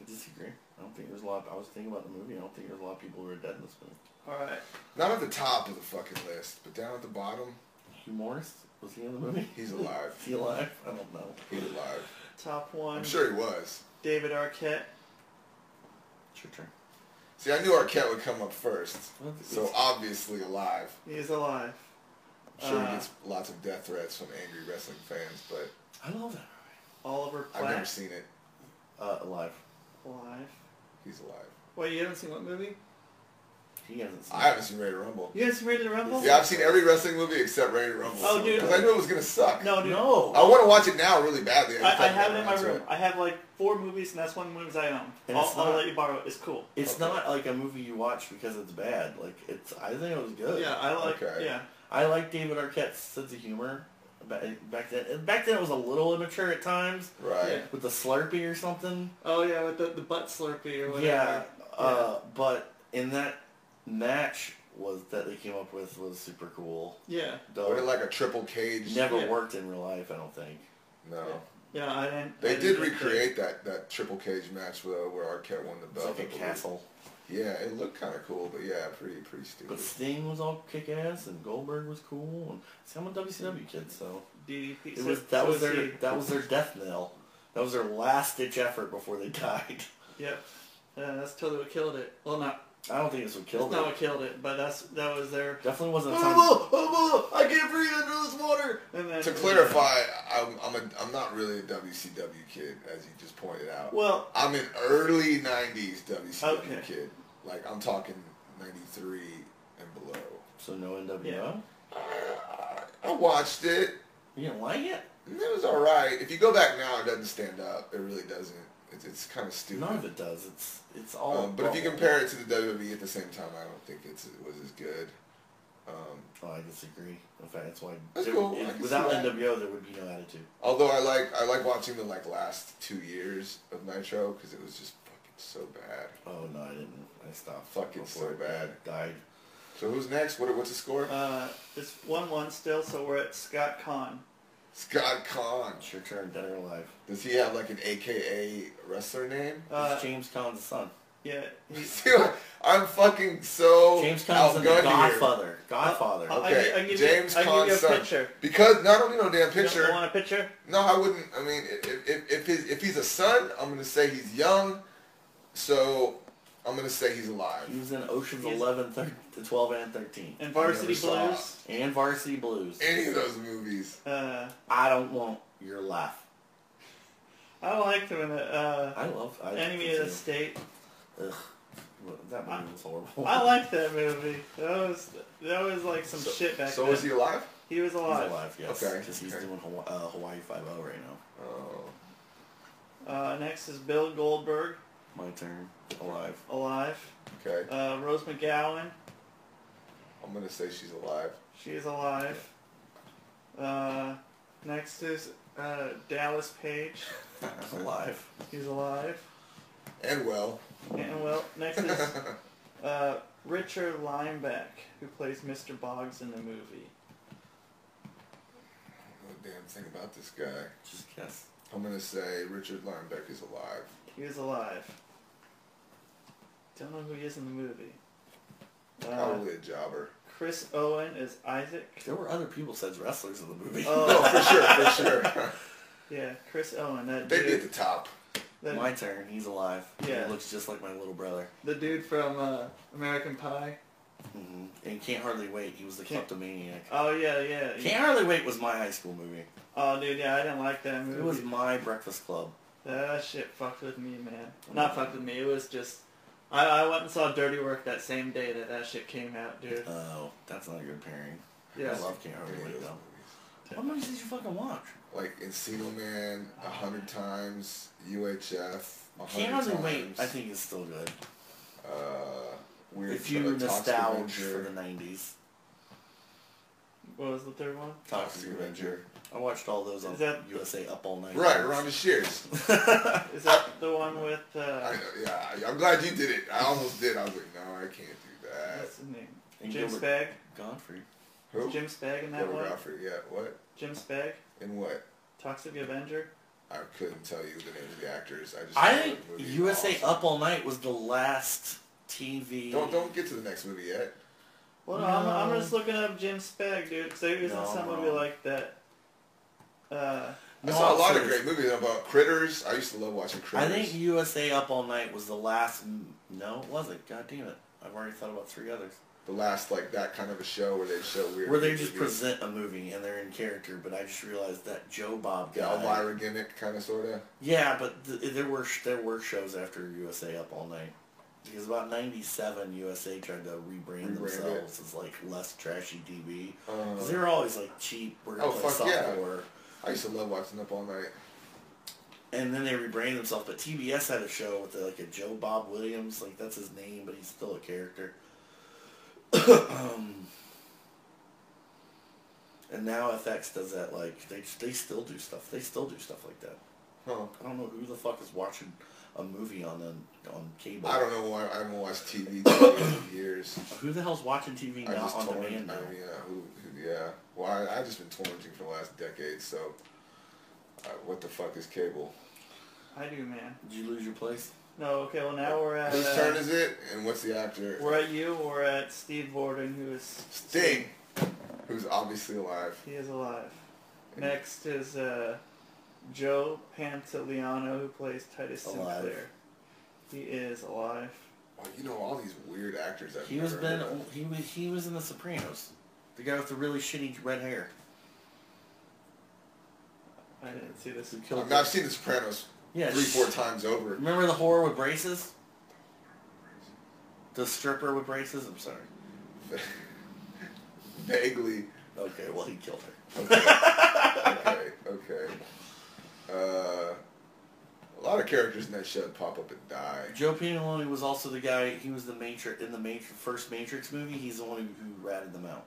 [SPEAKER 4] I disagree. I don't think there's a lot. I was thinking about the movie. I don't think there's a lot of people who are dead in this movie.
[SPEAKER 2] All right.
[SPEAKER 3] Not at the top of the fucking list, but down at the bottom,
[SPEAKER 4] Hugh Morris was he in the movie?
[SPEAKER 3] he's alive.
[SPEAKER 4] *laughs* Is he alive? I don't know.
[SPEAKER 3] He's alive.
[SPEAKER 2] Top one.
[SPEAKER 3] I'm sure he was.
[SPEAKER 2] David Arquette.
[SPEAKER 4] It's your turn.
[SPEAKER 3] See, I knew Arquette would come up first,
[SPEAKER 4] That's-
[SPEAKER 3] so obviously alive.
[SPEAKER 2] He's alive.
[SPEAKER 3] I'm sure
[SPEAKER 2] Uh,
[SPEAKER 3] he gets lots of death threats from angry wrestling fans, but
[SPEAKER 4] I love that.
[SPEAKER 2] Oliver
[SPEAKER 3] I've never
[SPEAKER 2] Platt.
[SPEAKER 3] seen it.
[SPEAKER 4] Uh, alive.
[SPEAKER 2] Alive.
[SPEAKER 3] He's alive.
[SPEAKER 2] Wait, you haven't seen what movie?
[SPEAKER 4] He hasn't. Seen
[SPEAKER 3] I haven't seen Ready to Rumble.
[SPEAKER 2] You haven't seen Ready to Rumble?
[SPEAKER 3] Yeah, I've seen every wrestling movie except Ready to Rumble.
[SPEAKER 2] Oh, dude.
[SPEAKER 3] Because I knew it was gonna suck.
[SPEAKER 2] No, dude.
[SPEAKER 4] No.
[SPEAKER 3] I want to watch it now really badly. just
[SPEAKER 2] I, I
[SPEAKER 3] haven't
[SPEAKER 2] have it in
[SPEAKER 3] gotten *laughs*
[SPEAKER 2] my
[SPEAKER 3] around to
[SPEAKER 2] room. I have like four movies, and that's one movies I own.
[SPEAKER 4] And
[SPEAKER 2] I'll,
[SPEAKER 4] it's
[SPEAKER 2] I'll
[SPEAKER 4] not-
[SPEAKER 2] let you borrow it. It's cool.
[SPEAKER 4] It's not like a movie you watch because it's bad. Like it's. I think it was good.
[SPEAKER 2] Yeah, I like.
[SPEAKER 3] Okay.
[SPEAKER 2] Yeah,
[SPEAKER 4] I like David Arquette's sense of humor. ba- Back then, and back then it was a little immature at times.
[SPEAKER 3] Right.
[SPEAKER 2] Yeah.
[SPEAKER 4] With the Slurpee or something.
[SPEAKER 2] Oh yeah, with the, the butt slurpee or whatever.
[SPEAKER 4] Yeah. Uh, but in that match was that they came up with was super cool.
[SPEAKER 2] yeah,
[SPEAKER 4] Dope.
[SPEAKER 3] Or like a triple cage.
[SPEAKER 4] Never
[SPEAKER 2] Yeah.
[SPEAKER 4] worked in real life, I don't think.
[SPEAKER 3] No.
[SPEAKER 2] yeah. I didn't. I
[SPEAKER 3] They
[SPEAKER 2] didn't
[SPEAKER 3] did
[SPEAKER 2] get that.
[SPEAKER 3] recreate that, that triple cage match where, where Arquette won the
[SPEAKER 4] It's
[SPEAKER 3] belt. I
[SPEAKER 4] like a
[SPEAKER 3] believe.
[SPEAKER 4] castle.
[SPEAKER 3] Yeah, it looked kind of cool, but yeah, pretty pretty stupid.
[SPEAKER 4] But Sting was all kick ass and Goldberg was cool and see I'm a WCW kid, so
[SPEAKER 2] DDP.
[SPEAKER 4] it
[SPEAKER 2] so-
[SPEAKER 4] was
[SPEAKER 2] so
[SPEAKER 4] that was
[SPEAKER 2] is
[SPEAKER 4] their
[SPEAKER 2] he.
[SPEAKER 4] that was their death knell. That was their last ditch effort before they *laughs* died.
[SPEAKER 2] Yep. Yeah, that's totally what killed it. Well, not
[SPEAKER 4] I don't think this would kill
[SPEAKER 2] that's not
[SPEAKER 4] them.
[SPEAKER 2] what killed it, but that's that was their.
[SPEAKER 4] Definitely wasn't a time.
[SPEAKER 2] Oh, oh, oh, I can't breathe under this water. And then
[SPEAKER 3] to clarify, I'm I'm, a, I'm not really a WCW kid, as you just pointed out.
[SPEAKER 2] Well-
[SPEAKER 3] I'm an early '90s WCW
[SPEAKER 2] Okay.
[SPEAKER 3] kid. Like I'm talking '93 and below.
[SPEAKER 4] So no NWO.
[SPEAKER 2] Yeah.
[SPEAKER 3] I watched it.
[SPEAKER 4] You didn't like it?
[SPEAKER 3] and It was all right. If you go back now, it doesn't stand up. It really doesn't. It's, it's kind of stupid.
[SPEAKER 4] None of it does. It's it's all.
[SPEAKER 3] Um, but if you
[SPEAKER 4] bubble.
[SPEAKER 3] compare it to the WWE at the same time, I don't think it's, it was as good.
[SPEAKER 4] Oh, I disagree. In fact, that's why
[SPEAKER 3] That's
[SPEAKER 4] there-
[SPEAKER 3] cool.
[SPEAKER 4] if-
[SPEAKER 3] I can see
[SPEAKER 4] without
[SPEAKER 3] that.
[SPEAKER 4] NWO, there would be no attitude.
[SPEAKER 3] Although I like I like watching the like last two years of Nitro because it was just fucking so bad.
[SPEAKER 4] Oh no, I didn't. I stopped.
[SPEAKER 3] Fucking
[SPEAKER 4] before
[SPEAKER 3] so
[SPEAKER 4] it
[SPEAKER 3] bad.
[SPEAKER 4] Died.
[SPEAKER 3] So who's next? What what's the score?
[SPEAKER 2] Uh, it's one one still, so we're at Scott Kahn.
[SPEAKER 3] Scott Kahn.
[SPEAKER 4] It's your turn, dead or alive.
[SPEAKER 3] Does he have like an AKA wrestler name? *laughs*
[SPEAKER 4] it's James Conn's son.
[SPEAKER 2] Uh, Yeah, he's
[SPEAKER 3] Dude, I'm fucking so
[SPEAKER 4] James Conn's the
[SPEAKER 3] outgunned oh, here.
[SPEAKER 4] Godfather. Godfather.
[SPEAKER 2] I'll-
[SPEAKER 3] Okay,
[SPEAKER 2] I can- I can give you-
[SPEAKER 3] James
[SPEAKER 2] I can give
[SPEAKER 3] Kahn's
[SPEAKER 2] you a
[SPEAKER 3] son.
[SPEAKER 2] picture.
[SPEAKER 3] Because no, I don't need no damn
[SPEAKER 2] You
[SPEAKER 3] picture.
[SPEAKER 2] don't want a picture?
[SPEAKER 3] No, I wouldn't. I mean, if if if, his, if he's a son, I'm gonna say he's young. So I'm gonna say he's alive.
[SPEAKER 4] he was in Ocean's
[SPEAKER 2] He's-
[SPEAKER 4] Eleven, thir- to twelve, and thirteen,
[SPEAKER 2] And Varsity
[SPEAKER 3] never saw
[SPEAKER 2] Blues.
[SPEAKER 4] and Varsity Blues.
[SPEAKER 3] Any of those movies.
[SPEAKER 2] Uh,
[SPEAKER 4] I don't want your laugh.
[SPEAKER 2] I liked him in the uh,
[SPEAKER 4] I love. I
[SPEAKER 2] Enemy
[SPEAKER 4] do
[SPEAKER 2] of the
[SPEAKER 4] too. *laughs*
[SPEAKER 2] State.
[SPEAKER 4] Ugh, Well, that movie was horrible.
[SPEAKER 2] I liked that movie. That was that was like some shit back
[SPEAKER 3] So
[SPEAKER 2] then.
[SPEAKER 3] is he alive?
[SPEAKER 2] He was
[SPEAKER 4] *laughs* He's
[SPEAKER 2] alive.
[SPEAKER 4] alive, yes.
[SPEAKER 3] Okay,
[SPEAKER 4] Because he's
[SPEAKER 3] okay.
[SPEAKER 4] doing Hawaii, uh, Hawaii Five O right now.
[SPEAKER 2] Uh, next is Bill Goldberg,
[SPEAKER 4] My turn. Alive.
[SPEAKER 2] alive.
[SPEAKER 3] Okay.
[SPEAKER 2] Uh, Rose McGowan,
[SPEAKER 3] I'm gonna say she's alive.
[SPEAKER 2] she is alive. Uh, next is uh, Dallas Page,
[SPEAKER 4] Alive.
[SPEAKER 2] he's alive.
[SPEAKER 3] And well,
[SPEAKER 2] And well, next is uh, Richard Lineback, who plays Mr. Boggs in the movie.
[SPEAKER 3] no damn thing about this guy.
[SPEAKER 4] Just guess.
[SPEAKER 3] I'm gonna say Richard Linebeck is alive.
[SPEAKER 2] He was alive. Don't know who he is in the movie. Uh,
[SPEAKER 3] Probably a jobber.
[SPEAKER 2] Chris Owen is Isaac.
[SPEAKER 4] There were other people said wrestlers in the movie. *laughs*
[SPEAKER 2] Oh,
[SPEAKER 3] For sure, for sure. *laughs*
[SPEAKER 2] yeah, Chris Owen. That
[SPEAKER 3] They'd be at the
[SPEAKER 2] dude.
[SPEAKER 3] top.
[SPEAKER 2] that-
[SPEAKER 4] my turn. He's alive.
[SPEAKER 2] Yeah.
[SPEAKER 4] He looks just like my little brother.
[SPEAKER 2] the dude from uh, American Pie.
[SPEAKER 4] hmm And Can't Hardly Wait. He was the
[SPEAKER 2] Can't-
[SPEAKER 4] kleptomaniac.
[SPEAKER 2] Oh yeah, yeah. yeah.
[SPEAKER 4] Can't Hardly Wait was my high school movie.
[SPEAKER 2] Oh dude, yeah, I didn't like that movie.
[SPEAKER 4] It was my Breakfast Club.
[SPEAKER 2] That shit fucked with me, man. Not fucked with me. It was just, I, I went and saw Dirty Work that same day that that shit came out, dude.
[SPEAKER 4] Oh, that's not a good pairing.
[SPEAKER 2] Yeah.
[SPEAKER 4] I love Can't Hardly Wait though. What movies did you fucking watch?
[SPEAKER 3] Like Encino Man, a hundred times. UHF, a
[SPEAKER 4] Can't
[SPEAKER 3] hundred
[SPEAKER 4] Hardly
[SPEAKER 3] times.
[SPEAKER 4] Wait. I think is still good.
[SPEAKER 3] Uh, weird
[SPEAKER 4] If you were
[SPEAKER 3] Toxic
[SPEAKER 4] nostalgic
[SPEAKER 3] Avenger.
[SPEAKER 4] for the '90s,
[SPEAKER 2] What was the third one?
[SPEAKER 4] Toxic Avenger. I watched all those on
[SPEAKER 2] Is that-
[SPEAKER 4] USA Up All Night.
[SPEAKER 3] Right, Ron Shears.
[SPEAKER 2] Is that the one with? Uh,
[SPEAKER 3] I know, yeah, I- I'm glad you did it. I almost did. I was like, no, I can't do that.
[SPEAKER 2] what's his name?
[SPEAKER 4] And
[SPEAKER 2] Jim
[SPEAKER 4] Gilbert-
[SPEAKER 2] Spag.
[SPEAKER 4] Godfrey.
[SPEAKER 3] Who?
[SPEAKER 2] Jim Spag in that
[SPEAKER 3] Robert
[SPEAKER 2] one.
[SPEAKER 3] Godfrey, yeah. What?
[SPEAKER 2] Jim Spag,
[SPEAKER 3] In what?
[SPEAKER 2] Toxic Avenger.
[SPEAKER 3] I couldn't tell you the names of the actors. I just
[SPEAKER 4] I
[SPEAKER 3] know
[SPEAKER 4] think
[SPEAKER 3] the movie
[SPEAKER 4] USA
[SPEAKER 3] awesome.
[SPEAKER 4] Up All Night was the last TV.
[SPEAKER 3] Don't don't get to the next movie yet.
[SPEAKER 2] Well, no, I'm, I'm
[SPEAKER 4] No.
[SPEAKER 2] just looking up Jim Spag, dude, because he was in
[SPEAKER 4] No,
[SPEAKER 2] some
[SPEAKER 4] I'm
[SPEAKER 2] movie
[SPEAKER 4] wrong.
[SPEAKER 2] like that. Uh,
[SPEAKER 3] I
[SPEAKER 4] No,
[SPEAKER 3] saw a
[SPEAKER 4] I'm
[SPEAKER 3] lot of
[SPEAKER 4] serious.
[SPEAKER 3] great movies about critters. I used to love watching
[SPEAKER 4] I
[SPEAKER 3] critters.
[SPEAKER 4] think USA Up All Night was the last. m- No, it wasn't. God damn it! I've already thought about three others.
[SPEAKER 3] the last like that kind of a show where they show weird.
[SPEAKER 4] Where they just
[SPEAKER 3] movies.
[SPEAKER 4] present a movie and they're in character, but I just realized that Joe Bob
[SPEAKER 3] Yeah,
[SPEAKER 4] guy.
[SPEAKER 3] Elvira gimmick kind of sorta.
[SPEAKER 4] Yeah, but th- there were sh- there were shows after USA Up All Night because about '97 USA tried to
[SPEAKER 3] Rebrand
[SPEAKER 4] rebrand
[SPEAKER 3] it.
[SPEAKER 4] themselves as like less trashy TV because they were always like cheap. We're gonna
[SPEAKER 3] Oh,
[SPEAKER 4] play
[SPEAKER 3] fuck yeah.
[SPEAKER 4] softcore.
[SPEAKER 3] I used to love watching Up All Night.
[SPEAKER 4] and then they rebranded themselves. But TBS had a show with like a Joe Bob Williams, like that's his name, but he's still a character. *coughs* um, and now FX does that. Like they they still do stuff. They still do stuff like that.
[SPEAKER 3] Huh.
[SPEAKER 4] I don't know who the fuck is watching a movie on the, on cable.
[SPEAKER 3] I don't know why I haven't watched TV in years.
[SPEAKER 4] Who the hell's watching TV
[SPEAKER 3] I
[SPEAKER 4] now
[SPEAKER 3] just
[SPEAKER 4] on
[SPEAKER 3] torrent.
[SPEAKER 4] demand now?
[SPEAKER 3] I mean, yeah, who, who, yeah. Well, I, I've just been torrenting for the last decade, so uh, what the fuck is cable?
[SPEAKER 2] I do, man.
[SPEAKER 4] Did you lose your place?
[SPEAKER 2] No, okay. Well, now we're at.
[SPEAKER 3] Whose
[SPEAKER 2] uh,
[SPEAKER 3] turn is it? And what's the actor?
[SPEAKER 2] We're at you. We're at Steve Borden, who is
[SPEAKER 3] Sting, who's obviously alive.
[SPEAKER 2] He is alive. Next is uh, Joe Pantoliano, who plays Titus
[SPEAKER 4] Alive.
[SPEAKER 2] Sinclair. He is alive.
[SPEAKER 3] Well, you know all these weird actors. I've
[SPEAKER 4] He
[SPEAKER 3] never
[SPEAKER 4] was
[SPEAKER 3] heard
[SPEAKER 4] been
[SPEAKER 3] of.
[SPEAKER 4] he was he was in The Sopranos. The guy with the really shitty red hair.
[SPEAKER 2] I didn't see this. Uh,
[SPEAKER 4] Who
[SPEAKER 3] I
[SPEAKER 4] killed
[SPEAKER 3] mean, I've seen The Sopranos
[SPEAKER 4] Yeah,
[SPEAKER 3] three,
[SPEAKER 4] sh-
[SPEAKER 3] four times over.
[SPEAKER 4] Remember the horror with braces? The stripper with braces? I'm sorry.
[SPEAKER 3] Vaguely.
[SPEAKER 4] Okay, well, he killed her.
[SPEAKER 3] Okay, okay. Uh, a lot of characters in that show pop up and die.
[SPEAKER 4] Joe Pinoloni was also the guy, he was the Matrix, in the Matrix, first Matrix movie, he's the one who ratted them out.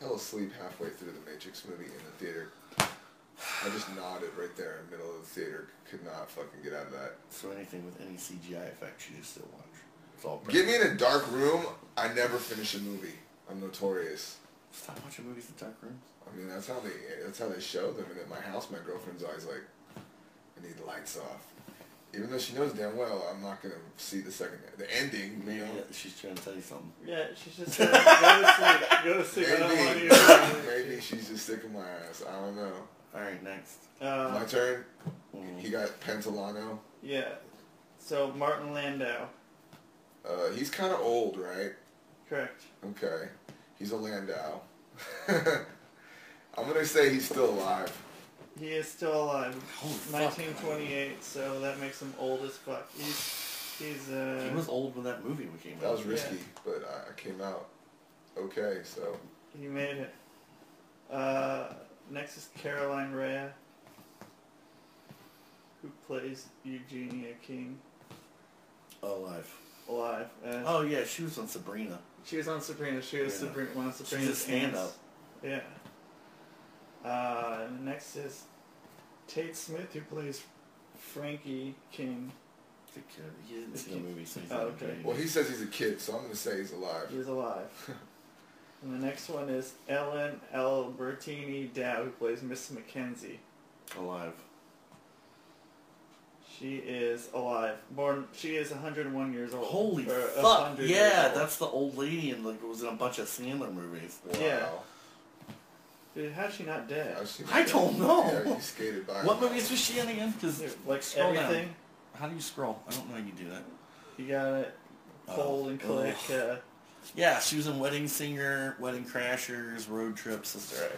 [SPEAKER 3] fell asleep halfway through the Matrix movie in the theater. I just nodded right there in the middle of the theater. Could not fucking get out of that.
[SPEAKER 4] So anything with any CGI effects, you still watch. It's all
[SPEAKER 3] Get me in a dark room. I never finish a movie. I'm notorious.
[SPEAKER 4] Stop watching movies in dark rooms.
[SPEAKER 3] I mean, that's how they that's how they show them. And at my house, my girlfriend's always like, "I need the lights off," even though she knows damn well I'm not gonna see the second the ending. You
[SPEAKER 4] Maybe
[SPEAKER 3] know,
[SPEAKER 4] that- she's trying to tell you something.
[SPEAKER 2] Yeah, she's just saying, go to sleep. Go to sleep. I don't want
[SPEAKER 3] *laughs*
[SPEAKER 2] you to
[SPEAKER 3] maybe maybe she's just sick of my ass. I don't know.
[SPEAKER 4] Alright, next.
[SPEAKER 3] My
[SPEAKER 2] Uh,
[SPEAKER 3] turn.
[SPEAKER 2] Mm-hmm.
[SPEAKER 3] He got Pentalano.
[SPEAKER 2] yeah. So Martin Landau,
[SPEAKER 3] Uh, he's kind of old, right?
[SPEAKER 2] correct.
[SPEAKER 3] Okay. He's a Landau. *laughs* I'm gonna say he's still alive.
[SPEAKER 2] He is still alive. 1928. So that makes him old as fuck. He's he's uh.
[SPEAKER 4] He was old when that movie came out.
[SPEAKER 3] That was
[SPEAKER 2] Yeah.
[SPEAKER 3] risky, but I I came out okay. So
[SPEAKER 2] He made it. Uh, next is Caroline Rea, who plays Eugenia King
[SPEAKER 4] alive.
[SPEAKER 2] alive. And
[SPEAKER 4] Oh, yeah, she was on Sabrina.
[SPEAKER 2] She was on Sabrina. She was
[SPEAKER 4] Yeah.
[SPEAKER 2] Sabrina, one of
[SPEAKER 4] a
[SPEAKER 2] Sabrina's
[SPEAKER 4] stand-up.
[SPEAKER 2] aunts. Yeah. Uh, next is Tate Smith, who plays Frankie King.
[SPEAKER 4] The kid. He didn't
[SPEAKER 2] The
[SPEAKER 4] see the
[SPEAKER 2] kid.
[SPEAKER 4] movie, so he's
[SPEAKER 2] Oh,
[SPEAKER 4] not
[SPEAKER 2] okay.
[SPEAKER 4] okay.
[SPEAKER 3] well, he says he's a kid, so I'm gonna say he's alive.
[SPEAKER 2] He is alive.
[SPEAKER 4] *laughs*
[SPEAKER 2] and the next one is Ellen Albertini Dow, who plays Miss Mackenzie.
[SPEAKER 4] Alive.
[SPEAKER 2] She is alive. Born. She is 101 years old.
[SPEAKER 4] Holy
[SPEAKER 2] Or
[SPEAKER 4] fuck!
[SPEAKER 2] 100 years
[SPEAKER 4] Yeah,
[SPEAKER 2] old.
[SPEAKER 4] that's the old lady in like it was in a bunch of Sandler movies.
[SPEAKER 2] Yeah. Dude, how's she not dead?
[SPEAKER 3] I've seen
[SPEAKER 4] I
[SPEAKER 3] that.
[SPEAKER 4] don't know.
[SPEAKER 3] Yeah, you skated by.
[SPEAKER 4] What movies was she in again? Because
[SPEAKER 2] Dude, like
[SPEAKER 4] scroll down.
[SPEAKER 2] everything,
[SPEAKER 4] How do you scroll? I don't know how you do that.
[SPEAKER 2] you got it.
[SPEAKER 4] Oh,
[SPEAKER 2] Fold and click. Uh,
[SPEAKER 4] Yeah, she was in Wedding Singer, Wedding Crashers, Road Trip, Sister Act.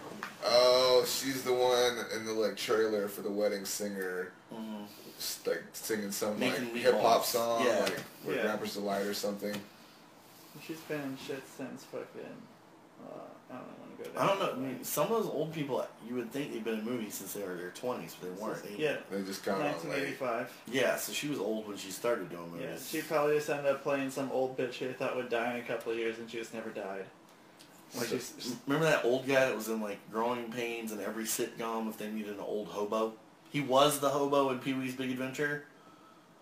[SPEAKER 3] Oh, she's the one in the like trailer for the wedding singer, s- like singing some
[SPEAKER 4] Mm. Making
[SPEAKER 3] like
[SPEAKER 4] meatballs.
[SPEAKER 3] hip hop song,
[SPEAKER 4] Yeah.
[SPEAKER 3] like with
[SPEAKER 2] Yeah.
[SPEAKER 3] Rapper's Delight or something.
[SPEAKER 2] she's been in shit since fucking. Uh, I don't want to go. down
[SPEAKER 4] I don't know.
[SPEAKER 2] that
[SPEAKER 4] I mean,
[SPEAKER 2] way.
[SPEAKER 4] some of those old people, you would think they've been in movies since they were in their twenties, but they weren't. They-
[SPEAKER 2] Yeah.
[SPEAKER 3] They just got on late.
[SPEAKER 2] 1985.
[SPEAKER 4] Yeah, so she was old when she started doing movies.
[SPEAKER 2] Yeah, she probably just ended up playing some old bitch who they thought would die in a couple of years, and she just never died. Like
[SPEAKER 4] So-
[SPEAKER 2] she's, she's-
[SPEAKER 4] remember that old guy that was in like Growing Pains and every sitcom if they needed an old hobo? He was the hobo in Pee Wee's Big Adventure.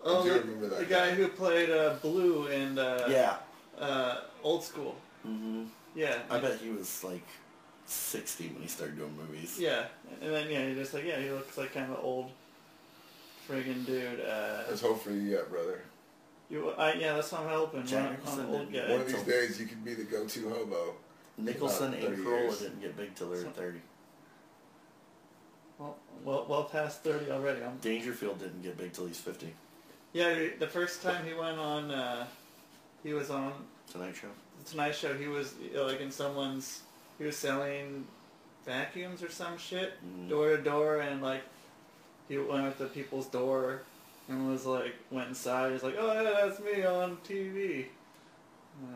[SPEAKER 4] um,
[SPEAKER 2] oh,
[SPEAKER 3] do
[SPEAKER 2] the-
[SPEAKER 3] remember that
[SPEAKER 2] the
[SPEAKER 3] guy.
[SPEAKER 2] guy who played uh, Blue in uh,
[SPEAKER 4] yeah,
[SPEAKER 2] uh, Old School. Mm-hmm. Yeah,
[SPEAKER 4] I bet he was like sixty when he started doing movies.
[SPEAKER 2] yeah, and then yeah, you're just like yeah, he looks like kind of an old friggin' dude. Uh,
[SPEAKER 3] Let's hope for you yet, brother.
[SPEAKER 2] you, I, yeah, that's what I'm helping. I'm
[SPEAKER 4] Jack
[SPEAKER 2] an
[SPEAKER 4] Nicholson
[SPEAKER 2] old
[SPEAKER 4] did
[SPEAKER 2] guy.
[SPEAKER 3] One of these
[SPEAKER 4] so-
[SPEAKER 3] days, you could be the go-to hobo.
[SPEAKER 4] Nicholson
[SPEAKER 3] About
[SPEAKER 4] and
[SPEAKER 3] 30
[SPEAKER 4] Corolla
[SPEAKER 3] years.
[SPEAKER 4] didn't get big till they were thirty.
[SPEAKER 2] Well, well, well past 30 already. I'm,
[SPEAKER 4] Dangerfield didn't get big till he's fifty.
[SPEAKER 2] yeah, he- the first time he went on, uh, he was on
[SPEAKER 4] Tonight Show.
[SPEAKER 2] the Tonight Show, he was you know, like in someone's, he was selling vacuums or some shit, door to door, and like he went up to people's door and was like went inside. He's like, oh yeah, that's me on TV,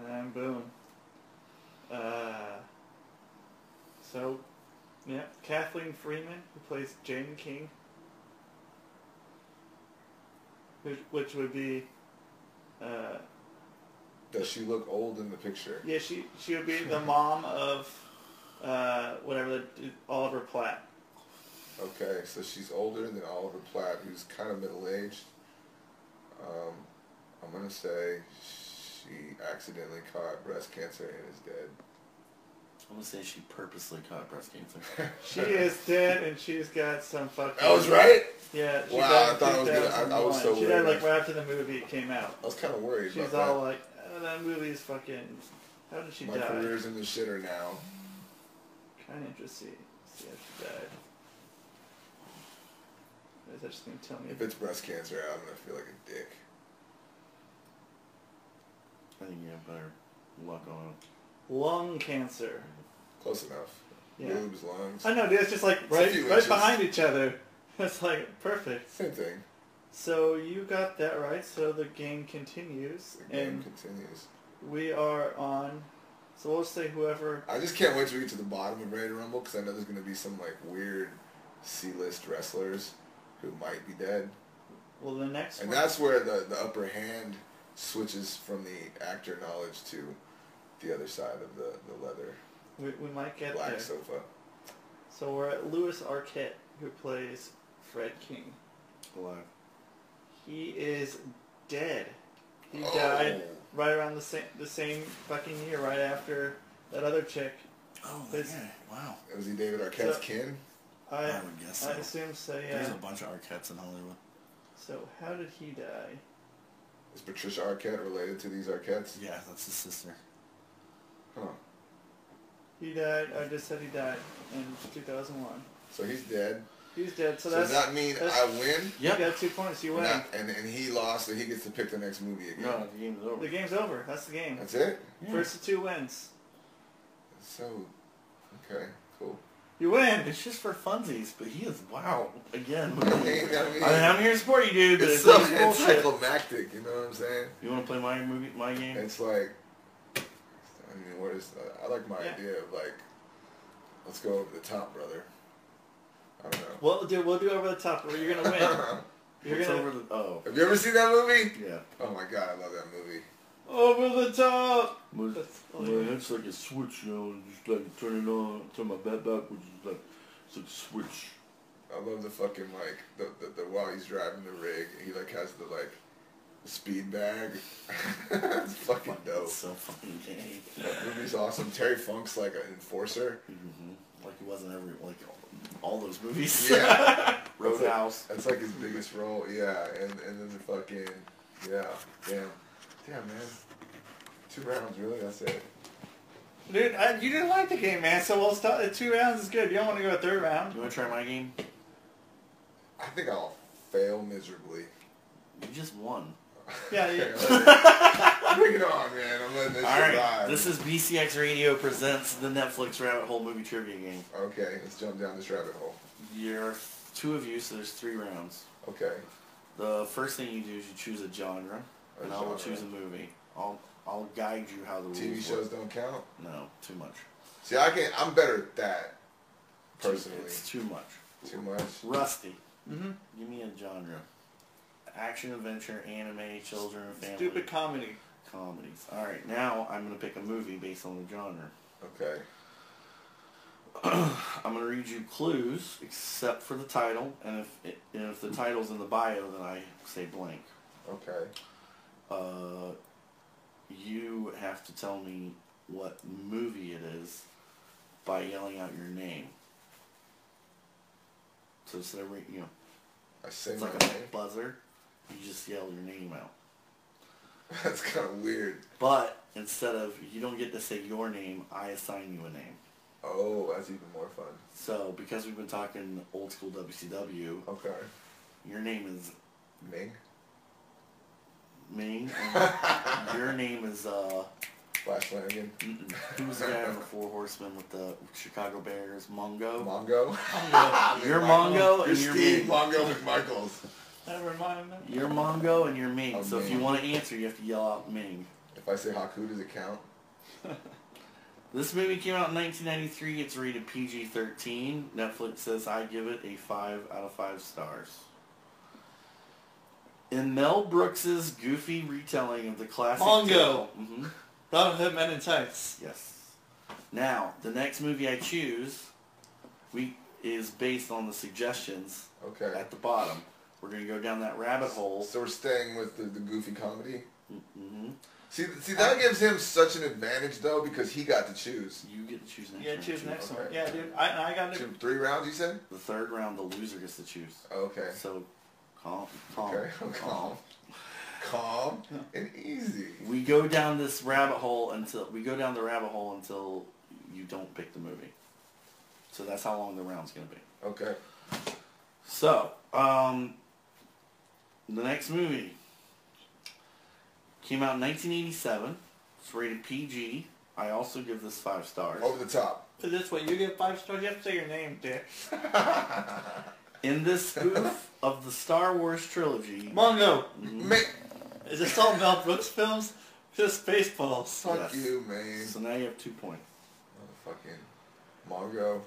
[SPEAKER 2] and boom. Uh, so, yeah, Kathleen Freeman who plays Jane King, which which would be. Uh,
[SPEAKER 3] Does she look old in the picture?
[SPEAKER 2] yeah, she she would be the mom of uh, whatever the Oliver Platt.
[SPEAKER 3] Okay, so she's older than Oliver Platt, who's kind of middle-aged. Um, I'm gonna say she accidentally caught breast cancer and is dead.
[SPEAKER 4] I'm gonna say she purposely caught breast cancer.
[SPEAKER 2] She is dead, and she's got some fucking.
[SPEAKER 3] I was right.
[SPEAKER 2] Yeah. She died in
[SPEAKER 3] Wow, I thought I was gonna- I- I was
[SPEAKER 2] 2001.
[SPEAKER 3] so
[SPEAKER 2] She died like
[SPEAKER 3] worried.
[SPEAKER 2] right after the movie came out.
[SPEAKER 3] I was kind of worried
[SPEAKER 2] She's
[SPEAKER 3] about
[SPEAKER 2] all
[SPEAKER 3] that.
[SPEAKER 2] like, oh, "That movie's fucking. How did she
[SPEAKER 3] My
[SPEAKER 2] die?
[SPEAKER 3] career's in the shitter now.
[SPEAKER 2] Kind of interesting. See how she died. Is that just gonna tell me?
[SPEAKER 3] If it's breast cancer, I'm gonna feel like a dick.
[SPEAKER 4] I think you have better luck on
[SPEAKER 2] Lung cancer.
[SPEAKER 3] Close enough.
[SPEAKER 2] Yeah.
[SPEAKER 3] Boobs, lungs,
[SPEAKER 2] I know, dude. It's just like
[SPEAKER 3] a
[SPEAKER 2] right,
[SPEAKER 3] few
[SPEAKER 2] right
[SPEAKER 3] inches.
[SPEAKER 2] behind each other. *laughs* It's like perfect.
[SPEAKER 3] same thing.
[SPEAKER 2] So you got that right. So the game continues,
[SPEAKER 3] The game
[SPEAKER 2] and
[SPEAKER 3] continues.
[SPEAKER 2] we are on. So we'll say whoever.
[SPEAKER 3] I just can't wait to get to the bottom of Ready to Rumble because I know there's gonna be some like weird C-list wrestlers who might be dead,
[SPEAKER 2] Well, the next
[SPEAKER 3] and
[SPEAKER 2] one.
[SPEAKER 3] that's where the the upper hand switches from the actor knowledge to the other side of the the leather
[SPEAKER 2] we, we might get
[SPEAKER 3] black
[SPEAKER 2] there. So.
[SPEAKER 3] sofa.
[SPEAKER 2] we're at Louis Arquette, who plays Fred King.
[SPEAKER 4] alive.
[SPEAKER 2] He is dead. He died right around the same the same fucking year, right after that other chick.
[SPEAKER 4] Oh
[SPEAKER 2] There's-
[SPEAKER 4] yeah, wow.
[SPEAKER 3] Was he David Arquette's
[SPEAKER 2] So-
[SPEAKER 3] kin?
[SPEAKER 2] I,
[SPEAKER 4] I would guess
[SPEAKER 2] I
[SPEAKER 4] so.
[SPEAKER 2] assume so.
[SPEAKER 4] There's
[SPEAKER 2] Yeah.
[SPEAKER 4] a bunch of Arquettes in Hollywood.
[SPEAKER 2] So how did he die?
[SPEAKER 3] Is Patricia Arquette related to these Arquettes?
[SPEAKER 4] Yeah, that's his sister.
[SPEAKER 3] Huh.
[SPEAKER 2] He died. I just said he died in 2001.
[SPEAKER 3] So he's dead.
[SPEAKER 2] He's dead. So,
[SPEAKER 3] So
[SPEAKER 2] that's
[SPEAKER 3] does that mean
[SPEAKER 2] that's-
[SPEAKER 3] I win?
[SPEAKER 4] Yep.
[SPEAKER 2] You got two points. You
[SPEAKER 3] And,
[SPEAKER 2] win.
[SPEAKER 3] I- and and he lost, so he gets to pick the next movie again.
[SPEAKER 4] No, the game is over.
[SPEAKER 2] The game's over. That's the game.
[SPEAKER 3] That's it.
[SPEAKER 2] First to two wins.
[SPEAKER 3] So, okay, cool.
[SPEAKER 2] You win.
[SPEAKER 4] It's just for funsies, but he is wow again.
[SPEAKER 3] I mean, I mean,
[SPEAKER 4] *laughs* I mean, I'm here to support you, dude. But
[SPEAKER 3] it's
[SPEAKER 4] it's
[SPEAKER 3] so *laughs*
[SPEAKER 4] like bullshit.
[SPEAKER 3] anticlimactic. You know what I'm saying?
[SPEAKER 4] You want to play my movie, my game?
[SPEAKER 3] It's like, I mean, what is? I like my
[SPEAKER 2] Yeah.
[SPEAKER 3] idea of like, let's go over the top, brother. I don't know.
[SPEAKER 2] We'll do. We'll do over the top. Or you're gonna
[SPEAKER 3] *laughs*
[SPEAKER 2] win. You're
[SPEAKER 4] It's
[SPEAKER 2] gonna
[SPEAKER 4] over the oh
[SPEAKER 3] Have you ever seen that movie?
[SPEAKER 4] yeah.
[SPEAKER 3] Oh my god, I love that movie.
[SPEAKER 2] over the top.
[SPEAKER 4] My,
[SPEAKER 2] That's-
[SPEAKER 4] my head's like a switch, you know. Just like turn it on, turn my back backwards. It's like it's like a switch.
[SPEAKER 3] I love the fucking like the, the, the while he's driving the rig, he like has the like speed bag. *laughs* it's fucking dope.
[SPEAKER 4] It's Oh, so fucking gay.
[SPEAKER 3] That movie's awesome. Terry Funk's like an enforcer.
[SPEAKER 4] Mm-hmm. Like it wasn't every like all those movies.
[SPEAKER 3] Yeah.
[SPEAKER 4] *laughs* Roadhouse.
[SPEAKER 3] That's like his biggest role, yeah. And and then the fucking yeah, damn, damn man. Two rounds, really? That's it.
[SPEAKER 2] Dude, I, you didn't like the game, man. So we'll stop. Two rounds is good. You don't want to go a third round.
[SPEAKER 4] You want to try my game?
[SPEAKER 3] I think I'll fail miserably.
[SPEAKER 4] You just won.
[SPEAKER 2] Yeah, yeah.
[SPEAKER 3] *laughs* Bring it on, man. I'm letting this
[SPEAKER 4] All
[SPEAKER 3] shit
[SPEAKER 4] right.
[SPEAKER 3] ride.
[SPEAKER 4] This is BCX Radio presents the Netflix Rabbit Hole Movie Trivia Game.
[SPEAKER 3] Okay, let's jump down this rabbit hole.
[SPEAKER 4] There are two of you, so there's three rounds.
[SPEAKER 3] Okay.
[SPEAKER 4] The first thing you do is you choose a genre,
[SPEAKER 3] A
[SPEAKER 4] and I will
[SPEAKER 3] genre.
[SPEAKER 4] choose a movie. I'll I'll guide you how the
[SPEAKER 3] TV
[SPEAKER 4] rules
[SPEAKER 3] shows
[SPEAKER 4] work.
[SPEAKER 3] don't count.
[SPEAKER 4] No, too much.
[SPEAKER 3] See, I can. I'm better at that.
[SPEAKER 4] Too-
[SPEAKER 3] Personally,
[SPEAKER 4] it's too much.
[SPEAKER 3] too much.
[SPEAKER 4] Rusty. Mm-hmm. Give me a genre. Action, adventure, anime, children, family,
[SPEAKER 2] Stupid comedy.
[SPEAKER 4] comedies. All right, now I'm gonna pick a movie based on the genre.
[SPEAKER 3] Okay.
[SPEAKER 4] I'm gonna read you clues except for the title, and if it, and if the title's in the bio, then I say blank.
[SPEAKER 3] Okay.
[SPEAKER 4] Uh, you have to tell me what movie it is by yelling out your name. So instead of re- you know,
[SPEAKER 3] I say
[SPEAKER 4] it's
[SPEAKER 3] my
[SPEAKER 4] like a
[SPEAKER 3] name. *laughs*
[SPEAKER 4] buzzer. You just yell your name out.
[SPEAKER 3] That's kind of weird.
[SPEAKER 4] But instead of you don't get to say your name, I assign you a name.
[SPEAKER 3] Oh, that's even more fun.
[SPEAKER 4] So because we've been talking old school WCW,
[SPEAKER 3] Okay.
[SPEAKER 4] your name is
[SPEAKER 3] Ming.
[SPEAKER 4] Ming. and your name is uh,
[SPEAKER 3] Flash Lanigan.
[SPEAKER 4] Mm. who was the guy on the Four Horsemen with the Chicago Bears? Mongo.
[SPEAKER 3] Mongo.
[SPEAKER 4] *laughs* You're Mongo
[SPEAKER 3] You're
[SPEAKER 4] and you're
[SPEAKER 3] Steve
[SPEAKER 4] Ming.
[SPEAKER 3] Mongo *laughs* McMichaels.
[SPEAKER 2] Never mind.
[SPEAKER 4] You're Mongo and you're Ming.
[SPEAKER 3] I'm
[SPEAKER 4] So if you
[SPEAKER 3] Ming.
[SPEAKER 4] want to answer, you have to yell out Ming.
[SPEAKER 3] If I say Haku, does it count?
[SPEAKER 4] This movie came out in 1993. It's rated PG-13. Netflix says I give it a 5 out of 5 stars. In Mel Brooks's goofy retelling of the classic...
[SPEAKER 2] Mongo.
[SPEAKER 4] hmm
[SPEAKER 2] Robin Hood Men in Tights.
[SPEAKER 4] Yes. Now, the next movie I choose we is based on the suggestions
[SPEAKER 3] Okay.
[SPEAKER 4] at the bottom. We're going to go down that rabbit hole.
[SPEAKER 3] So we're staying with the, the goofy comedy. See, see, that gives him such an advantage though because he got to choose.
[SPEAKER 4] you get to choose next
[SPEAKER 2] Yeah,
[SPEAKER 4] round.
[SPEAKER 2] choose next one.
[SPEAKER 3] Okay.
[SPEAKER 2] Yeah, dude. I, and I got it.
[SPEAKER 3] Two, three rounds, you said?
[SPEAKER 4] The third round, the loser gets to choose.
[SPEAKER 3] Okay.
[SPEAKER 4] So, calm. calm,
[SPEAKER 3] Okay. *laughs* Calm, calm, and easy.
[SPEAKER 4] We go down this rabbit hole until we go down the rabbit hole until you don't pick the movie. So that's how long the round's gonna be.
[SPEAKER 3] Okay.
[SPEAKER 4] So, um, the next movie came out in 1987. It's rated PG. I also give this five stars.
[SPEAKER 3] Over the top.
[SPEAKER 2] Put it This way, you get five stars. You have to say your name, dick.
[SPEAKER 4] In this spoof of the Star Wars trilogy,
[SPEAKER 2] Mongo.
[SPEAKER 3] Man,
[SPEAKER 2] Is this all Mel Brooks films? Just Spaceballs.
[SPEAKER 3] fuck
[SPEAKER 4] Yes.
[SPEAKER 3] you, man.
[SPEAKER 4] so now you have two points.
[SPEAKER 3] Fucking Mongo.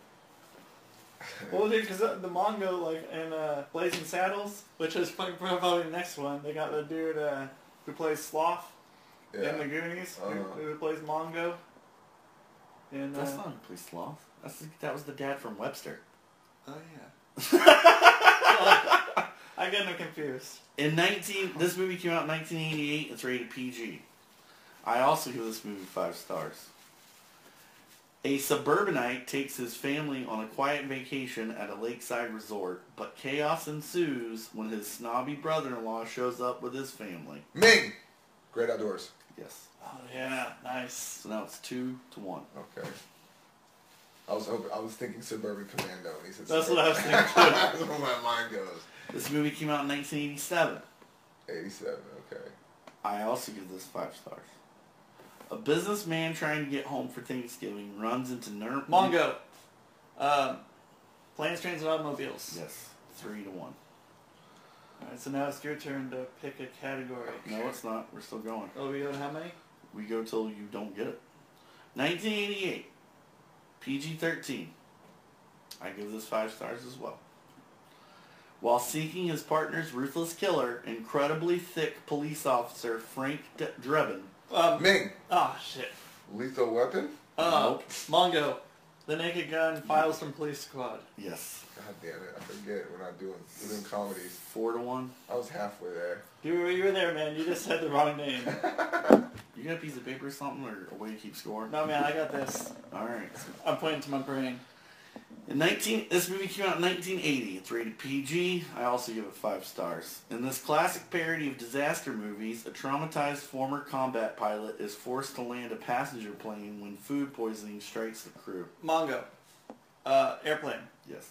[SPEAKER 2] Well, dude, because the Mongo, like, in uh, Blazing Saddles, which is probably, probably the next one, they got the dude uh, who plays Sloth
[SPEAKER 3] Yeah.
[SPEAKER 2] in The Goonies,
[SPEAKER 3] Uh-huh.
[SPEAKER 2] who, who plays Mongo. And,
[SPEAKER 4] That's
[SPEAKER 2] uh,
[SPEAKER 4] not a police sloth. That's the, that was the dad from Webster.
[SPEAKER 2] Oh, yeah. I get no confused.
[SPEAKER 4] In 19, this movie came out in 1988. It's rated PG. I also give this movie five stars. A suburbanite takes his family on a quiet vacation at a lakeside resort, but chaos ensues when his snobby brother-in-law shows up with his family.
[SPEAKER 3] Ming. Great outdoors.
[SPEAKER 4] Yes.
[SPEAKER 2] Oh, yeah. Nice.
[SPEAKER 4] So now it's two to one.
[SPEAKER 3] Okay. I was hoping, I was thinking Suburban Commando. And he said
[SPEAKER 2] That's what
[SPEAKER 3] Suburban-
[SPEAKER 2] I was thinking.
[SPEAKER 3] *laughs* That's where my mind goes.
[SPEAKER 4] *laughs* This movie came out in 1987.
[SPEAKER 3] 87. Okay.
[SPEAKER 4] I also give this five stars. A businessman trying to get home for Thanksgiving runs into ner-
[SPEAKER 2] Mongo. Um, Planes, Trains, and Automobiles.
[SPEAKER 4] Yes, three to one.
[SPEAKER 2] Alright, so now it's your turn to pick a category.
[SPEAKER 4] No, it's not. We're still going.
[SPEAKER 2] Oh, we got how many?
[SPEAKER 4] We go till you don't get it. 1988, PG-13. I give this five stars as well. While seeking his partner's ruthless killer, incredibly thick police officer Frank D- Drebin.
[SPEAKER 2] Um,
[SPEAKER 3] Ming.
[SPEAKER 2] oh, shit.
[SPEAKER 3] Lethal Weapon.
[SPEAKER 2] Uh,
[SPEAKER 4] Nope.
[SPEAKER 2] Mongo. The Naked Gun files from Police Squad.
[SPEAKER 4] Yes,
[SPEAKER 3] God damn it! I forget we're not doing we're doing comedies.
[SPEAKER 4] four to one.
[SPEAKER 3] I was halfway there.
[SPEAKER 2] You were, you were there, man. You just said the wrong name.
[SPEAKER 4] You got a piece of paper
[SPEAKER 2] Oh,
[SPEAKER 4] or something, or a way to keep score?
[SPEAKER 2] No, man, I got this.
[SPEAKER 4] All right.
[SPEAKER 2] I'm pointing to my brain.
[SPEAKER 4] In 19, this movie came out in 1980. It's rated PG. I also give it five stars. In this classic parody of disaster movies, a traumatized former combat pilot is forced to land a passenger plane when food poisoning strikes the crew.
[SPEAKER 2] Mongo. Uh, airplane.
[SPEAKER 4] Yes.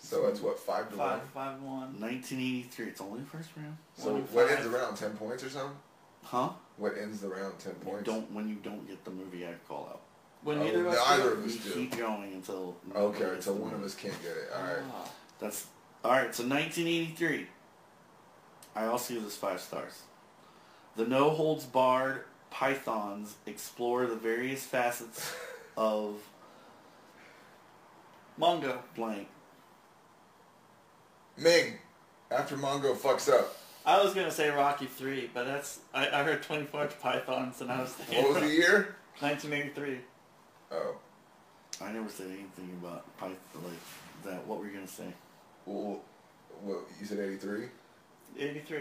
[SPEAKER 3] So it's what five to one.
[SPEAKER 2] Five, five, one.
[SPEAKER 4] 1983. It's only the first round.
[SPEAKER 3] So what ends the round? Ten points or something?
[SPEAKER 4] Huh?
[SPEAKER 3] What ends the round? Ten
[SPEAKER 4] You
[SPEAKER 3] points.
[SPEAKER 4] don't when you don't get the movie I call out.
[SPEAKER 2] When
[SPEAKER 3] Oh,
[SPEAKER 2] neither of us
[SPEAKER 3] neither
[SPEAKER 2] do.
[SPEAKER 3] of
[SPEAKER 4] You
[SPEAKER 3] us do.
[SPEAKER 4] keep going until
[SPEAKER 3] Okay,
[SPEAKER 4] until
[SPEAKER 3] so one of us can't get it. All right.
[SPEAKER 4] Ah. That's all right. So 1983. I also give this five stars. The no holds barred pythons explore the various
[SPEAKER 3] *laughs*
[SPEAKER 4] facets of
[SPEAKER 2] Mongo.
[SPEAKER 4] blank.
[SPEAKER 3] Ming, after Mongo fucks up,
[SPEAKER 2] I was gonna say Rocky Three, but that's I, I heard Twenty Four Pythons, and I was thinking
[SPEAKER 3] what was the year?
[SPEAKER 2] 1983.
[SPEAKER 3] Oh,
[SPEAKER 4] I never said anything about python like that. What were you gonna say?
[SPEAKER 3] well, what, you said eighty-three.
[SPEAKER 2] 83.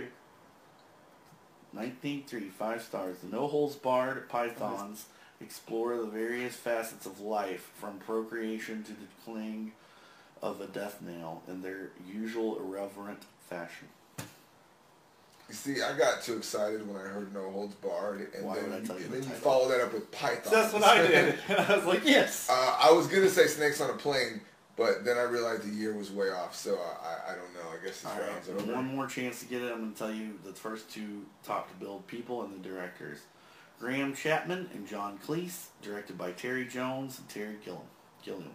[SPEAKER 4] 1903, five stars. The no holds barred pythons explore the various facets of life, from procreation to the cling of a death nail, in their usual irreverent fashion.
[SPEAKER 3] You see, I got too excited when I heard No Holds Barred, and
[SPEAKER 4] Why would I
[SPEAKER 3] then, you,
[SPEAKER 4] tell you
[SPEAKER 3] and
[SPEAKER 4] the
[SPEAKER 3] then you
[SPEAKER 4] title?
[SPEAKER 3] follow that up with Python.
[SPEAKER 2] That's what I did. *laughs* And I was like, yes.
[SPEAKER 3] *laughs* Uh, I was gonna say Snakes on a Plane, but then I realized the year was way off, so I, I, I don't know. I guess this
[SPEAKER 4] All
[SPEAKER 3] round's
[SPEAKER 4] right,
[SPEAKER 3] over.
[SPEAKER 4] one more chance to get it. I'm going to tell you the first two top to build people and the directors. Graham Chapman and John Cleese, directed by Terry Jones and Terry Gilliam. Gilliam.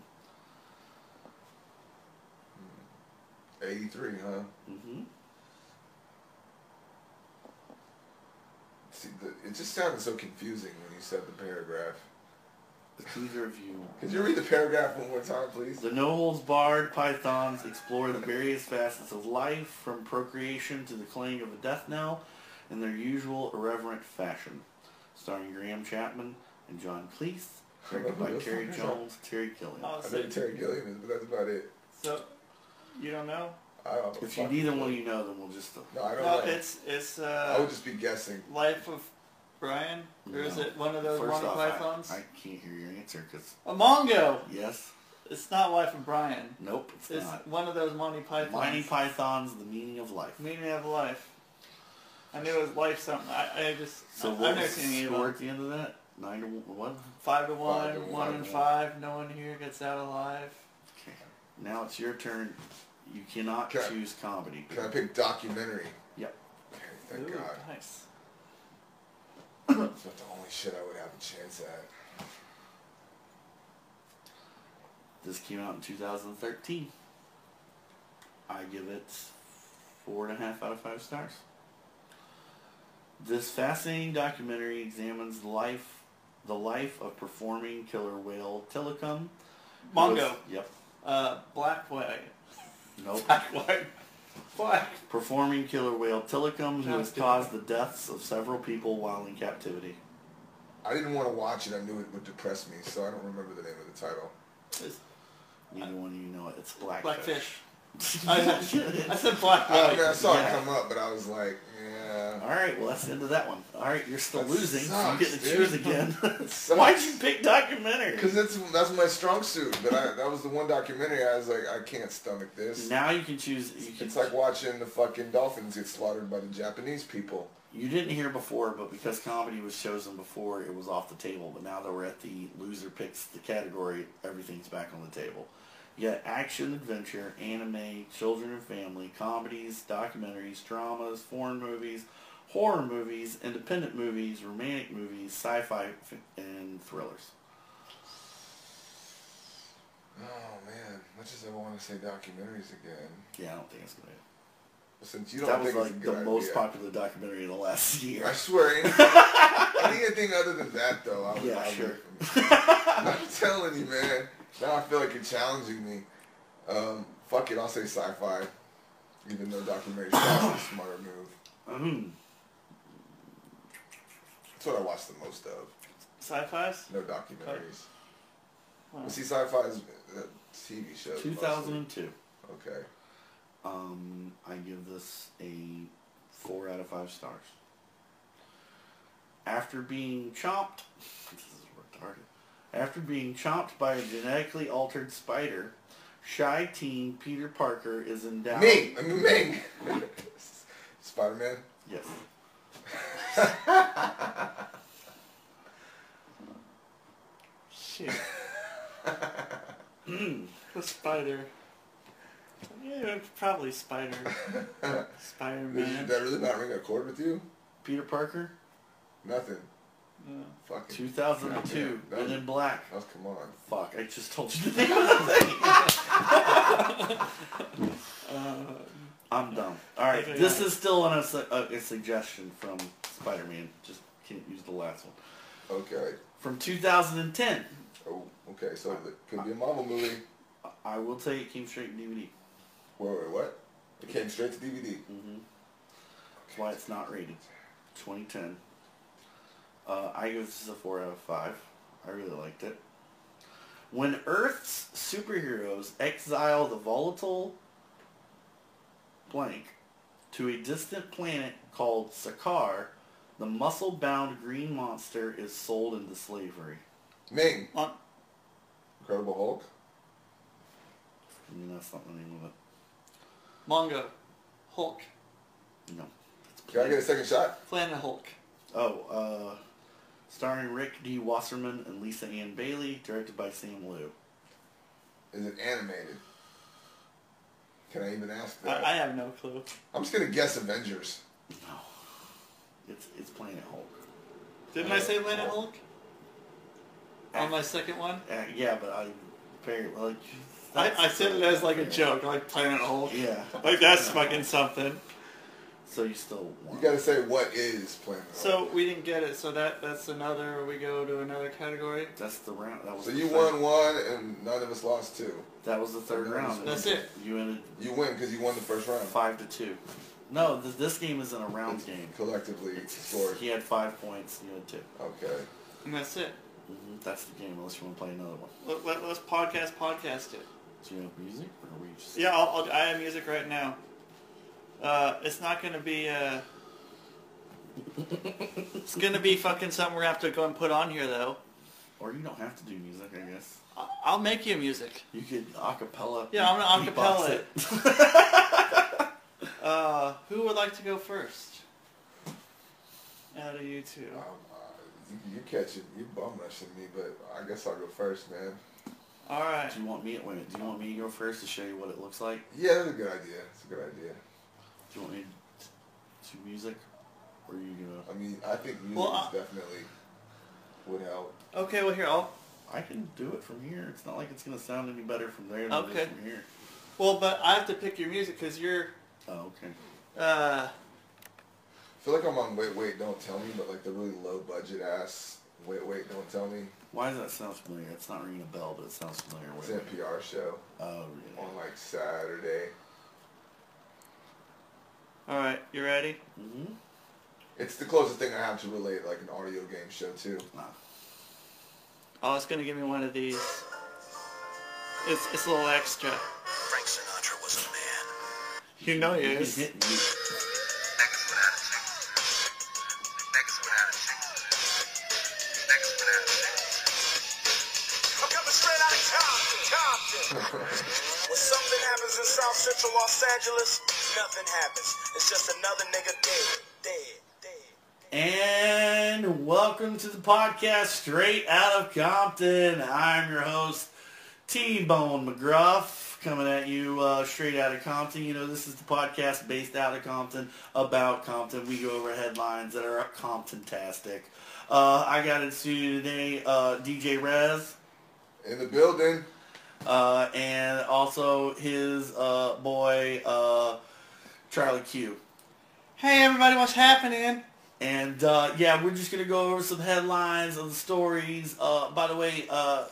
[SPEAKER 3] Eighty-three, huh?
[SPEAKER 4] hmm
[SPEAKER 3] See, the, it just sounded so confusing when you said the paragraph.
[SPEAKER 4] Either of you.
[SPEAKER 3] Could you read the paragraph one more time, please?
[SPEAKER 4] The no holds barred pythons explore the various facets of life, from procreation to the clang of a death knell, in their usual irreverent fashion. Starring Graham Chapman and John Cleese, directed by
[SPEAKER 3] Who the
[SPEAKER 4] Terry
[SPEAKER 3] fuck is that?
[SPEAKER 4] Jones, Terry Gilliam.
[SPEAKER 2] I
[SPEAKER 3] I
[SPEAKER 2] was
[SPEAKER 3] know
[SPEAKER 2] like,
[SPEAKER 3] who Terry Gilliam is, but that's about it.
[SPEAKER 2] so you don't know?
[SPEAKER 3] I don't
[SPEAKER 4] If you
[SPEAKER 3] fucking
[SPEAKER 4] neither
[SPEAKER 3] know.
[SPEAKER 4] one you know, then we'll just. uh,
[SPEAKER 3] no, I don't
[SPEAKER 2] No,
[SPEAKER 3] know.
[SPEAKER 2] it's it's
[SPEAKER 3] I
[SPEAKER 2] uh,
[SPEAKER 3] would just be guessing.
[SPEAKER 2] Life of Brian, or is
[SPEAKER 4] No.
[SPEAKER 2] it one of those
[SPEAKER 4] First
[SPEAKER 2] Monty
[SPEAKER 4] off,
[SPEAKER 2] Pythons?
[SPEAKER 4] I, I can't hear your answer because
[SPEAKER 2] A Mongo.
[SPEAKER 4] yes,
[SPEAKER 2] It's not Life of Brian.
[SPEAKER 4] nope, it's,
[SPEAKER 2] It's
[SPEAKER 4] not.
[SPEAKER 2] one of those Monty Pythons.
[SPEAKER 4] Monty Python's The Meaning of Life.
[SPEAKER 2] Meaning of life. I knew it was life something. I, I just
[SPEAKER 4] So
[SPEAKER 2] I've
[SPEAKER 4] what
[SPEAKER 2] never
[SPEAKER 4] was the
[SPEAKER 2] seen any of
[SPEAKER 4] score
[SPEAKER 2] them.
[SPEAKER 4] at the end of that? Nine to one. what?
[SPEAKER 2] Five to one,
[SPEAKER 3] Five to
[SPEAKER 2] one,
[SPEAKER 3] one.
[SPEAKER 2] and five. No one here gets out alive.
[SPEAKER 4] Okay. Now it's your turn. You cannot
[SPEAKER 3] Okay.
[SPEAKER 4] choose comedy.
[SPEAKER 3] Can I pick documentary?
[SPEAKER 4] Yep.
[SPEAKER 3] Okay, thank
[SPEAKER 2] Ooh,
[SPEAKER 3] God.
[SPEAKER 2] nice.
[SPEAKER 3] That's about the only shit I would have a chance at.
[SPEAKER 4] This came out in 2013. I give it four and a half out of five stars. This fascinating documentary examines the life, the life of performing killer whale Tillicum. who was-
[SPEAKER 2] Mongo.
[SPEAKER 4] Yep.
[SPEAKER 2] Uh, black white. *laughs*
[SPEAKER 4] Nope.
[SPEAKER 2] Black white. Black.
[SPEAKER 4] performing killer whale Tillicum, who has
[SPEAKER 2] Sounds good.
[SPEAKER 4] caused the deaths of several people while in captivity.
[SPEAKER 3] I didn't want to watch it. I knew it would depress me, so I don't remember the name of the title.
[SPEAKER 2] It's
[SPEAKER 4] Neither one of you know it. It's blackfish.
[SPEAKER 2] *laughs* blackfish. I, said- I said
[SPEAKER 4] Uh,
[SPEAKER 2] black
[SPEAKER 3] I, mean,
[SPEAKER 2] white.
[SPEAKER 3] I saw
[SPEAKER 4] yeah.
[SPEAKER 3] it come up, but I was like, yeah.
[SPEAKER 4] All right, well that's the end of that one. All right, you're still
[SPEAKER 3] That
[SPEAKER 4] losing, so you
[SPEAKER 3] sucks,
[SPEAKER 4] get to
[SPEAKER 3] dude.
[SPEAKER 4] choose
[SPEAKER 3] *laughs*
[SPEAKER 4] again.
[SPEAKER 3] sucks.
[SPEAKER 4] Why'd you pick documentary?
[SPEAKER 3] Because that's, that's my strong suit, but I, that was the one documentary I was like, I can't stomach this.
[SPEAKER 4] Now you can choose. You can.
[SPEAKER 3] It's like watching the fucking dolphins get slaughtered by the Japanese people.
[SPEAKER 4] you didn't hear before, but because comedy was chosen before, it was off the table. But now that we're at the loser picks the category, everything's back on the table. You got action, adventure, anime, children and family, comedies, documentaries, dramas, foreign movies, horror movies, independent movies, romantic movies, sci-fi, f- and thrillers.
[SPEAKER 3] Oh man, much as I want to say documentaries again,
[SPEAKER 4] Yeah, I don't think it's gonna.
[SPEAKER 3] since you don't
[SPEAKER 4] That was
[SPEAKER 3] think
[SPEAKER 4] like
[SPEAKER 3] it's a
[SPEAKER 4] the
[SPEAKER 3] good
[SPEAKER 4] most
[SPEAKER 3] idea.
[SPEAKER 4] popular documentary of the last year.
[SPEAKER 3] I swear, anything,
[SPEAKER 4] *laughs*
[SPEAKER 3] anything other than that, though, I would
[SPEAKER 4] Yeah,
[SPEAKER 3] I would-
[SPEAKER 4] sure. *laughs*
[SPEAKER 3] I'm telling you, man. Now I feel like you're challenging me. Um, fuck it, I'll say sci-fi, even though
[SPEAKER 4] *coughs*
[SPEAKER 3] documentary is a smarter move.
[SPEAKER 4] Mm-hmm.
[SPEAKER 3] That's what I watch the most of.
[SPEAKER 2] Sci-fi's?
[SPEAKER 3] No documentaries. Well, see, sci-fi is uh, TV shows. mostly.
[SPEAKER 4] 2002.
[SPEAKER 3] Okay.
[SPEAKER 4] Um, I give this a four out of five stars. After being chomped, *laughs* this is retarded. After being chomped by a genetically altered spider, shy teen Peter Parker is endowed.
[SPEAKER 3] Me, I mean, me. *laughs* Spider-Man.
[SPEAKER 4] Yes.
[SPEAKER 2] Shit.
[SPEAKER 4] Hmm.
[SPEAKER 2] the spider. Yeah, probably spider.
[SPEAKER 3] Did you,
[SPEAKER 2] Spider-Man.
[SPEAKER 3] that really not ring a chord with you?
[SPEAKER 4] Peter Parker,
[SPEAKER 3] Nothing. Fucking.
[SPEAKER 4] 2002,
[SPEAKER 3] Yeah, that
[SPEAKER 4] Men
[SPEAKER 3] was-
[SPEAKER 4] in Black.
[SPEAKER 3] Oh, come on.
[SPEAKER 4] Fuck, I just told you
[SPEAKER 2] *laughs*
[SPEAKER 4] the name of the thing. Uh, I'm dumb. All right,
[SPEAKER 2] Okay,
[SPEAKER 4] this
[SPEAKER 2] yeah.
[SPEAKER 4] is still on a, su- a, a suggestion from Spider-Man. Just can't use the last one.
[SPEAKER 3] Okay.
[SPEAKER 4] From 2010,
[SPEAKER 3] Oh, okay. So it could be a Marvel movie.
[SPEAKER 4] I- I will tell you it came straight to DVD.
[SPEAKER 3] Wait, wait, what? It came straight to DVD.
[SPEAKER 4] That's why it's not rated. 2010. Uh, I give this a 4 out of 5. I really liked it. When Earth's superheroes exile the volatile blank to a distant planet called Sakar, the muscle-bound green monster is sold into slavery. Mm.
[SPEAKER 3] Ming.
[SPEAKER 2] On,
[SPEAKER 3] Incredible Hulk.
[SPEAKER 4] I mean, that's not the name of it.
[SPEAKER 2] manga. Hulk.
[SPEAKER 4] No.
[SPEAKER 3] Can I get a second shot?
[SPEAKER 2] Planet Hulk.
[SPEAKER 4] Oh, uh, starring Rick D. Wasserman and Lisa Ann Bailey, directed by Sam Liu.
[SPEAKER 3] Is it animated? Can I even ask
[SPEAKER 2] I,
[SPEAKER 3] that?
[SPEAKER 2] I have no clue.
[SPEAKER 3] I'm just gonna guess Avengers.
[SPEAKER 4] It's it's Planet Hulk.
[SPEAKER 2] Didn't I say Planet Hulk? On my second one?
[SPEAKER 4] Uh, yeah, but I very like.
[SPEAKER 2] I, I said it as like a joke, like Planet Hulk.
[SPEAKER 4] Yeah.
[SPEAKER 2] Like that's fucking something.
[SPEAKER 4] So you still
[SPEAKER 3] You
[SPEAKER 4] won.
[SPEAKER 3] gotta say what is Planet Hulk.
[SPEAKER 2] So we didn't get it, so that that's another, we go to another category.
[SPEAKER 4] That's the round. That was.
[SPEAKER 3] So
[SPEAKER 4] the
[SPEAKER 3] you
[SPEAKER 4] third-
[SPEAKER 3] won one, and none of us lost two.
[SPEAKER 4] That was the third round.
[SPEAKER 2] That's it.
[SPEAKER 4] You ended
[SPEAKER 3] You win because you won the first round.
[SPEAKER 4] five to two. No, th- this game isn't a round game.
[SPEAKER 3] Collectively scored.
[SPEAKER 4] He had five points. and You had two.
[SPEAKER 3] Okay.
[SPEAKER 2] And that's it.
[SPEAKER 4] Mhm, That's the game. Unless you want to play another one.
[SPEAKER 2] Let, let, us podcast podcast it.
[SPEAKER 4] Do you have music, or are we just?
[SPEAKER 2] Yeah, I'll, I'll, I have music right now. Uh, it's not gonna be, uh... it's gonna be fucking something we're gonna have to go and put on here, though.
[SPEAKER 4] Or you don't have to do music, I guess.
[SPEAKER 2] I- I'll make you music.
[SPEAKER 4] You could acapella.
[SPEAKER 2] Yeah, I'm gonna
[SPEAKER 4] beatbox
[SPEAKER 2] acapella it. *laughs* uh, who would like to go first? Out of you two.
[SPEAKER 3] Um, uh, you, you catch it. You bum rushing me, but I guess I'll go first, man.
[SPEAKER 2] All right.
[SPEAKER 4] Do you want me? Wait a minute. Do you want me to go first to show you what it looks like?
[SPEAKER 3] Yeah, that's a good idea. That's a good idea.
[SPEAKER 4] Do you want me to do music? Or are you
[SPEAKER 3] I
[SPEAKER 4] gonna...
[SPEAKER 3] mean, I think music
[SPEAKER 2] Well, I-
[SPEAKER 3] is definitely would help.
[SPEAKER 2] Okay. Well, here I'll.
[SPEAKER 4] I can do it from here. It's not like it's gonna sound any better from there than it is
[SPEAKER 2] Okay.
[SPEAKER 4] from here.
[SPEAKER 2] Well, but I have to pick your music because you're.
[SPEAKER 4] Oh, okay.
[SPEAKER 2] Uh,
[SPEAKER 3] I feel like I'm on Wait Wait Don't Tell Me, but like the really low budget ass Wait Wait Don't Tell Me.
[SPEAKER 4] Why does that sound familiar? It's not ringing a bell, but it sounds familiar.
[SPEAKER 3] It's
[SPEAKER 4] Wait,
[SPEAKER 3] an
[SPEAKER 4] wait.
[SPEAKER 3] NPR show
[SPEAKER 4] Oh, really?
[SPEAKER 3] on like Saturday.
[SPEAKER 2] all right. You ready?
[SPEAKER 3] It's the closest thing I have to relate like an audio game show too.
[SPEAKER 4] Nah.
[SPEAKER 2] Oh, it's gonna give me one of these. It's it's a little extra.
[SPEAKER 7] Frank Sinatra was a man.
[SPEAKER 2] You know
[SPEAKER 4] You
[SPEAKER 2] it
[SPEAKER 4] can
[SPEAKER 2] is.
[SPEAKER 4] hit mute.
[SPEAKER 7] Niggas would have sex. Niggas would have sex. Niggas would have sex. I'm coming straight out of Compton. Compton. when something happens in South Central Los Angeles, nothing happens. It's just another nigga dead, dead, dead.
[SPEAKER 4] And welcome to the podcast Straight Out of Compton. I'm your host, T-Bone McGruff, coming at you uh, straight out of Compton. You know, this is the podcast based out of Compton, about Compton. We go over headlines that are Compton-tastic. Uh, I got in studio today uh, DJ Rez
[SPEAKER 3] In the building,
[SPEAKER 4] uh, and also his uh, boy uh, Charlie Q.
[SPEAKER 2] Hey everybody, what's happening?
[SPEAKER 4] And uh, yeah, we're just gonna go over some headlines and stories. Uh, by the way, uh,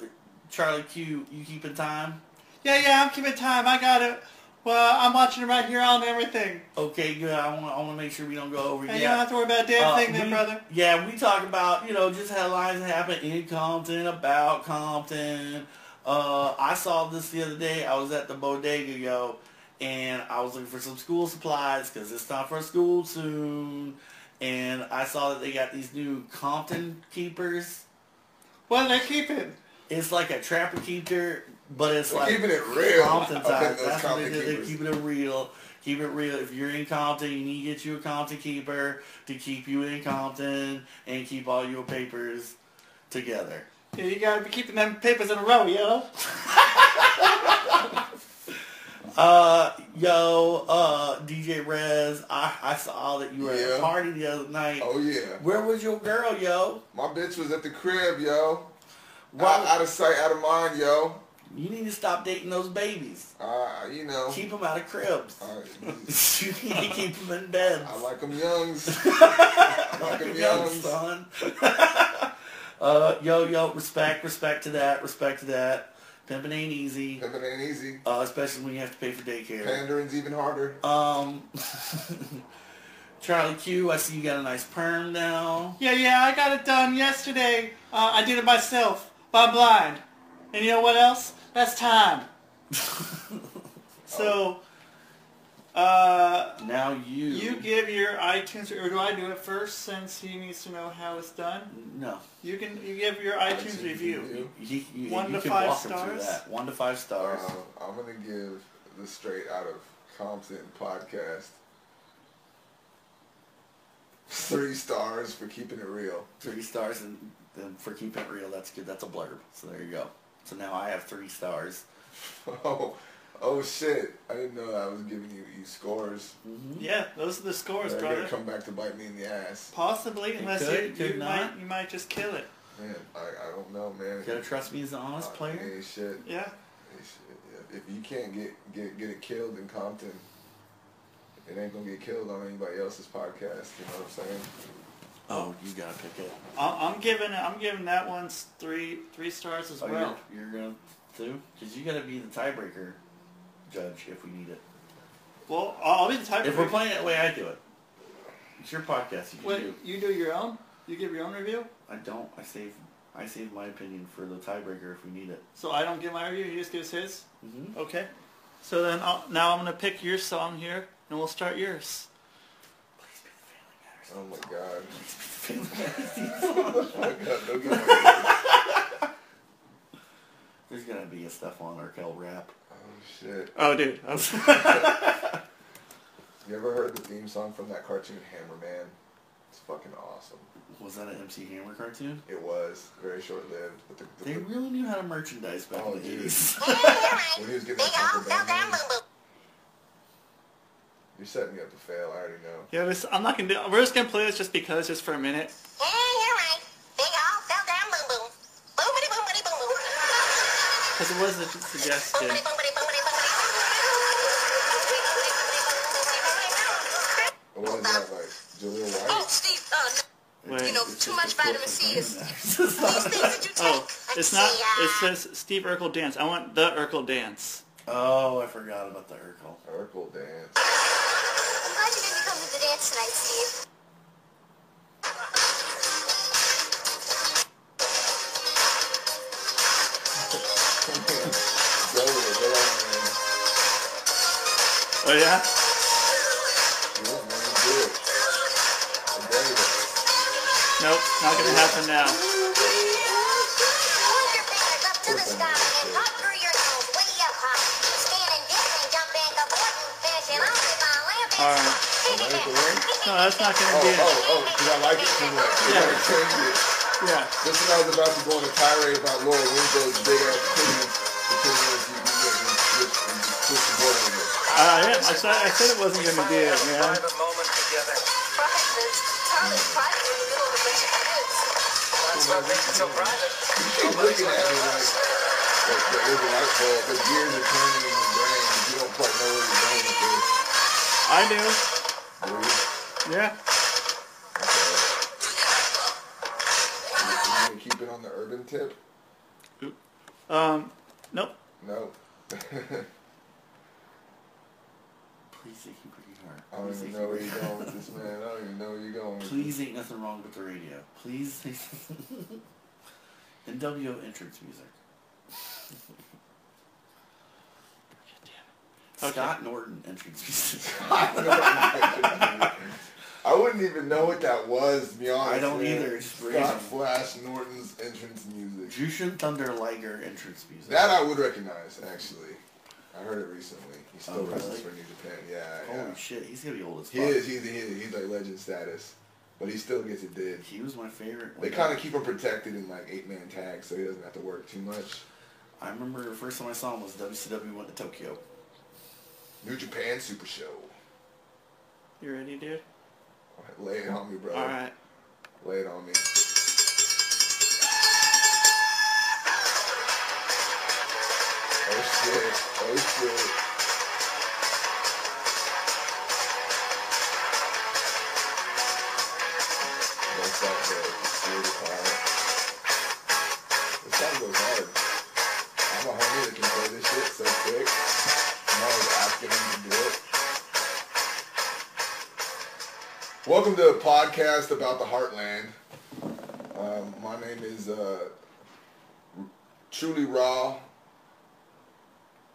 [SPEAKER 4] Charlie Q, you keeping time?
[SPEAKER 2] *laughs* Yeah, yeah, I'm keeping time. I got it. Well, I'm watching it right here on everything.
[SPEAKER 4] Okay, good. I want I want to make sure we don't go over.
[SPEAKER 2] Hey,
[SPEAKER 4] yet.
[SPEAKER 2] you don't have to worry about a damn
[SPEAKER 4] Uh,
[SPEAKER 2] thing then,
[SPEAKER 4] we-
[SPEAKER 2] brother.
[SPEAKER 4] Yeah, we talk about, you know, just headlines that happen in Compton, about Compton. Uh, I saw this the other day. I was at the bodega, yo, and I was looking for some school supplies because it's time for school soon. And I saw that they got these new Compton keepers.
[SPEAKER 2] What are they keeping?
[SPEAKER 4] It's like a trapper keeper, but it's like
[SPEAKER 3] keeping it real.
[SPEAKER 4] Compton
[SPEAKER 3] I think
[SPEAKER 4] type.
[SPEAKER 3] those
[SPEAKER 4] That's what they
[SPEAKER 3] Compton
[SPEAKER 4] do. They're
[SPEAKER 3] keepers.
[SPEAKER 4] keeping it real. Keep it real. If you're in Compton, you need to get you a Compton keeper to keep you in Compton and keep all your papers together.
[SPEAKER 2] Yeah, you gotta be keeping them papers in a row,
[SPEAKER 4] *laughs*
[SPEAKER 2] yo.
[SPEAKER 4] Uh, Yo, uh, DJ Rez, I, I saw that you were at
[SPEAKER 3] Yeah.
[SPEAKER 4] a party the other night.
[SPEAKER 3] Oh yeah.
[SPEAKER 4] Where was your girl, yo?
[SPEAKER 3] My bitch was at the crib, yo.
[SPEAKER 4] Wow.
[SPEAKER 3] Out, out of sight, out of mind, yo.
[SPEAKER 4] You need to stop dating those babies.
[SPEAKER 3] Uh, you know.
[SPEAKER 4] Keep them out of cribs.
[SPEAKER 3] I,
[SPEAKER 4] *laughs* you need to keep them in beds.
[SPEAKER 3] I like 'em youngs. I like 'em
[SPEAKER 4] Young
[SPEAKER 3] youngs.
[SPEAKER 4] son. *laughs* uh, yo, yo, respect, respect to that, respect to that. Pimping ain't easy,
[SPEAKER 3] Pimpin' ain't easy.
[SPEAKER 4] uh, especially when you have to pay for daycare.
[SPEAKER 3] Pandering's even harder.
[SPEAKER 4] Um, Charlie Q, I see you got a nice perm now.
[SPEAKER 2] Yeah, yeah, I got it done yesterday. Uh, I did it myself. But I'm blind. And you know what else? That's
[SPEAKER 4] *laughs*
[SPEAKER 2] time. so, uh,
[SPEAKER 4] Now you.
[SPEAKER 2] you give your iTunes, or do I do it first since he needs to know how it's done?
[SPEAKER 4] no.
[SPEAKER 2] You can, you give your iTunes review.
[SPEAKER 4] He, you,
[SPEAKER 2] One
[SPEAKER 4] you
[SPEAKER 2] to
[SPEAKER 4] can
[SPEAKER 2] five
[SPEAKER 4] walk him through
[SPEAKER 2] stars?
[SPEAKER 4] that. One to five stars.
[SPEAKER 3] Uh, I'm gonna give the straight out of Compton podcast three stars for keeping it real. *laughs*
[SPEAKER 4] Three stars and, and for keeping it real, that's good. That's a blurb. So there you go. So now I have three stars.
[SPEAKER 3] Oh, oh shit! I didn't know I was giving you you scores.
[SPEAKER 2] Yeah, those are the scores,
[SPEAKER 3] They're
[SPEAKER 2] brother.
[SPEAKER 3] gonna come back to bite me in the ass.
[SPEAKER 2] Possibly, unless
[SPEAKER 4] could,
[SPEAKER 2] you,
[SPEAKER 4] could
[SPEAKER 2] you,
[SPEAKER 4] not.
[SPEAKER 2] might, you might just kill it.
[SPEAKER 3] Man, I, I don't know, man.
[SPEAKER 4] You gotta trust me as an honest player.
[SPEAKER 3] Hey, shit.
[SPEAKER 2] Yeah.
[SPEAKER 3] Hey, shit. If you can't get get get it killed in Compton, it ain't gonna get killed on anybody else's podcast. You know what I'm saying?
[SPEAKER 4] Oh, you gotta pick it.
[SPEAKER 2] I'm, I'm giving I'm giving that one s- three three stars as
[SPEAKER 4] Oh,
[SPEAKER 2] well.
[SPEAKER 4] you're, you're gonna do? Because you gotta be the tiebreaker judge if we need it.
[SPEAKER 2] Well, I'll I'll be the type
[SPEAKER 4] If
[SPEAKER 2] of
[SPEAKER 4] we're playing it the way I do it, it's your podcast. You can
[SPEAKER 2] Wait,
[SPEAKER 4] do.
[SPEAKER 2] you do your own? You give your own review?
[SPEAKER 4] I don't. I save. I save my opinion for the tiebreaker if we need it.
[SPEAKER 2] So I don't give my review, he just gives his? Mm-hmm. Okay. So then I'll, now I'm going to pick your song here, and we'll start yours.
[SPEAKER 3] Oh my god. oh my god! Don't get my
[SPEAKER 4] There's gonna be a Stephon Urkel rap.
[SPEAKER 3] oh shit.
[SPEAKER 2] Oh, dude. I *laughs* was-
[SPEAKER 3] You ever heard the theme song from that cartoon Hammerman? It's fucking awesome.
[SPEAKER 4] Was that an MC Hammer cartoon?
[SPEAKER 3] It was very short lived, but the, the,
[SPEAKER 4] They really knew how to merchandise back
[SPEAKER 3] Oh,
[SPEAKER 4] in the
[SPEAKER 3] dude.
[SPEAKER 4] eighties.
[SPEAKER 3] when he was getting his Uncle Ben money- You're setting me up to fail. I already know.
[SPEAKER 2] *laughs* yeah, this, I'm not going to do We're just going to play this just because, just for a minute. Because it was a suggestion.
[SPEAKER 3] It was that like Julia
[SPEAKER 7] Oh,
[SPEAKER 3] White.
[SPEAKER 7] Steve, uh,
[SPEAKER 2] Wait.
[SPEAKER 7] you know,
[SPEAKER 4] It's
[SPEAKER 7] too
[SPEAKER 4] just
[SPEAKER 7] much
[SPEAKER 4] a quote
[SPEAKER 7] vitamin
[SPEAKER 4] from
[SPEAKER 7] C is
[SPEAKER 4] Hammer.
[SPEAKER 7] these things that you take.
[SPEAKER 2] Oh, it's not. It
[SPEAKER 7] Let's see, uh,
[SPEAKER 2] says Steve Urkel Dance. I want the Urkel Dance.
[SPEAKER 4] *laughs* Oh, I forgot about the Urkel.
[SPEAKER 3] Urkel dance.
[SPEAKER 7] I'm glad you didn't come to the dance tonight, Steve.
[SPEAKER 3] Go with it, go on, man.
[SPEAKER 2] Oh, yeah?
[SPEAKER 3] Yeah, man, do it. I'm ready to-
[SPEAKER 2] Nope, not going to happen now.
[SPEAKER 7] Alright. *laughs*
[SPEAKER 2] No, that's not going to
[SPEAKER 3] Oh,
[SPEAKER 2] be it.
[SPEAKER 3] oh, oh, because I like it too much. You gotta change it.
[SPEAKER 2] Yeah.
[SPEAKER 3] Just when I was about to go on a tirade about Laura Winslow's big ass opinions, the opinions you you get when you switch and you push the board on it.
[SPEAKER 2] Uh, yeah, I said, I said it wasn't going to be it, man.
[SPEAKER 3] You keep looking at me like, like there is a light bulb, the gears are turning in your brain, and you don't quite know where you're going with this.
[SPEAKER 2] I do. Yeah.
[SPEAKER 3] You gonna keep it on the urban tip?
[SPEAKER 2] Um, nope.
[SPEAKER 3] No.
[SPEAKER 4] Pleasing pretty
[SPEAKER 3] I
[SPEAKER 4] hard.
[SPEAKER 3] don't even
[SPEAKER 4] Pleasing
[SPEAKER 3] know where
[SPEAKER 4] pretty
[SPEAKER 3] you're going with this, man. I don't even know where you're going with
[SPEAKER 4] Please ain't nothing wrong with the radio. Please. *laughs* NWO entrance music.
[SPEAKER 2] Okay.
[SPEAKER 4] Scott Norton entrance music.
[SPEAKER 3] *laughs* I wouldn't even know what that was, to be honest.
[SPEAKER 4] I don't
[SPEAKER 3] man.
[SPEAKER 4] either. It's random.
[SPEAKER 3] Scott Flash Norton's entrance music.
[SPEAKER 4] Jushin Thunder Liger entrance music.
[SPEAKER 3] That I would recognize, actually. I heard it recently. He still
[SPEAKER 4] Oh,
[SPEAKER 3] wrestles for
[SPEAKER 4] really?
[SPEAKER 3] New Japan. Yeah,
[SPEAKER 4] Holy
[SPEAKER 3] yeah.
[SPEAKER 4] shit, he's gonna be old as fuck.
[SPEAKER 3] He is. He's, he is. He's like legend status. But he still gets it did.
[SPEAKER 4] He was my favorite.
[SPEAKER 3] They
[SPEAKER 4] when-
[SPEAKER 3] kind of keep him protected in like eight man tags, so he doesn't have to work too much.
[SPEAKER 4] uh, I remember the first time I saw him was WCW went to Tokyo.
[SPEAKER 3] New Japan Super Show.
[SPEAKER 2] You ready, dude?
[SPEAKER 3] Lay it on me, bro.
[SPEAKER 2] All right.
[SPEAKER 3] Lay it on me. Oh shit. Oh shit. That's not good. It's really hard. This song goes hard. I'm a homie that can play this shit so quick. I'm always asking him to do it. Welcome to a podcast about the heartland. Um, my name is uh, Truly Raw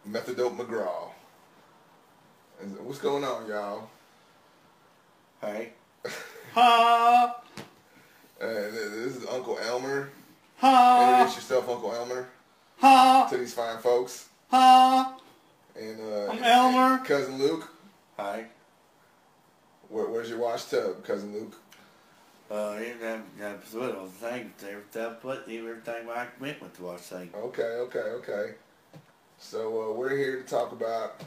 [SPEAKER 3] Methadope McGraw. And what's going on, y'all? *laughs*
[SPEAKER 4] Alright?
[SPEAKER 2] Ha!
[SPEAKER 3] Uh, th- this is Uncle Elmer.
[SPEAKER 2] Ha!
[SPEAKER 3] Introduce yourself, Uncle Elmer,
[SPEAKER 2] Ha!
[SPEAKER 3] to these fine folks.
[SPEAKER 2] Ha!
[SPEAKER 3] And uh,
[SPEAKER 2] I'm Elmer.
[SPEAKER 3] and cousin Luke.
[SPEAKER 4] Hi.
[SPEAKER 3] Where, where's your washtub, cousin Luke?
[SPEAKER 4] Uh, yeah, that, that's what I was saying. Every time, but every time I went with watch thing.
[SPEAKER 3] Okay, okay, okay. So uh, we're here to talk about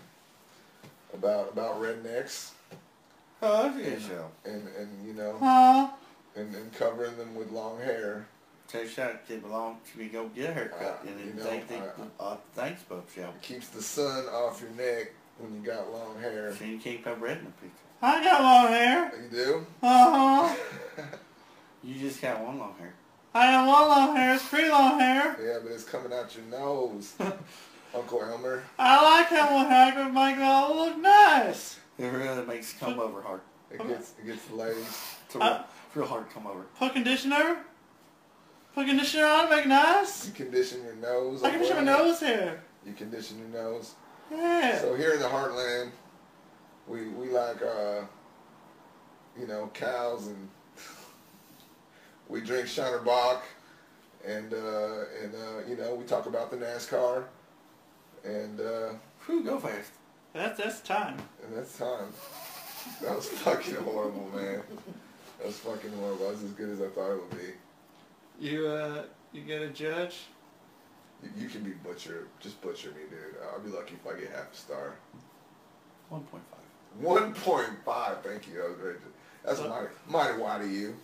[SPEAKER 3] about about rednecks.
[SPEAKER 4] Oh, that's a good show.
[SPEAKER 3] and and you know
[SPEAKER 2] Ha!
[SPEAKER 3] and, and covering them with long hair.
[SPEAKER 4] Take a shot. They belong to me. Go get a haircut.
[SPEAKER 3] Uh,
[SPEAKER 4] and then
[SPEAKER 3] you know,
[SPEAKER 4] they think,
[SPEAKER 3] I-
[SPEAKER 4] uh, thanks, Bob Show.
[SPEAKER 3] Keeps the sun off your neck when you got long hair.
[SPEAKER 4] So you can't put red in the picture.
[SPEAKER 2] I got long hair.
[SPEAKER 3] You do?
[SPEAKER 2] Ha!
[SPEAKER 4] You just got one long hair.
[SPEAKER 2] I have one long hair. It's pretty long hair.
[SPEAKER 3] Yeah, but it's coming out your
[SPEAKER 2] *laughs*
[SPEAKER 3] nose, Uncle Elmer.
[SPEAKER 2] I like how one hair could make it all look nice.
[SPEAKER 4] It really makes come over hard.
[SPEAKER 3] It gets it gets the ladies.
[SPEAKER 4] It's a real, real hard come over.
[SPEAKER 2] Put conditioner. Put conditioner on, make it nice.
[SPEAKER 3] You condition your nose.
[SPEAKER 2] I can
[SPEAKER 3] Uncle
[SPEAKER 2] put my
[SPEAKER 3] Elmer.
[SPEAKER 2] nose hair.
[SPEAKER 3] You condition your nose.
[SPEAKER 2] Yeah.
[SPEAKER 3] So here in the heartland, we we like uh, you know, cows and *laughs* we drink Shiner Bock and uh, and uh, you know we talk about the NASCAR and. Uh,
[SPEAKER 4] Whew, go fast.
[SPEAKER 2] that's that's time.
[SPEAKER 3] And that's time. That was *laughs* fucking horrible, man. That was fucking horrible. That was as good as I thought it would be.
[SPEAKER 2] You uh, you get a judge.
[SPEAKER 3] You, you can be butcher. Just butcher me, dude. I'll be lucky if I get half a star.
[SPEAKER 4] 1.5.
[SPEAKER 3] 1.5. Thank you. That was very good. That's mighty, mighty wide of you.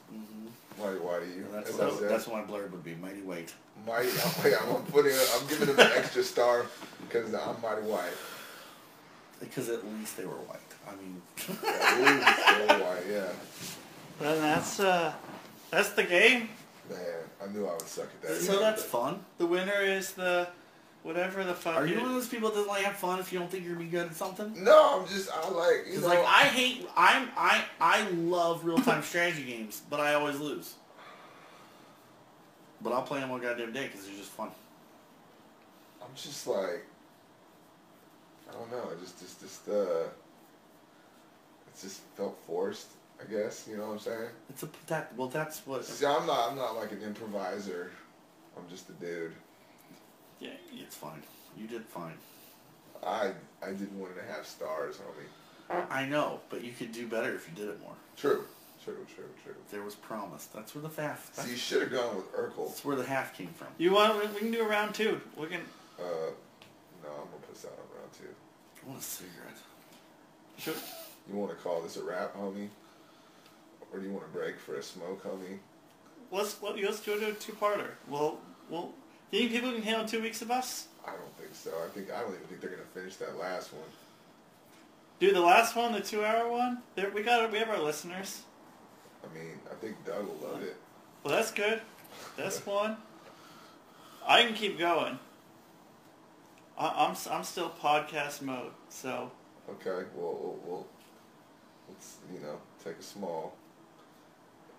[SPEAKER 3] Mighty wide of you.
[SPEAKER 4] Mm-hmm. That's,
[SPEAKER 3] As
[SPEAKER 4] what,
[SPEAKER 3] I
[SPEAKER 4] I-
[SPEAKER 3] said,
[SPEAKER 4] that's what my blurb would be. Mighty weight.
[SPEAKER 3] mighty. I'm, *laughs* yeah, I'm putting. I'm giving him an extra star because I'm mighty white.
[SPEAKER 4] Because at least they were white. I mean, *laughs*
[SPEAKER 3] Yeah, ooh, so white. Yeah.
[SPEAKER 2] Well, that's uh, that's the game.
[SPEAKER 3] Man, I knew I would suck at that.
[SPEAKER 4] so that's fun.
[SPEAKER 2] The winner is the whatever the fuck.
[SPEAKER 4] Are you
[SPEAKER 2] it-
[SPEAKER 4] one of those people that doesn't like have fun if you don't think you're gonna be good at something?
[SPEAKER 3] No, I'm just. I like. You
[SPEAKER 4] Because
[SPEAKER 3] Mm, know,
[SPEAKER 4] like I hate, I'm I I love real time strategy games, but I always lose. But I'll play them all goddamn day because they're just fun.
[SPEAKER 3] I'm just like, I don't know. It just, just, just, uh, it just felt forced. I guess you know what I'm saying.
[SPEAKER 4] It's a that well that's what
[SPEAKER 3] See, I'm not, I'm not like an improviser. I'm just a dude.
[SPEAKER 2] Yeah, yeah.
[SPEAKER 4] it's fine. You did fine.
[SPEAKER 3] I, I did one and a half stars, homie.
[SPEAKER 4] I know, but you could do better if you did it more.
[SPEAKER 3] True, true, true, true.
[SPEAKER 4] There was promise. That's where the half.
[SPEAKER 3] See, you should have gone with Urkel.
[SPEAKER 4] That's where the half came from.
[SPEAKER 2] You want? We, we can do a round two. We can.
[SPEAKER 3] Uh, no, I'm gonna piss out on round two.
[SPEAKER 4] I want a cigarette.
[SPEAKER 2] Should,
[SPEAKER 3] You want to call this a wrap, homie? Or do you want to break for a smoke, homie?
[SPEAKER 2] let's let, let's do a two-parter. Well, well, do you think people can handle two weeks of us?
[SPEAKER 3] I don't think so. I think I don't even think they're gonna finish that last one.
[SPEAKER 2] Dude, the last one, the two-hour one, there, we got we have our listeners.
[SPEAKER 3] I mean, I think Doug will love it.
[SPEAKER 2] Well, that's good. *laughs* That's one. I can keep going. I, I'm s- I'm still podcast mode, so
[SPEAKER 3] Okay, well, we'll, we'll let's you know take a small.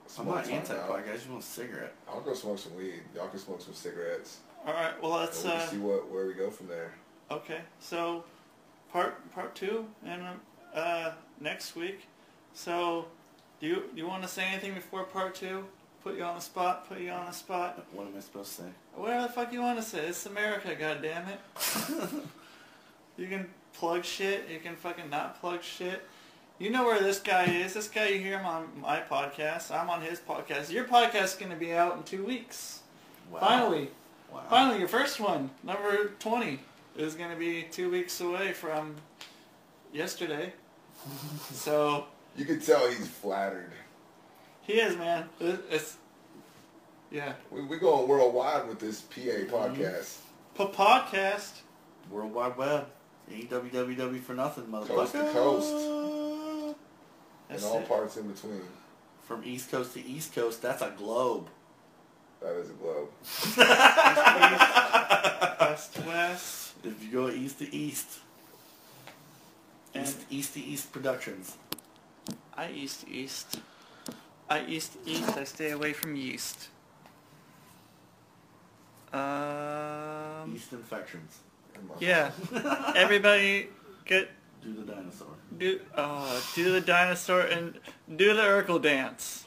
[SPEAKER 4] I'm
[SPEAKER 3] small
[SPEAKER 4] not
[SPEAKER 3] time
[SPEAKER 4] anti
[SPEAKER 3] out.
[SPEAKER 4] plug. I just want a cigarette.
[SPEAKER 3] I'll go smoke some weed. Y'all can smoke some cigarettes.
[SPEAKER 2] all right. Well,
[SPEAKER 3] And
[SPEAKER 2] let's
[SPEAKER 3] we'll
[SPEAKER 2] uh,
[SPEAKER 3] just see what where we go from there.
[SPEAKER 2] okay. So part part two and uh, next week. So do you do you want to say anything before part two? Put you on the spot. Put you on the spot.
[SPEAKER 4] What am I supposed to say?
[SPEAKER 2] Whatever the fuck you want to say. It's America, goddammit. *laughs* you can plug shit. You can fucking not plug shit. You know where this guy is. This guy, you hear him on my podcast. I'm on his podcast. Your podcast's going to be out in two weeks.
[SPEAKER 4] Wow.
[SPEAKER 2] Finally.
[SPEAKER 4] Wow.
[SPEAKER 2] Finally, your first one, number 20, is going to be two weeks away from yesterday. so,
[SPEAKER 3] You can tell he's flattered.
[SPEAKER 2] he is, man. It- It's, yeah.
[SPEAKER 3] We we going worldwide with this PA podcast.
[SPEAKER 2] P- podcast.
[SPEAKER 4] World Wide Web. Ain't www for nothing,
[SPEAKER 3] Coast to
[SPEAKER 4] motherfucker.
[SPEAKER 3] coast and
[SPEAKER 2] That's
[SPEAKER 3] all
[SPEAKER 2] it.
[SPEAKER 3] parts in between.
[SPEAKER 4] From East Coast to East Coast, that's a globe.
[SPEAKER 3] That is a globe.
[SPEAKER 2] West, West.
[SPEAKER 4] If you go east to east,
[SPEAKER 2] And-
[SPEAKER 4] east, east to east productions.
[SPEAKER 2] I east east. I east east. I stay away from yeast. Um.
[SPEAKER 4] East infections.
[SPEAKER 3] Am I-
[SPEAKER 2] Yeah. Everybody get
[SPEAKER 4] Do the dinosaur.
[SPEAKER 2] do uh, do the dinosaur and do the Urkel dance.